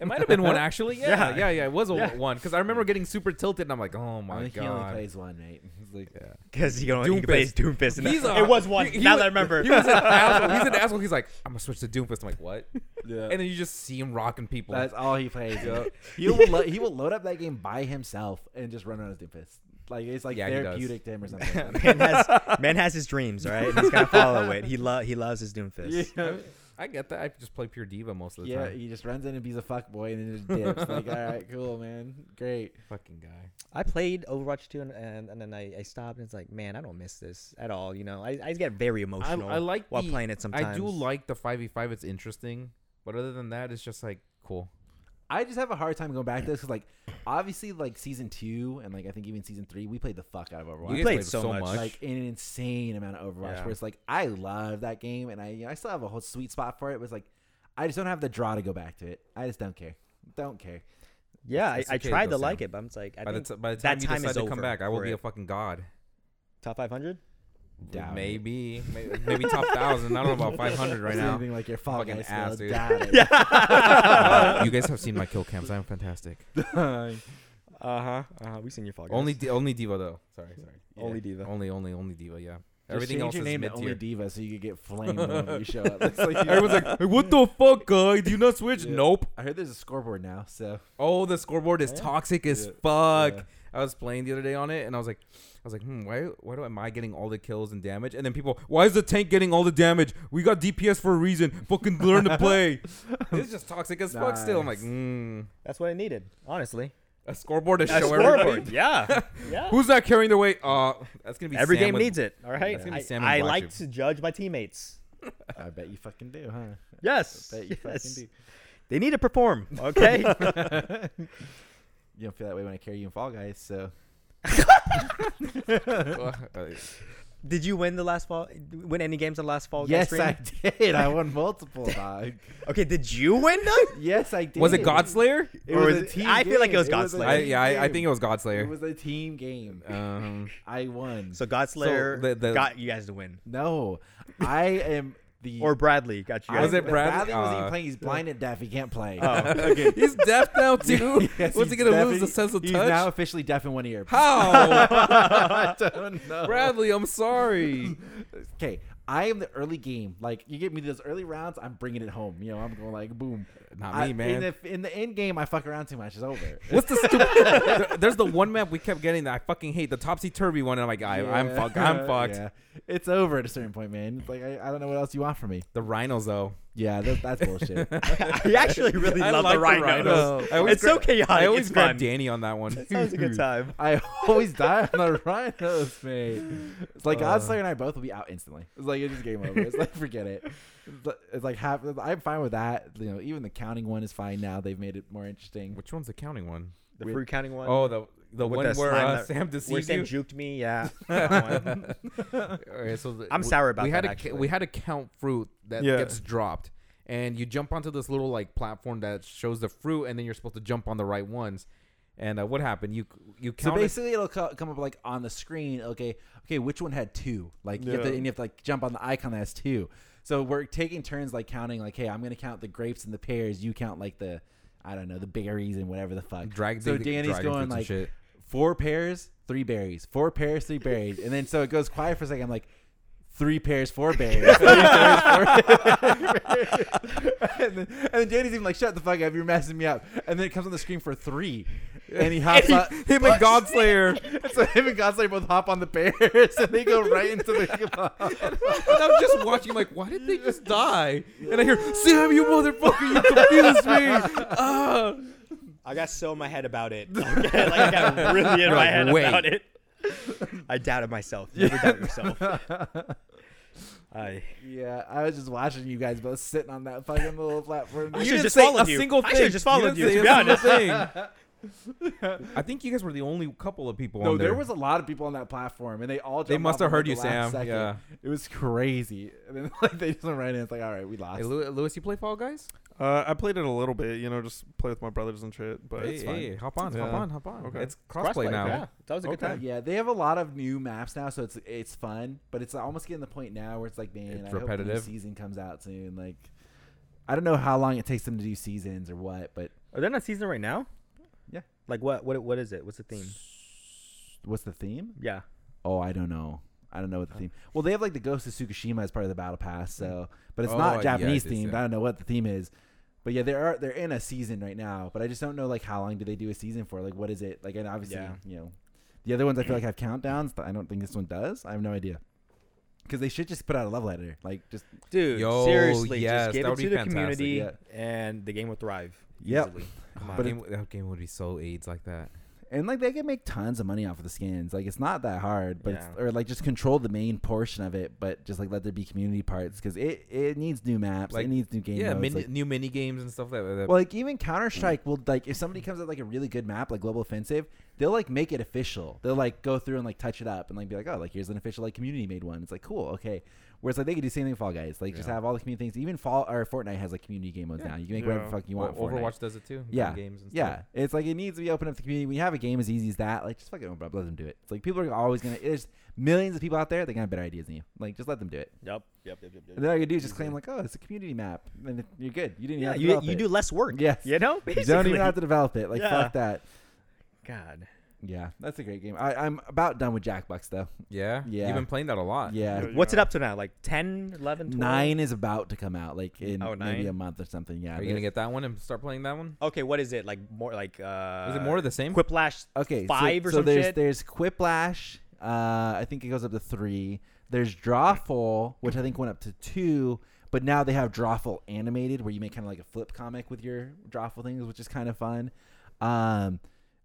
[SPEAKER 1] It might have been one actually. Yeah, yeah,
[SPEAKER 5] Yeah.
[SPEAKER 1] yeah. it was a
[SPEAKER 5] Yeah.
[SPEAKER 1] one because I remember getting super tilted and I'm like, oh
[SPEAKER 3] I
[SPEAKER 1] my
[SPEAKER 3] think he only
[SPEAKER 1] god.
[SPEAKER 3] plays one, mate. He's like,
[SPEAKER 5] because you know
[SPEAKER 1] Doomfist.
[SPEAKER 5] he plays Doomfist. And
[SPEAKER 1] He's a-
[SPEAKER 5] it was one.
[SPEAKER 1] he- he
[SPEAKER 5] now
[SPEAKER 1] was-
[SPEAKER 5] that I remember,
[SPEAKER 1] He
[SPEAKER 3] [laughs]
[SPEAKER 1] was an asshole. He's an asshole. He's like, I'm gonna switch to Doomfist. I'm like, what?
[SPEAKER 3] [laughs] Yeah.
[SPEAKER 1] And then you just see him rocking people.
[SPEAKER 3] that's all he plays. yo. [laughs] he will lo- he will load up that game by himself and just run on his doofus. Like it's like
[SPEAKER 1] Yeah, he does.
[SPEAKER 3] therapeutic
[SPEAKER 1] [laughs]
[SPEAKER 3] to him or something. like that.
[SPEAKER 5] man has man has his dreams, right? And he's gonna follow it. He lo- he loves his Doomfist.
[SPEAKER 3] [laughs] yeah,
[SPEAKER 1] I get that. I just play pure diva most of the
[SPEAKER 3] yeah,
[SPEAKER 1] time.
[SPEAKER 3] he just runs in and be a fuck boy and then just dips. like, all right, cool, man, great.
[SPEAKER 1] Fucking guy.
[SPEAKER 5] I played Overwatch 2 and, and, and then I, I stopped and it's like, man, I don't miss this at all. You know, I, I get very
[SPEAKER 1] I,
[SPEAKER 5] emotional
[SPEAKER 1] I like
[SPEAKER 5] while
[SPEAKER 1] the-
[SPEAKER 5] playing it sometimes.
[SPEAKER 1] I do like the five v five. It's interesting, but other than that, it's just like cool.
[SPEAKER 3] I just have a hard time going back to this because, like, obviously, like season two and like I think even season three, we played the fuck out of Overwatch.
[SPEAKER 1] guys
[SPEAKER 5] played so much.
[SPEAKER 3] like in an insane amount of Overwatch.
[SPEAKER 1] Yeah.
[SPEAKER 3] Where it's like I love that game, and I you know, I still have a whole sweet spot for it. But it's like I just don't have the draw to go back to it. I just don't care. Don't care.
[SPEAKER 5] yeah,
[SPEAKER 1] It's- it's okay
[SPEAKER 5] I, I
[SPEAKER 1] though,
[SPEAKER 5] tried to
[SPEAKER 1] Sam.
[SPEAKER 5] like it, but I'm just like, I
[SPEAKER 1] by the,
[SPEAKER 5] think
[SPEAKER 1] t- by the
[SPEAKER 5] that
[SPEAKER 1] time you
[SPEAKER 5] time
[SPEAKER 1] decide
[SPEAKER 5] is
[SPEAKER 1] to come
[SPEAKER 5] over
[SPEAKER 1] back, I will
[SPEAKER 5] for
[SPEAKER 1] be a
[SPEAKER 5] it.
[SPEAKER 1] fucking god.
[SPEAKER 5] top 500.
[SPEAKER 3] Doubt it. [laughs]
[SPEAKER 1] maybe, maybe, maybe top thousand. I don't know about five hundred right
[SPEAKER 3] It's
[SPEAKER 1] now.
[SPEAKER 3] anything like your Fall
[SPEAKER 1] Fucking
[SPEAKER 3] Guys
[SPEAKER 1] ass,
[SPEAKER 3] skill.
[SPEAKER 1] dude.
[SPEAKER 3] Doubt it.
[SPEAKER 1] [laughs] Uh, [laughs] you guys have seen my kill cams. I'm fantastic.
[SPEAKER 3] [laughs]
[SPEAKER 5] Uh huh. Uh huh. We've seen your fall. Guys.
[SPEAKER 1] Only, di- only diva though. Sorry, sorry.
[SPEAKER 5] only Diva.
[SPEAKER 1] Only, only, only diva. Yeah. Everything
[SPEAKER 3] change
[SPEAKER 1] else
[SPEAKER 3] your
[SPEAKER 1] is
[SPEAKER 3] name to
[SPEAKER 1] mid
[SPEAKER 3] only
[SPEAKER 1] tier.
[SPEAKER 3] diva so you could
[SPEAKER 1] [laughs]
[SPEAKER 3] get flamed when you show up. It's like-
[SPEAKER 1] Everyone's like, "Hey, "What the fuck, guy? Do you not switch?"
[SPEAKER 3] Yeah.
[SPEAKER 1] Nope.
[SPEAKER 3] I heard there's a scoreboard now, so uh,
[SPEAKER 1] Oh, the scoreboard is toxic as
[SPEAKER 3] Yeah.
[SPEAKER 1] fuck.
[SPEAKER 3] Yeah.
[SPEAKER 1] I was playing the other day on it, and I was like, I was like, hmm, why, why do am I getting all the kills and damage? And then people, why is the tank getting all the damage? We got DPS for a reason. Fucking learn to
[SPEAKER 3] [laughs]
[SPEAKER 1] play. it's just toxic as fuck. Still, I'm like,
[SPEAKER 3] Nice.
[SPEAKER 1] mm,
[SPEAKER 5] That's what I needed, honestly.
[SPEAKER 1] a scoreboard to
[SPEAKER 2] A
[SPEAKER 1] show
[SPEAKER 2] scoreboard,
[SPEAKER 1] everybody. [laughs]
[SPEAKER 2] yeah.
[SPEAKER 5] Yeah.
[SPEAKER 1] Who's not carrying the weight? Uh, that's gonna be
[SPEAKER 5] Every
[SPEAKER 1] Sam
[SPEAKER 5] game
[SPEAKER 1] with-
[SPEAKER 5] needs it. All right.
[SPEAKER 1] It's gonna be
[SPEAKER 5] I-
[SPEAKER 1] Sam and
[SPEAKER 5] I,
[SPEAKER 1] Black
[SPEAKER 5] like
[SPEAKER 1] Sheep.
[SPEAKER 5] to judge my teammates.
[SPEAKER 3] I bet you fucking do, huh?
[SPEAKER 5] Yes.
[SPEAKER 3] Bet
[SPEAKER 1] [laughs]
[SPEAKER 3] you
[SPEAKER 5] yes.
[SPEAKER 3] fucking do.
[SPEAKER 5] They need to perform. Okay.
[SPEAKER 3] You don't feel that way when I carry you in Fall Guys, so
[SPEAKER 5] [laughs]
[SPEAKER 1] [laughs] uh,
[SPEAKER 5] Did you win the last fall? Win any games the last fall? Guys
[SPEAKER 3] yes,
[SPEAKER 5] stream?
[SPEAKER 3] I did. I won
[SPEAKER 1] [laughs]
[SPEAKER 3] multiple, dog.
[SPEAKER 5] Okay. Did you win them?
[SPEAKER 3] Yes, I did.
[SPEAKER 1] was it Godslayer?
[SPEAKER 3] It
[SPEAKER 5] Or
[SPEAKER 3] was
[SPEAKER 5] was
[SPEAKER 3] a
[SPEAKER 5] it-
[SPEAKER 3] team
[SPEAKER 5] I feel like it
[SPEAKER 3] game.
[SPEAKER 5] was
[SPEAKER 3] a
[SPEAKER 5] Godslayer.
[SPEAKER 1] I,
[SPEAKER 3] team
[SPEAKER 1] yeah, I, I
[SPEAKER 3] game.
[SPEAKER 1] think it was
[SPEAKER 3] it
[SPEAKER 1] Godslayer.
[SPEAKER 3] was a team [laughs] game.
[SPEAKER 1] Um,
[SPEAKER 3] I won.
[SPEAKER 5] so Godslayer
[SPEAKER 1] So the- the-
[SPEAKER 5] got you guys to win,
[SPEAKER 3] No, I am the.
[SPEAKER 5] or Bradley got you.
[SPEAKER 3] I
[SPEAKER 5] Guys
[SPEAKER 1] Was
[SPEAKER 5] to Oh.
[SPEAKER 1] it
[SPEAKER 3] am-
[SPEAKER 5] win.
[SPEAKER 1] Bradley?
[SPEAKER 3] wasn't even
[SPEAKER 1] Uh,
[SPEAKER 3] playing. He's blind and deaf. He can't play. [laughs]
[SPEAKER 1] [laughs] he's deaf now too.
[SPEAKER 3] Yes,
[SPEAKER 1] was he
[SPEAKER 3] he's
[SPEAKER 1] gonna
[SPEAKER 3] deaf
[SPEAKER 1] lose
[SPEAKER 3] and
[SPEAKER 1] the
[SPEAKER 3] he-
[SPEAKER 1] sense of
[SPEAKER 3] he's
[SPEAKER 1] touch?
[SPEAKER 3] now officially deaf in one ear.
[SPEAKER 1] How?
[SPEAKER 3] [laughs] I
[SPEAKER 1] [laughs]
[SPEAKER 3] don't know.
[SPEAKER 1] Bradley, I'm
[SPEAKER 3] [laughs]
[SPEAKER 1] sorry.
[SPEAKER 3] Okay, I am the early game. Like you get me those early rounds, I'm bringing it home. You know, I'm going like boom.
[SPEAKER 1] Not
[SPEAKER 3] I-
[SPEAKER 1] me, man.
[SPEAKER 3] In the, in the end game, I fuck around too much. It's over.
[SPEAKER 1] What's the stupid?
[SPEAKER 5] [laughs]
[SPEAKER 1] There- There's the one map we kept getting that I fucking hate, the topsy turvy one. And I'm like, I, I'm
[SPEAKER 3] [laughs] Yeah.
[SPEAKER 1] fucked.
[SPEAKER 5] [laughs]
[SPEAKER 1] I'm fucked.
[SPEAKER 3] Yeah. It's over at a certain point, man. It's like I, I don't know what else you want from me.
[SPEAKER 1] The rhinos though.
[SPEAKER 3] Yeah,
[SPEAKER 1] [laughs]
[SPEAKER 3] that, that's bullshit.
[SPEAKER 5] [laughs] I actually really
[SPEAKER 1] I
[SPEAKER 5] love
[SPEAKER 1] like
[SPEAKER 5] the
[SPEAKER 1] the
[SPEAKER 5] rhinos.
[SPEAKER 1] rhinos. I always
[SPEAKER 5] [laughs] It's so
[SPEAKER 1] gra-
[SPEAKER 5] chaotic.
[SPEAKER 1] I always
[SPEAKER 5] it's
[SPEAKER 1] grab
[SPEAKER 5] fun.
[SPEAKER 1] Danny on that one.
[SPEAKER 5] Sounds a good time.
[SPEAKER 3] I always die on the rhinos, man. It's
[SPEAKER 1] Uh.
[SPEAKER 3] like Godslayer and I both will be out instantly. It's like it's just game over.
[SPEAKER 1] [laughs]
[SPEAKER 3] It's like forget it. It's like- It's like half. I'm fine with that. You know, even the counting one is fine now. They've made it more
[SPEAKER 1] [laughs]
[SPEAKER 3] interesting.
[SPEAKER 1] Which one's the counting one?
[SPEAKER 5] The fruit counting one.
[SPEAKER 1] Oh, the the
[SPEAKER 5] With
[SPEAKER 1] one
[SPEAKER 5] the
[SPEAKER 1] where
[SPEAKER 5] slime
[SPEAKER 1] uh,
[SPEAKER 5] that-
[SPEAKER 1] Sam
[SPEAKER 5] where
[SPEAKER 1] deceives
[SPEAKER 5] Sam [laughs]
[SPEAKER 1] you.
[SPEAKER 5] juked
[SPEAKER 1] [laughs]
[SPEAKER 5] me. Yeah. that one.
[SPEAKER 1] Okay, so the-
[SPEAKER 5] I'm
[SPEAKER 1] we-
[SPEAKER 5] sour about
[SPEAKER 1] we Had
[SPEAKER 5] that,
[SPEAKER 1] a, ca-
[SPEAKER 5] actually.
[SPEAKER 1] we had a count fruit that
[SPEAKER 4] Yeah.
[SPEAKER 1] gets dropped, and you jump onto this little like platform that shows the fruit, and then you're supposed to jump on the right ones. And uh, what happened? You you
[SPEAKER 3] So
[SPEAKER 1] counted.
[SPEAKER 3] basically, it'll co- come up like on the screen. Okay, okay, which one had two? Like you have to,
[SPEAKER 4] Yeah.
[SPEAKER 3] and you have to like jump on the icon that has two. So we're taking turns like counting. Like, hey, I'm gonna count the grapes and the pears. You count like the, I don't know, the berries and whatever the fuck.
[SPEAKER 1] Drag-
[SPEAKER 3] so
[SPEAKER 1] the- the
[SPEAKER 3] Danny's
[SPEAKER 1] dragon fruits
[SPEAKER 3] going
[SPEAKER 1] and
[SPEAKER 3] like
[SPEAKER 1] shit.
[SPEAKER 3] four pears, three berries, four pears, three berries, and then so it goes quiet for a second. I'm like. Three pears, four berries. [laughs] Three pears, four berries. [laughs] and, then, and then Danny's even like, "Shut the fuck up! You're messing me up." And then it comes on the screen for three, and he hops
[SPEAKER 1] [laughs]
[SPEAKER 3] up.
[SPEAKER 1] him and Godslayer.
[SPEAKER 3] [laughs] So him and Gosling both hop on the bears [laughs] and they go right into the. [laughs]
[SPEAKER 1] [laughs] and I'm just watching, like, why did they just die? And I hear, Sam, you motherfucker, you confused me. Ah.
[SPEAKER 5] I got so in my head
[SPEAKER 1] [laughs]
[SPEAKER 5] about it. [laughs] like I got really in
[SPEAKER 1] You're
[SPEAKER 5] my
[SPEAKER 1] like,
[SPEAKER 5] head
[SPEAKER 1] "Wait."
[SPEAKER 5] about it. I doubted myself. Never
[SPEAKER 1] [laughs]
[SPEAKER 5] doubt yourself. I,
[SPEAKER 3] yeah, I was just watching you guys both sitting on that fucking little platform.
[SPEAKER 5] I
[SPEAKER 1] You
[SPEAKER 5] should've
[SPEAKER 1] didn't
[SPEAKER 5] just
[SPEAKER 1] say
[SPEAKER 5] followed
[SPEAKER 1] a
[SPEAKER 5] you.
[SPEAKER 1] single
[SPEAKER 5] I
[SPEAKER 1] thing.
[SPEAKER 5] should've just followed
[SPEAKER 1] didn't
[SPEAKER 5] you,
[SPEAKER 1] say
[SPEAKER 5] to
[SPEAKER 1] a single thing. I think you guys were the only couple of people.
[SPEAKER 3] no,
[SPEAKER 1] on there.
[SPEAKER 3] there was a lot of people on that platform, and they all.
[SPEAKER 1] They
[SPEAKER 3] jumped
[SPEAKER 1] must have
[SPEAKER 3] off on, like,
[SPEAKER 1] heard
[SPEAKER 3] the
[SPEAKER 1] you,
[SPEAKER 3] last
[SPEAKER 1] Sam.
[SPEAKER 3] second.
[SPEAKER 1] Yeah.
[SPEAKER 3] it was crazy. And then [laughs] like they just went right in. It's like, all right, we lost.
[SPEAKER 1] Hey, Lew- Lewis, you play Fall Guys?
[SPEAKER 4] Uh, I played it a little bit, you know, just play with my brothers and shit. But
[SPEAKER 1] Hey,
[SPEAKER 4] it's fine.
[SPEAKER 1] hey, hop on, hop
[SPEAKER 4] Yeah.
[SPEAKER 1] on, hop on.
[SPEAKER 4] Okay.
[SPEAKER 1] It's crossplay now.
[SPEAKER 5] Yeah, that was a good
[SPEAKER 4] Okay.
[SPEAKER 5] time.
[SPEAKER 3] yeah, they have a lot of new maps now, so it's it's fun, but it's almost getting to the point now where it's like, man,
[SPEAKER 1] It's
[SPEAKER 3] I hope the new
[SPEAKER 1] repetitive.
[SPEAKER 3] season comes out soon. Like, I don't know how long it takes them to do seasons or what, but
[SPEAKER 5] Are they not season right now?
[SPEAKER 3] Yeah.
[SPEAKER 5] Like what? What? What is it? What's the theme?
[SPEAKER 3] what's the theme?
[SPEAKER 5] Yeah.
[SPEAKER 3] Oh, I don't know. I don't know what the theme. Well, they have like the Ghost of Tsukushima as part of the Battle Pass, so but it's
[SPEAKER 1] Oh, yeah,
[SPEAKER 3] not
[SPEAKER 1] it
[SPEAKER 3] Japanese
[SPEAKER 1] is,
[SPEAKER 3] themed.
[SPEAKER 1] yeah.
[SPEAKER 3] I don't know what the theme is, but yeah, they are they're in a season right now. But I just don't know like how long do they do a season for? Like what is it? Like and obviously
[SPEAKER 5] Yeah.
[SPEAKER 3] you know the other ones I feel like have countdowns, but I don't think this one does. I have no idea because they should just put out a level editor. Like just
[SPEAKER 5] Dude,
[SPEAKER 1] Yo,
[SPEAKER 5] seriously,
[SPEAKER 1] yes,
[SPEAKER 5] just give
[SPEAKER 1] that
[SPEAKER 5] it
[SPEAKER 1] would
[SPEAKER 5] to
[SPEAKER 1] be
[SPEAKER 5] the
[SPEAKER 1] fantastic,
[SPEAKER 5] community,
[SPEAKER 3] yeah.
[SPEAKER 5] and the game will thrive.
[SPEAKER 3] Yep.
[SPEAKER 5] easily.
[SPEAKER 1] Come on,
[SPEAKER 3] But
[SPEAKER 1] game- that game would be so AIDS like that.
[SPEAKER 3] and like they can make tons of money off of the skins. Like it's not that hard, but it's,
[SPEAKER 5] Yeah.
[SPEAKER 3] or like just control the main portion of it, but just like let there be community parts because it it needs new maps,
[SPEAKER 1] Like-
[SPEAKER 3] it needs new game
[SPEAKER 1] Yeah,
[SPEAKER 3] modes.
[SPEAKER 1] mini,
[SPEAKER 3] like-
[SPEAKER 1] new mini games and stuff like that.
[SPEAKER 3] Well, like even Counter
[SPEAKER 5] Mm.
[SPEAKER 3] Strike will like if somebody comes up like a really good map like Global Offensive, they'll like make it official. They'll like go through and like touch it up and like be like, oh, like here's an official like community made one. It's like cool, okay. Whereas like they could do the same thing with Fall Guys, like just
[SPEAKER 1] Yeah.
[SPEAKER 3] have all the community things. Even Fall or Fortnite has like community game modes
[SPEAKER 1] Yeah.
[SPEAKER 3] now. You can make
[SPEAKER 4] Yeah.
[SPEAKER 3] whatever fuck you want.
[SPEAKER 1] Well,
[SPEAKER 3] in Fortnite.
[SPEAKER 1] Overwatch does it too.
[SPEAKER 3] Yeah.
[SPEAKER 1] games and
[SPEAKER 3] Yeah,
[SPEAKER 1] stuff.
[SPEAKER 3] it's like it needs to be open up to the community. When you have a game as easy as that, like just fucking open up, let them do it. It's like people are always gonna. There's millions of people out there. They got better ideas than you. Like just let them do it.
[SPEAKER 5] Yep. Yep. Yep. Yep.
[SPEAKER 3] And then all you do is just claim like, oh, it's a community map, and it- you're good. You didn't.
[SPEAKER 5] Yeah,
[SPEAKER 3] have to
[SPEAKER 5] you,
[SPEAKER 3] develop
[SPEAKER 5] you
[SPEAKER 3] it.
[SPEAKER 5] do less work.
[SPEAKER 3] Yes.
[SPEAKER 5] You know,
[SPEAKER 3] You don't
[SPEAKER 5] basically.
[SPEAKER 3] even have to develop it. Like
[SPEAKER 5] Yeah.
[SPEAKER 3] fuck that.
[SPEAKER 5] God.
[SPEAKER 3] Yeah, that's a great game. I, I'm about done with Jackbox though.
[SPEAKER 1] Yeah,
[SPEAKER 3] Yeah.
[SPEAKER 1] You've been playing that a lot.
[SPEAKER 3] Yeah,
[SPEAKER 4] Yeah,
[SPEAKER 2] What's it
[SPEAKER 4] yeah.
[SPEAKER 2] up to now? Like 10, 11, 12?
[SPEAKER 3] nine is about to come out, like in
[SPEAKER 2] Oh,
[SPEAKER 3] maybe
[SPEAKER 2] nine?
[SPEAKER 3] a month or something. Yeah.
[SPEAKER 1] Are you
[SPEAKER 3] there's-
[SPEAKER 1] gonna get that one and start playing that one?
[SPEAKER 2] Okay, what is it? Like more like uh
[SPEAKER 1] Is it more of the same?
[SPEAKER 2] Quiplash
[SPEAKER 3] okay so-
[SPEAKER 2] five
[SPEAKER 3] so,
[SPEAKER 2] or some
[SPEAKER 3] there's
[SPEAKER 2] shit?
[SPEAKER 3] there's Quiplash. Uh, I think it goes up to three. There's Drawful, which I think went up to two. But now they have Drawful animated, where you make kind of like a flip comic with your Drawful things, which is kind of fun. Um,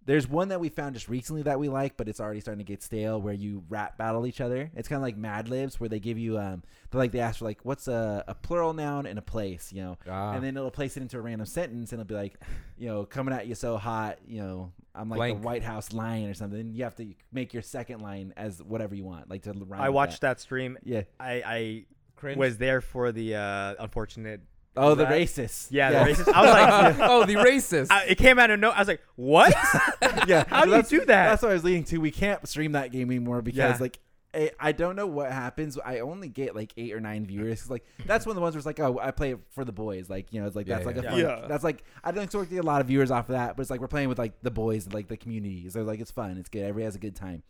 [SPEAKER 3] there's one that we found just recently that we like, but it's already starting to get stale. Where you rap battle each other. It's kind of like Mad Libs, where they give you um, they're like they ask for like what's a, a plural noun and a place, you know,
[SPEAKER 1] Ah.
[SPEAKER 3] and then it'll place it into a random sentence, and it'll be like, you know, coming at you so hot, you know, I'm like
[SPEAKER 1] Blank.
[SPEAKER 3] the White House lion or something. You have to make your second line as whatever you want, like to rhyme.
[SPEAKER 2] I
[SPEAKER 3] with
[SPEAKER 2] watched that stream.
[SPEAKER 3] Yeah.
[SPEAKER 2] I I
[SPEAKER 1] Cringe.
[SPEAKER 5] [laughs]
[SPEAKER 2] was there for the uh unfortunate
[SPEAKER 3] Oh, the
[SPEAKER 2] That-
[SPEAKER 3] racist.
[SPEAKER 2] Yeah,
[SPEAKER 3] yeah.
[SPEAKER 2] the racist. I was like
[SPEAKER 1] [laughs] oh, the racist.
[SPEAKER 2] I, it came out of no I was like,
[SPEAKER 5] [laughs]
[SPEAKER 2] "What?"
[SPEAKER 3] [laughs] yeah.
[SPEAKER 2] How do you
[SPEAKER 3] that's-
[SPEAKER 2] do that?
[SPEAKER 3] That's what I was leading to. We can't stream that game anymore because
[SPEAKER 2] Yeah.
[SPEAKER 3] like. I- I don't know what happens. I only get like eight or nine viewers. 'Cause, Like that's one of the ones where it's like, oh, I play it for the boys. Like you know, it's like
[SPEAKER 1] Yeah,
[SPEAKER 3] that's like
[SPEAKER 1] yeah,
[SPEAKER 3] a
[SPEAKER 4] yeah.
[SPEAKER 3] fun.
[SPEAKER 4] Yeah.
[SPEAKER 3] That's like I don't expect to get a lot of viewers off of that, but it's like we're playing with like the boys and like the community. So like it's fun. It's good. Everybody has a good time.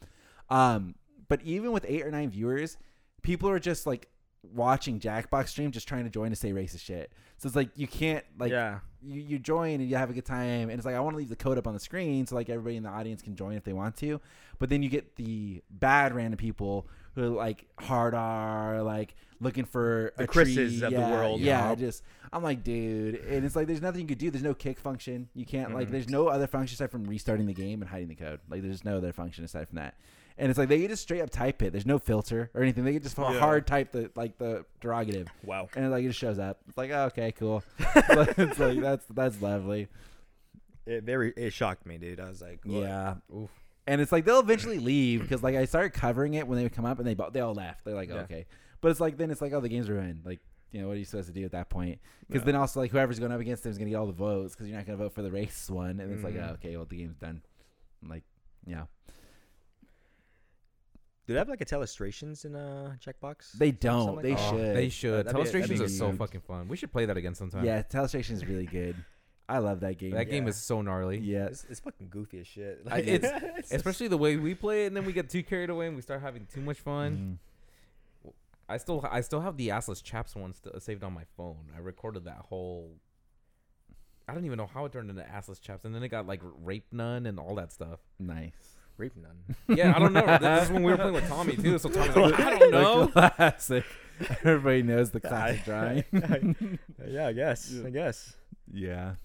[SPEAKER 3] Um, but even with eight or nine viewers, people are just like watching Jackbox stream, just trying to join to say racist shit. So it's like you can't like
[SPEAKER 2] yeah.
[SPEAKER 3] you, you join and you have a good time and it's like i want to leave the code up on the screen so like everybody in the audience can join if they want to but then you get the bad random people who are like hard are like looking for
[SPEAKER 2] The
[SPEAKER 3] a
[SPEAKER 2] Chris's
[SPEAKER 3] tree.
[SPEAKER 2] of the
[SPEAKER 3] yeah,
[SPEAKER 2] world.
[SPEAKER 3] yeah
[SPEAKER 2] Yeah.
[SPEAKER 3] just i'm like dude and it's like there's nothing you could do there's no kick function you can't like there's no other function aside from restarting the game and hiding the code like there's no other function aside from that and it's like they could just straight up type it there's no filter or anything they could just
[SPEAKER 4] Yeah.
[SPEAKER 3] hard type the like the derogative
[SPEAKER 2] Wow.
[SPEAKER 3] and it, like it just shows up. It's like, oh, okay,
[SPEAKER 1] [laughs]
[SPEAKER 3] cool. [laughs] it's like that's that's lovely.
[SPEAKER 2] It very it shocked me, dude. I was like, "What?"
[SPEAKER 3] Yeah.
[SPEAKER 1] Oof.
[SPEAKER 3] And it's like they'll eventually leave because like I started covering it when they would come up and they bo- they all left. They're like,
[SPEAKER 1] Yeah.
[SPEAKER 3] okay, but it's like then it's like oh the game's ruined. Like you know what are you supposed to do at that point? Because then also like whoever's going up against them is gonna get all the votes because you're not gonna vote for the race one. And it's like
[SPEAKER 1] Mhm.
[SPEAKER 3] oh, okay, well the game's done. I'm like yeah,
[SPEAKER 5] Do they have like illustrations in a checkbox?
[SPEAKER 3] they don't.
[SPEAKER 5] like
[SPEAKER 3] they
[SPEAKER 5] that.
[SPEAKER 1] Oh,
[SPEAKER 3] should.
[SPEAKER 1] They should.
[SPEAKER 5] that'd be- that'd
[SPEAKER 1] Telestrations
[SPEAKER 3] be
[SPEAKER 1] are so
[SPEAKER 3] huge.
[SPEAKER 1] fucking fun. We should play that again sometime.
[SPEAKER 3] Yeah, Telestration is really good. I love that game.
[SPEAKER 1] That game
[SPEAKER 5] Yeah.
[SPEAKER 1] is so gnarly.
[SPEAKER 3] yeah.
[SPEAKER 5] It's, it's fucking goofy as shit.
[SPEAKER 1] I-
[SPEAKER 5] [laughs]
[SPEAKER 1] it's especially the way we play it, and then we get too carried away, and we start having too much fun.
[SPEAKER 3] Mhm.
[SPEAKER 1] I still, I still have the assless chaps one st- uh, saved on my phone. I recorded that whole. I don't even know how it turned into assless chaps, and then it got like rape nun and all that stuff.
[SPEAKER 3] Mm-hmm. Nice.
[SPEAKER 5] rape nun.
[SPEAKER 1] Yeah, I don't know. this is when we were playing with Tommy too. So Tommy's like, I don't know.
[SPEAKER 3] The classic. Everybody knows the
[SPEAKER 5] [laughs]
[SPEAKER 3] classic drawing.
[SPEAKER 5] yeah, I guess. I guess.
[SPEAKER 3] yeah.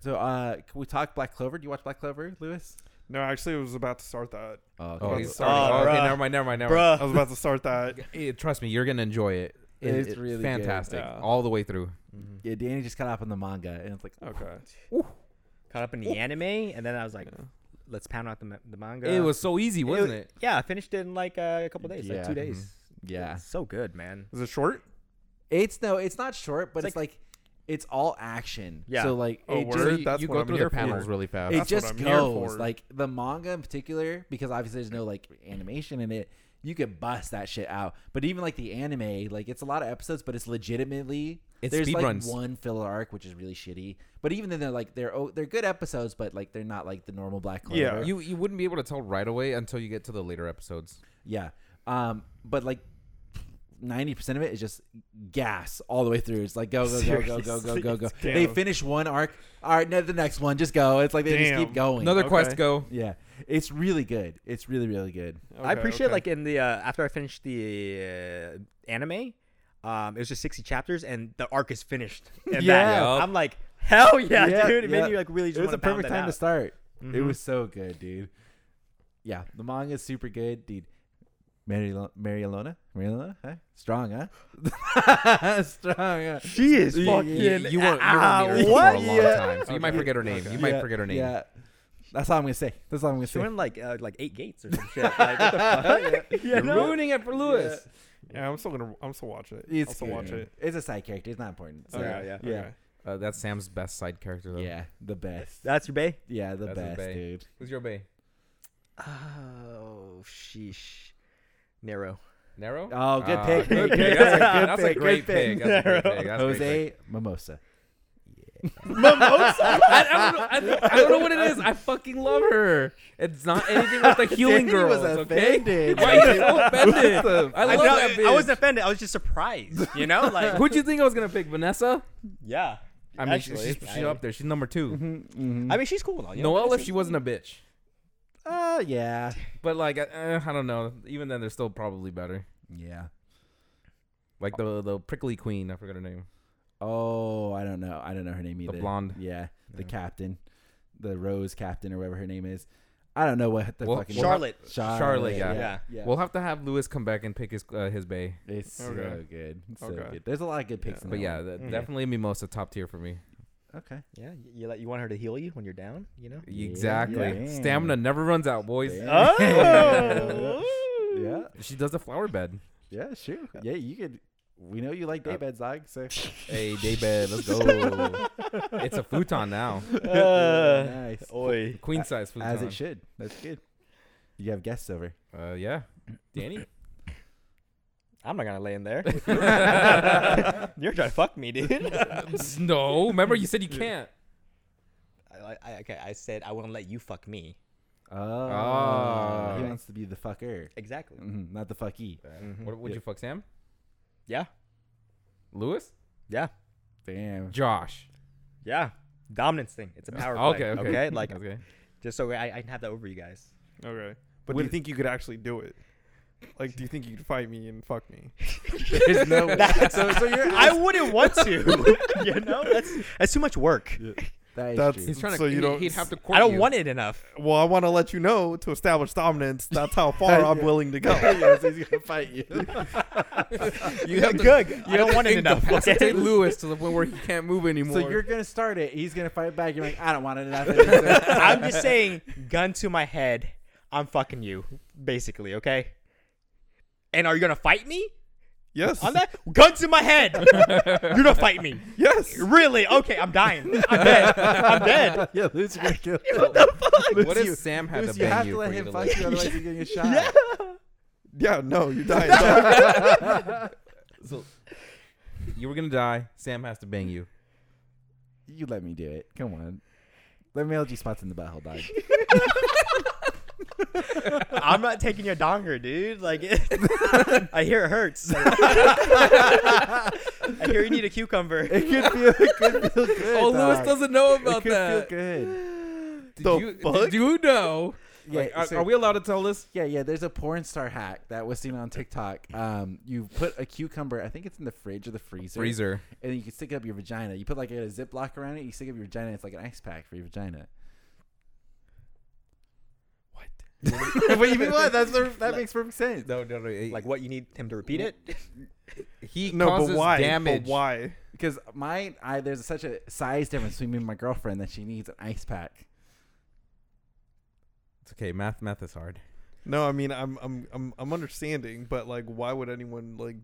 [SPEAKER 3] So, uh, can we talk Black Clover? Do you watch Black Clover, Lewis? Uh,
[SPEAKER 4] No, actually, I was about to start that.
[SPEAKER 1] Oh, he's
[SPEAKER 4] Oh,
[SPEAKER 1] sorry. okay,
[SPEAKER 2] bruh.
[SPEAKER 1] never mind. Never mind. Never mind.
[SPEAKER 4] I was about to start that.
[SPEAKER 1] Eh, trust me, you're gonna enjoy it. It-
[SPEAKER 3] It's really good.
[SPEAKER 1] fantastic
[SPEAKER 4] Yeah.
[SPEAKER 1] all the way through.
[SPEAKER 5] Mm-hmm.
[SPEAKER 3] Yeah, Danny just caught up on the manga, and it's like,
[SPEAKER 4] Okay.
[SPEAKER 5] Caught up in the anime, and then I was like, let's pound out the, ma- the manga.
[SPEAKER 1] It was so easy, wasn't it?
[SPEAKER 5] Yeah, I finished it in like uh, a couple days,
[SPEAKER 3] Yeah.
[SPEAKER 5] like
[SPEAKER 2] mm-hmm.
[SPEAKER 5] two days.
[SPEAKER 3] yeah.
[SPEAKER 5] It's so good, man.
[SPEAKER 4] Is it short?
[SPEAKER 3] It's no, it's not short, but
[SPEAKER 5] It's
[SPEAKER 3] it's, like, it's all action.
[SPEAKER 5] Yeah.
[SPEAKER 3] So like,
[SPEAKER 4] Oh,
[SPEAKER 3] it
[SPEAKER 1] So
[SPEAKER 4] word?
[SPEAKER 3] just
[SPEAKER 1] you,
[SPEAKER 4] that's
[SPEAKER 1] you
[SPEAKER 4] what
[SPEAKER 1] go
[SPEAKER 4] I'm
[SPEAKER 1] through
[SPEAKER 4] here
[SPEAKER 1] the panels
[SPEAKER 4] for.
[SPEAKER 1] really fast.
[SPEAKER 3] it
[SPEAKER 4] That's what
[SPEAKER 3] just
[SPEAKER 4] I'm here
[SPEAKER 3] goes
[SPEAKER 4] for.
[SPEAKER 3] like the manga in particular because obviously there's no like animation in it you could bust that shit out but even like the anime like it's a lot of episodes but it's legitimately
[SPEAKER 1] It's
[SPEAKER 3] there's
[SPEAKER 1] speed
[SPEAKER 3] like
[SPEAKER 1] runs.
[SPEAKER 3] one filler arc which is really shitty but even then they're like they're oh, they're good episodes but like they're not like the normal black clover
[SPEAKER 4] Yeah.
[SPEAKER 1] You you wouldn't be able to tell right away until you get to the later episodes.
[SPEAKER 3] yeah um but like 90% of it is just gas all the way through. It's like go go go go go go
[SPEAKER 4] Seriously,
[SPEAKER 3] go go.
[SPEAKER 4] it's
[SPEAKER 3] They
[SPEAKER 4] gas.
[SPEAKER 3] finish one arc. All right, now the next one. Just go. It's like they just
[SPEAKER 4] Damn.
[SPEAKER 3] keep going.
[SPEAKER 1] Another quest
[SPEAKER 4] Okay.
[SPEAKER 1] go.
[SPEAKER 3] Yeah, it's really good. It's really really good.
[SPEAKER 5] I
[SPEAKER 4] Okay,
[SPEAKER 5] appreciate
[SPEAKER 4] okay.
[SPEAKER 5] like in the uh, after I finished the uh, anime, um, it was just sixty chapters, and the arc is finished. And
[SPEAKER 3] Yeah.
[SPEAKER 5] that, I'm like, hell yeah,
[SPEAKER 3] Yeah,
[SPEAKER 5] dude! It
[SPEAKER 3] yeah.
[SPEAKER 5] made me like really just
[SPEAKER 3] it was a
[SPEAKER 5] wanna pound
[SPEAKER 3] perfect
[SPEAKER 5] that
[SPEAKER 3] time to
[SPEAKER 5] out. Mm-hmm.
[SPEAKER 3] start. It was so good, dude. Yeah, the manga is super good, dude. Mary Lo- Mary Alona, Mary Alona, huh? Strong, huh? [laughs] Strong. Huh?
[SPEAKER 5] She is
[SPEAKER 3] You-
[SPEAKER 5] fucking.
[SPEAKER 1] You, you weren't, you
[SPEAKER 5] ah,
[SPEAKER 1] weren't near it
[SPEAKER 5] what?
[SPEAKER 1] for a long
[SPEAKER 3] Yeah.
[SPEAKER 1] time, so you might forget her name. You might
[SPEAKER 3] Yeah,
[SPEAKER 1] forget her name.
[SPEAKER 3] Yeah, that's all I'm gonna say. That's all I'm gonna
[SPEAKER 5] She
[SPEAKER 3] say.
[SPEAKER 5] went like uh, like eight gates or some shit. Like, what the fuck? [laughs] You
[SPEAKER 1] You're
[SPEAKER 5] know?
[SPEAKER 1] ruining it for Lewis.
[SPEAKER 4] Yeah, I'm still gonna. I'm still watching it.
[SPEAKER 3] It's
[SPEAKER 4] I'll still
[SPEAKER 3] good,
[SPEAKER 4] watch
[SPEAKER 3] man.
[SPEAKER 4] it.
[SPEAKER 3] It's a side character. It's not important. So,
[SPEAKER 5] Yeah, yeah.
[SPEAKER 3] yeah,
[SPEAKER 4] Okay.
[SPEAKER 1] Uh, that's Sam's best side character, though.
[SPEAKER 3] yeah. The best.
[SPEAKER 5] That's your bay.
[SPEAKER 3] Yeah, the
[SPEAKER 1] That's his
[SPEAKER 3] best,
[SPEAKER 1] bae.
[SPEAKER 3] [laughs] dude.
[SPEAKER 1] Who's your bay?
[SPEAKER 5] Oh sheesh, Nero.
[SPEAKER 1] Narrow?
[SPEAKER 3] Oh, good
[SPEAKER 1] Ah,
[SPEAKER 3] pick.
[SPEAKER 1] Good
[SPEAKER 3] Good
[SPEAKER 1] pick.
[SPEAKER 3] pick.
[SPEAKER 1] That's a-
[SPEAKER 3] Good
[SPEAKER 1] That's a
[SPEAKER 3] pick.
[SPEAKER 1] great
[SPEAKER 3] Good
[SPEAKER 1] pick.
[SPEAKER 3] pick.
[SPEAKER 1] That's a great pick. That's a great pick.
[SPEAKER 3] Jose Mimosa.
[SPEAKER 1] Mimosa? I, I don't know, I, I don't know what it is. I fucking love her. It's not anything with the healing
[SPEAKER 3] Danny was
[SPEAKER 1] girls, okay?
[SPEAKER 3] offended.
[SPEAKER 1] Why are you so offended? I
[SPEAKER 5] I,
[SPEAKER 1] love
[SPEAKER 5] know-
[SPEAKER 1] that bitch.
[SPEAKER 5] I wasn't offended. I was just surprised.
[SPEAKER 1] [laughs]
[SPEAKER 5] You know, like
[SPEAKER 1] Who'd you think I was gonna pick? Vanessa?
[SPEAKER 5] yeah.
[SPEAKER 1] I mean,
[SPEAKER 5] Actually, Mm-hmm.
[SPEAKER 1] she's, she's up there. She's number 2
[SPEAKER 5] I mean, she's cool though. You know,
[SPEAKER 1] Noelle, if
[SPEAKER 5] Vanessa-
[SPEAKER 1] she wasn't a bitch,
[SPEAKER 3] Uh, yeah.
[SPEAKER 1] but like, uh, I don't know. Even then, they're still probably better.
[SPEAKER 3] Yeah.
[SPEAKER 1] Like the the prickly queen. I forgot her name.
[SPEAKER 3] Oh, I don't know. I don't know her name either.
[SPEAKER 1] blonde.
[SPEAKER 3] Yeah, the
[SPEAKER 1] Yeah.
[SPEAKER 3] captain, the Rose captain or whatever her name is. I don't know what the
[SPEAKER 1] Well,
[SPEAKER 3] fucking
[SPEAKER 5] Charlotte.
[SPEAKER 3] Charlotte.
[SPEAKER 1] Charlotte, yeah.
[SPEAKER 3] yeah.
[SPEAKER 5] Yeah.
[SPEAKER 3] yeah.
[SPEAKER 1] We'll have to have Lewis come back and pick his uh, his bay.
[SPEAKER 3] it's so
[SPEAKER 4] Okay.
[SPEAKER 3] good. It's so
[SPEAKER 4] Okay.
[SPEAKER 3] good. There's a lot of good picks. in
[SPEAKER 1] But
[SPEAKER 3] that
[SPEAKER 1] yeah,
[SPEAKER 3] one.
[SPEAKER 1] th-
[SPEAKER 4] Mhm.
[SPEAKER 1] definitely Mimosa top tier for me.
[SPEAKER 3] Okay.
[SPEAKER 5] Yeah, y- you like you want her to heal you when you're down. You know.
[SPEAKER 3] Yeah.
[SPEAKER 1] Exactly.
[SPEAKER 3] Yeah.
[SPEAKER 1] Stamina never runs out, boys.
[SPEAKER 3] Damn.
[SPEAKER 4] Oh.
[SPEAKER 3] [laughs] yeah.
[SPEAKER 1] She does the flower bed.
[SPEAKER 3] Yeah. Sure. Yeah. You could. We know you like daybeds, Zog.
[SPEAKER 1] [laughs]
[SPEAKER 3] So
[SPEAKER 1] Hey, day bed, Uh, let's go. it's a futon now.
[SPEAKER 3] [laughs]
[SPEAKER 5] [laughs]
[SPEAKER 3] nice.
[SPEAKER 5] Oi.
[SPEAKER 1] Queen size futon.
[SPEAKER 3] As it should. That's good. You have guests over.
[SPEAKER 1] Uh,
[SPEAKER 3] [laughs]
[SPEAKER 1] yeah. Danny? [laughs]
[SPEAKER 5] I'm not gonna lay in [laughs] there. You're trying to fuck me, [laughs] dude.
[SPEAKER 1] no. Remember, you said you can't.
[SPEAKER 5] I, I, okay, I said I wouldn't let you fuck me.
[SPEAKER 3] Oh.
[SPEAKER 1] Ah.
[SPEAKER 3] He wants to be the fucker,
[SPEAKER 5] Exactly.
[SPEAKER 3] Mhm, not the fucky.
[SPEAKER 5] Mm-hmm.
[SPEAKER 1] What, would you fuck Sam?
[SPEAKER 5] Yeah.
[SPEAKER 1] Lewis?
[SPEAKER 5] Yeah.
[SPEAKER 3] Damn.
[SPEAKER 1] Josh.
[SPEAKER 5] Yeah. Dominance thing. It's a power
[SPEAKER 1] Okay,
[SPEAKER 5] play.
[SPEAKER 1] okay.
[SPEAKER 5] Like
[SPEAKER 1] Okay.
[SPEAKER 5] just so I, I can have that over you [laughs] guys.
[SPEAKER 4] Okay. But do
[SPEAKER 1] Would-
[SPEAKER 4] you think you could actually do it? Like, do you think you could fight me and fuck me?
[SPEAKER 3] There's
[SPEAKER 1] [laughs]
[SPEAKER 3] no. so,
[SPEAKER 5] [laughs]
[SPEAKER 3] so you're.
[SPEAKER 5] I wouldn't want to. [laughs] you know, that's that's too much work.
[SPEAKER 3] [laughs] That is
[SPEAKER 4] That's-
[SPEAKER 3] true.
[SPEAKER 1] He's trying to.
[SPEAKER 4] So you
[SPEAKER 1] he-
[SPEAKER 4] don't-
[SPEAKER 1] He'd have to. Court
[SPEAKER 5] I don't
[SPEAKER 1] you.
[SPEAKER 5] want it enough.
[SPEAKER 4] [laughs] Well, I want to let you know to establish dominance. That's how [laughs] far I'm willing to go.
[SPEAKER 3] [laughs] Yeah, so
[SPEAKER 5] [laughs]
[SPEAKER 3] he's gonna fight you.
[SPEAKER 5] You have good. You don't want it enough. [laughs]
[SPEAKER 1] Incapacitate Lewis to the point where he can't move anymore.
[SPEAKER 3] so
[SPEAKER 1] [laughs]
[SPEAKER 3] you're gonna start it. He's gonna fight back. You're like, I don't want
[SPEAKER 5] [laughs]
[SPEAKER 3] it. Nothing.
[SPEAKER 5] I'm just saying, gun to my head, I'm fucking you, basically. Okay. And are you gonna fight me
[SPEAKER 4] Yes.
[SPEAKER 5] on that? Gun to my head. [laughs] You're gonna fight me.
[SPEAKER 4] Yes.
[SPEAKER 5] Really? Okay, I'm dying. I'm dead. I'm dead.
[SPEAKER 3] [laughs] yeah, Luke's gonna kill.
[SPEAKER 1] what if Sam had
[SPEAKER 3] Luke,
[SPEAKER 1] to
[SPEAKER 3] you
[SPEAKER 1] bang
[SPEAKER 3] have
[SPEAKER 1] you
[SPEAKER 3] to let
[SPEAKER 1] for you
[SPEAKER 3] him
[SPEAKER 1] to
[SPEAKER 3] fuck
[SPEAKER 1] like-
[SPEAKER 3] you, otherwise you're getting a [laughs] shot.
[SPEAKER 4] Yeah. No, you're dying.
[SPEAKER 1] [laughs] So you were gonna die. Sam has to bang you.
[SPEAKER 3] You let me do it. Come on. Let me hold you spots in the butthole, dog.
[SPEAKER 5] I'm not taking your donger, dude. [laughs] Like, it, I hear it [laughs] hurts. I hear you need a [laughs] cucumber.
[SPEAKER 3] [laughs] It could feel. It could [laughs] feel
[SPEAKER 1] [laughs]
[SPEAKER 3] good.
[SPEAKER 1] Oh, Lewis
[SPEAKER 3] dog.
[SPEAKER 1] doesn't know
[SPEAKER 3] It
[SPEAKER 1] about
[SPEAKER 3] could
[SPEAKER 1] that.
[SPEAKER 3] feel good.
[SPEAKER 1] Did
[SPEAKER 4] The
[SPEAKER 1] you,
[SPEAKER 4] fuck?
[SPEAKER 1] did you know?
[SPEAKER 3] Yeah,
[SPEAKER 1] Like, are,
[SPEAKER 3] so-
[SPEAKER 1] are we allowed to tell this?
[SPEAKER 3] Yeah, yeah. There's a porn star hack that was seen on TikTok. Um, you put a cucumber. I think it's in the fridge or the freezer.
[SPEAKER 1] Freezer.
[SPEAKER 3] And then you can stick it up your vagina. You put like a ziplock around it. You stick it up your vagina. It's like an ice pack for your vagina. What? what you mean? What? That's the, that makes perfect sense.
[SPEAKER 1] No, no, no. it-
[SPEAKER 5] Like, what you need him to repeat it?
[SPEAKER 1] he
[SPEAKER 4] no,
[SPEAKER 1] causes
[SPEAKER 4] but why?
[SPEAKER 1] damage.
[SPEAKER 4] But why?
[SPEAKER 3] Because my I there's such a size difference between me and my girlfriend that she needs an ice pack.
[SPEAKER 1] It's okay. Math, math is hard.
[SPEAKER 4] No, I mean, I'm, I'm, I'm, I'm understanding, but like, why would anyone like?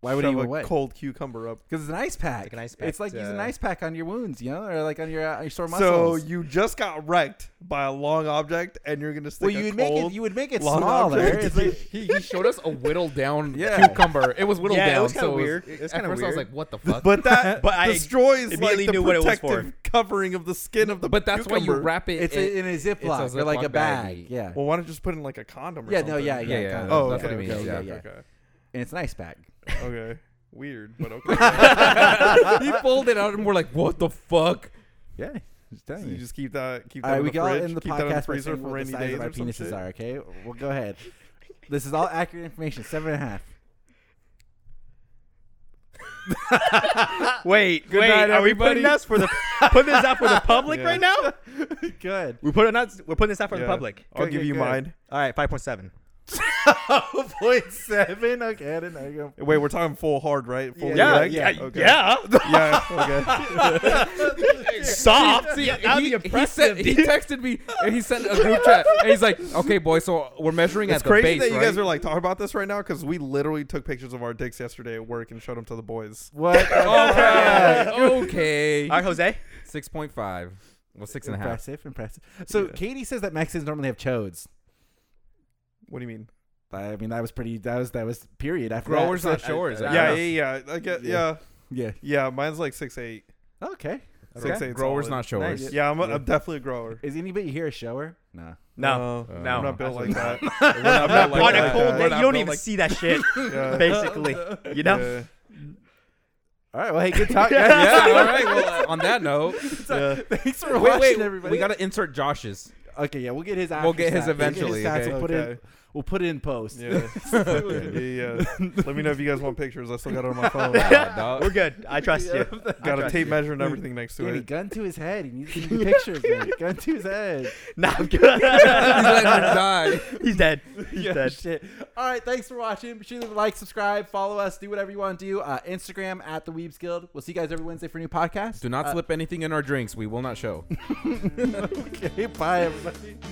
[SPEAKER 3] Why would
[SPEAKER 4] shove
[SPEAKER 3] anyone
[SPEAKER 4] a
[SPEAKER 3] what?
[SPEAKER 4] cold cucumber up?
[SPEAKER 3] Because it's an ice pack.
[SPEAKER 5] like an ice pack
[SPEAKER 3] It's like
[SPEAKER 5] to-
[SPEAKER 3] using an ice pack on your wounds, you know, or like on your, uh, your sore
[SPEAKER 4] So
[SPEAKER 3] muscles.
[SPEAKER 4] you just got wrecked by a long object, and you're gonna stick
[SPEAKER 3] well, you
[SPEAKER 4] a
[SPEAKER 3] would make
[SPEAKER 4] cold.
[SPEAKER 3] it. You would make it
[SPEAKER 4] long
[SPEAKER 3] smaller.
[SPEAKER 4] object.
[SPEAKER 3] It's like-
[SPEAKER 1] He, he showed us a whittled
[SPEAKER 4] [laughs]
[SPEAKER 1] down
[SPEAKER 3] Yeah.
[SPEAKER 1] cucumber. It was whittled
[SPEAKER 5] Yeah, it
[SPEAKER 1] down.
[SPEAKER 5] was kinda
[SPEAKER 1] so It
[SPEAKER 5] weird. It
[SPEAKER 1] was,
[SPEAKER 5] was
[SPEAKER 1] at
[SPEAKER 5] kinda
[SPEAKER 1] first, I was
[SPEAKER 5] weird.
[SPEAKER 1] like, "What the fuck?"
[SPEAKER 4] [laughs]
[SPEAKER 3] [laughs]
[SPEAKER 4] but that
[SPEAKER 5] But I
[SPEAKER 4] destroys
[SPEAKER 5] immediately
[SPEAKER 4] like the
[SPEAKER 5] knew what it was for.
[SPEAKER 4] protective covering of the skin of the.
[SPEAKER 1] But that's why you
[SPEAKER 4] cucumber.
[SPEAKER 1] wrap it.
[SPEAKER 3] it's
[SPEAKER 1] in- [laughs]
[SPEAKER 3] in a Ziploc or like a
[SPEAKER 1] Ziploc
[SPEAKER 3] bag. Yeah.
[SPEAKER 4] Well, why don't you just put it in like a condom? or
[SPEAKER 3] Yeah,
[SPEAKER 4] something?
[SPEAKER 3] no, yeah, yeah.
[SPEAKER 1] Yeah, yeah,
[SPEAKER 3] kinda.
[SPEAKER 4] Oh,
[SPEAKER 1] That's
[SPEAKER 4] okay,
[SPEAKER 1] what it means,
[SPEAKER 4] okay,
[SPEAKER 1] yeah,
[SPEAKER 4] okay,
[SPEAKER 3] yeah.
[SPEAKER 4] okay.
[SPEAKER 3] And it's an ice pack.
[SPEAKER 4] Okay. Weird,
[SPEAKER 3] [laughs]
[SPEAKER 4] but
[SPEAKER 1] [laughs]
[SPEAKER 4] okay.
[SPEAKER 1] he pulled it out, and we're like, "What the fuck?"
[SPEAKER 3] Yeah. Just
[SPEAKER 4] So
[SPEAKER 3] telling
[SPEAKER 4] you
[SPEAKER 3] you.
[SPEAKER 4] just keep that keep
[SPEAKER 3] All
[SPEAKER 4] that
[SPEAKER 3] right,
[SPEAKER 4] in
[SPEAKER 3] we
[SPEAKER 4] the
[SPEAKER 3] got
[SPEAKER 4] fridge,
[SPEAKER 3] in the
[SPEAKER 4] keep that in the
[SPEAKER 3] podcast by
[SPEAKER 4] freezer
[SPEAKER 3] saying
[SPEAKER 4] for
[SPEAKER 3] what the
[SPEAKER 4] rainy
[SPEAKER 3] size
[SPEAKER 4] days
[SPEAKER 3] of our
[SPEAKER 4] or some
[SPEAKER 3] penises
[SPEAKER 4] shit.
[SPEAKER 3] are. Okay, well, go ahead. This is all accurate information. Seven and a half.
[SPEAKER 5] Wait, wait.
[SPEAKER 1] night,
[SPEAKER 5] are we putting
[SPEAKER 1] everybody.
[SPEAKER 5] this for the putting this out for the [laughs] public
[SPEAKER 4] Yeah.
[SPEAKER 5] right now?
[SPEAKER 3] [laughs] Good.
[SPEAKER 5] We put it out. We're putting this out for
[SPEAKER 4] Yeah.
[SPEAKER 5] the public.
[SPEAKER 4] I'll
[SPEAKER 3] Good,
[SPEAKER 4] give
[SPEAKER 3] good,
[SPEAKER 4] you
[SPEAKER 3] good.
[SPEAKER 4] mine.
[SPEAKER 5] All right, five point [laughs] seven.
[SPEAKER 3] Point [laughs] seven. Okay, I didn't know you were
[SPEAKER 4] Wait, we're talking full hard, right? Full
[SPEAKER 3] Yeah,
[SPEAKER 4] erect?
[SPEAKER 3] yeah,
[SPEAKER 4] okay.
[SPEAKER 5] Yeah. [laughs]
[SPEAKER 4] Yeah, okay.
[SPEAKER 5] Soft.
[SPEAKER 1] See,
[SPEAKER 5] Yeah, that'd
[SPEAKER 1] he,
[SPEAKER 5] be
[SPEAKER 1] he,
[SPEAKER 5] impressive.
[SPEAKER 1] sent, he [laughs] texted me and he sent a group chat and he's like, "Okay, boy, so we're measuring
[SPEAKER 4] It's
[SPEAKER 1] at the
[SPEAKER 4] crazy
[SPEAKER 1] base,
[SPEAKER 4] that you
[SPEAKER 1] right?"
[SPEAKER 4] guys are like talking about this right now because we literally took pictures of our dicks yesterday at work and showed them to the boys.
[SPEAKER 3] [laughs] What? Oh,
[SPEAKER 1] Oh, [laughs]
[SPEAKER 4] "Oh, [laughs]
[SPEAKER 1] okay,
[SPEAKER 5] All right, Jose.
[SPEAKER 1] six point five. Well, six and a half.
[SPEAKER 3] impressive, impressive. So
[SPEAKER 4] Yeah.
[SPEAKER 3] Katie says that Mexicans normally have chodes.
[SPEAKER 4] What do you mean?
[SPEAKER 3] I mean, that was pretty. That was that was period. After
[SPEAKER 1] Growers,
[SPEAKER 3] that,
[SPEAKER 1] not showers.
[SPEAKER 3] I- I-
[SPEAKER 1] I
[SPEAKER 4] Yeah,
[SPEAKER 1] don't know.
[SPEAKER 4] yeah, yeah. I get,
[SPEAKER 3] Yeah.
[SPEAKER 4] yeah,
[SPEAKER 3] yeah.
[SPEAKER 4] yeah. Mine's like six eight.
[SPEAKER 3] Okay.
[SPEAKER 4] Six eight's
[SPEAKER 1] Growers,
[SPEAKER 4] all
[SPEAKER 1] not
[SPEAKER 4] in.
[SPEAKER 1] showers.
[SPEAKER 4] Yeah, I'm, a, I'm definitely a grower.
[SPEAKER 3] Is anybody here a shower? No.
[SPEAKER 5] No,
[SPEAKER 4] Uh,
[SPEAKER 5] no.
[SPEAKER 4] I'm not built like that.
[SPEAKER 1] not built
[SPEAKER 5] on
[SPEAKER 4] I'm
[SPEAKER 1] like
[SPEAKER 5] a
[SPEAKER 1] that.
[SPEAKER 5] cold
[SPEAKER 1] We're
[SPEAKER 5] day, you
[SPEAKER 1] not
[SPEAKER 5] don't
[SPEAKER 1] built
[SPEAKER 5] even
[SPEAKER 1] like-
[SPEAKER 5] see that shit.
[SPEAKER 4] Yeah.
[SPEAKER 5] basically, you know.
[SPEAKER 4] Yeah.
[SPEAKER 3] All right. Well,
[SPEAKER 1] [laughs]
[SPEAKER 3] hey, good talk. guys.
[SPEAKER 1] [laughs] yeah, all right.
[SPEAKER 4] [laughs]
[SPEAKER 1] Well, on that note,
[SPEAKER 4] Yeah.
[SPEAKER 3] [laughs] Thanks for
[SPEAKER 1] wait,
[SPEAKER 3] watching,
[SPEAKER 1] wait.
[SPEAKER 3] everybody.
[SPEAKER 1] We gotta insert Josh's.
[SPEAKER 3] Okay, yeah, we'll get his.
[SPEAKER 1] We'll get
[SPEAKER 3] after
[SPEAKER 1] his
[SPEAKER 3] stats. We'll get
[SPEAKER 1] eventually,
[SPEAKER 3] stats.
[SPEAKER 1] okay.
[SPEAKER 3] We'll put
[SPEAKER 4] Okay.
[SPEAKER 3] it. We'll put it in post.
[SPEAKER 4] Yeah. yeah, yeah. Let me know if you guys want pictures. I still got it on my phone.
[SPEAKER 1] Yeah, dog.
[SPEAKER 5] We're good. I trust
[SPEAKER 4] [laughs]
[SPEAKER 5] you. I
[SPEAKER 4] got a
[SPEAKER 5] trust
[SPEAKER 4] tape
[SPEAKER 5] you.
[SPEAKER 4] measure and everything next to
[SPEAKER 3] Danny,
[SPEAKER 4] it.
[SPEAKER 3] gun to his head. He needs to see pictures. man. Gun to his head.
[SPEAKER 5] Nah, I'm good.
[SPEAKER 1] He's letting
[SPEAKER 5] [laughs]
[SPEAKER 1] her die.
[SPEAKER 5] He's dead. He's dead.
[SPEAKER 3] Shit. All right, thanks for watching. Be sure to like, subscribe, follow us, do whatever you want to do. Uh, Instagram at the Weebs Guild. We'll see you guys every Wednesday for a new podcast. [laughs]
[SPEAKER 1] Do not
[SPEAKER 3] Uh,
[SPEAKER 1] slip anything in our drinks. We will not show.
[SPEAKER 3] Okay, bye everybody.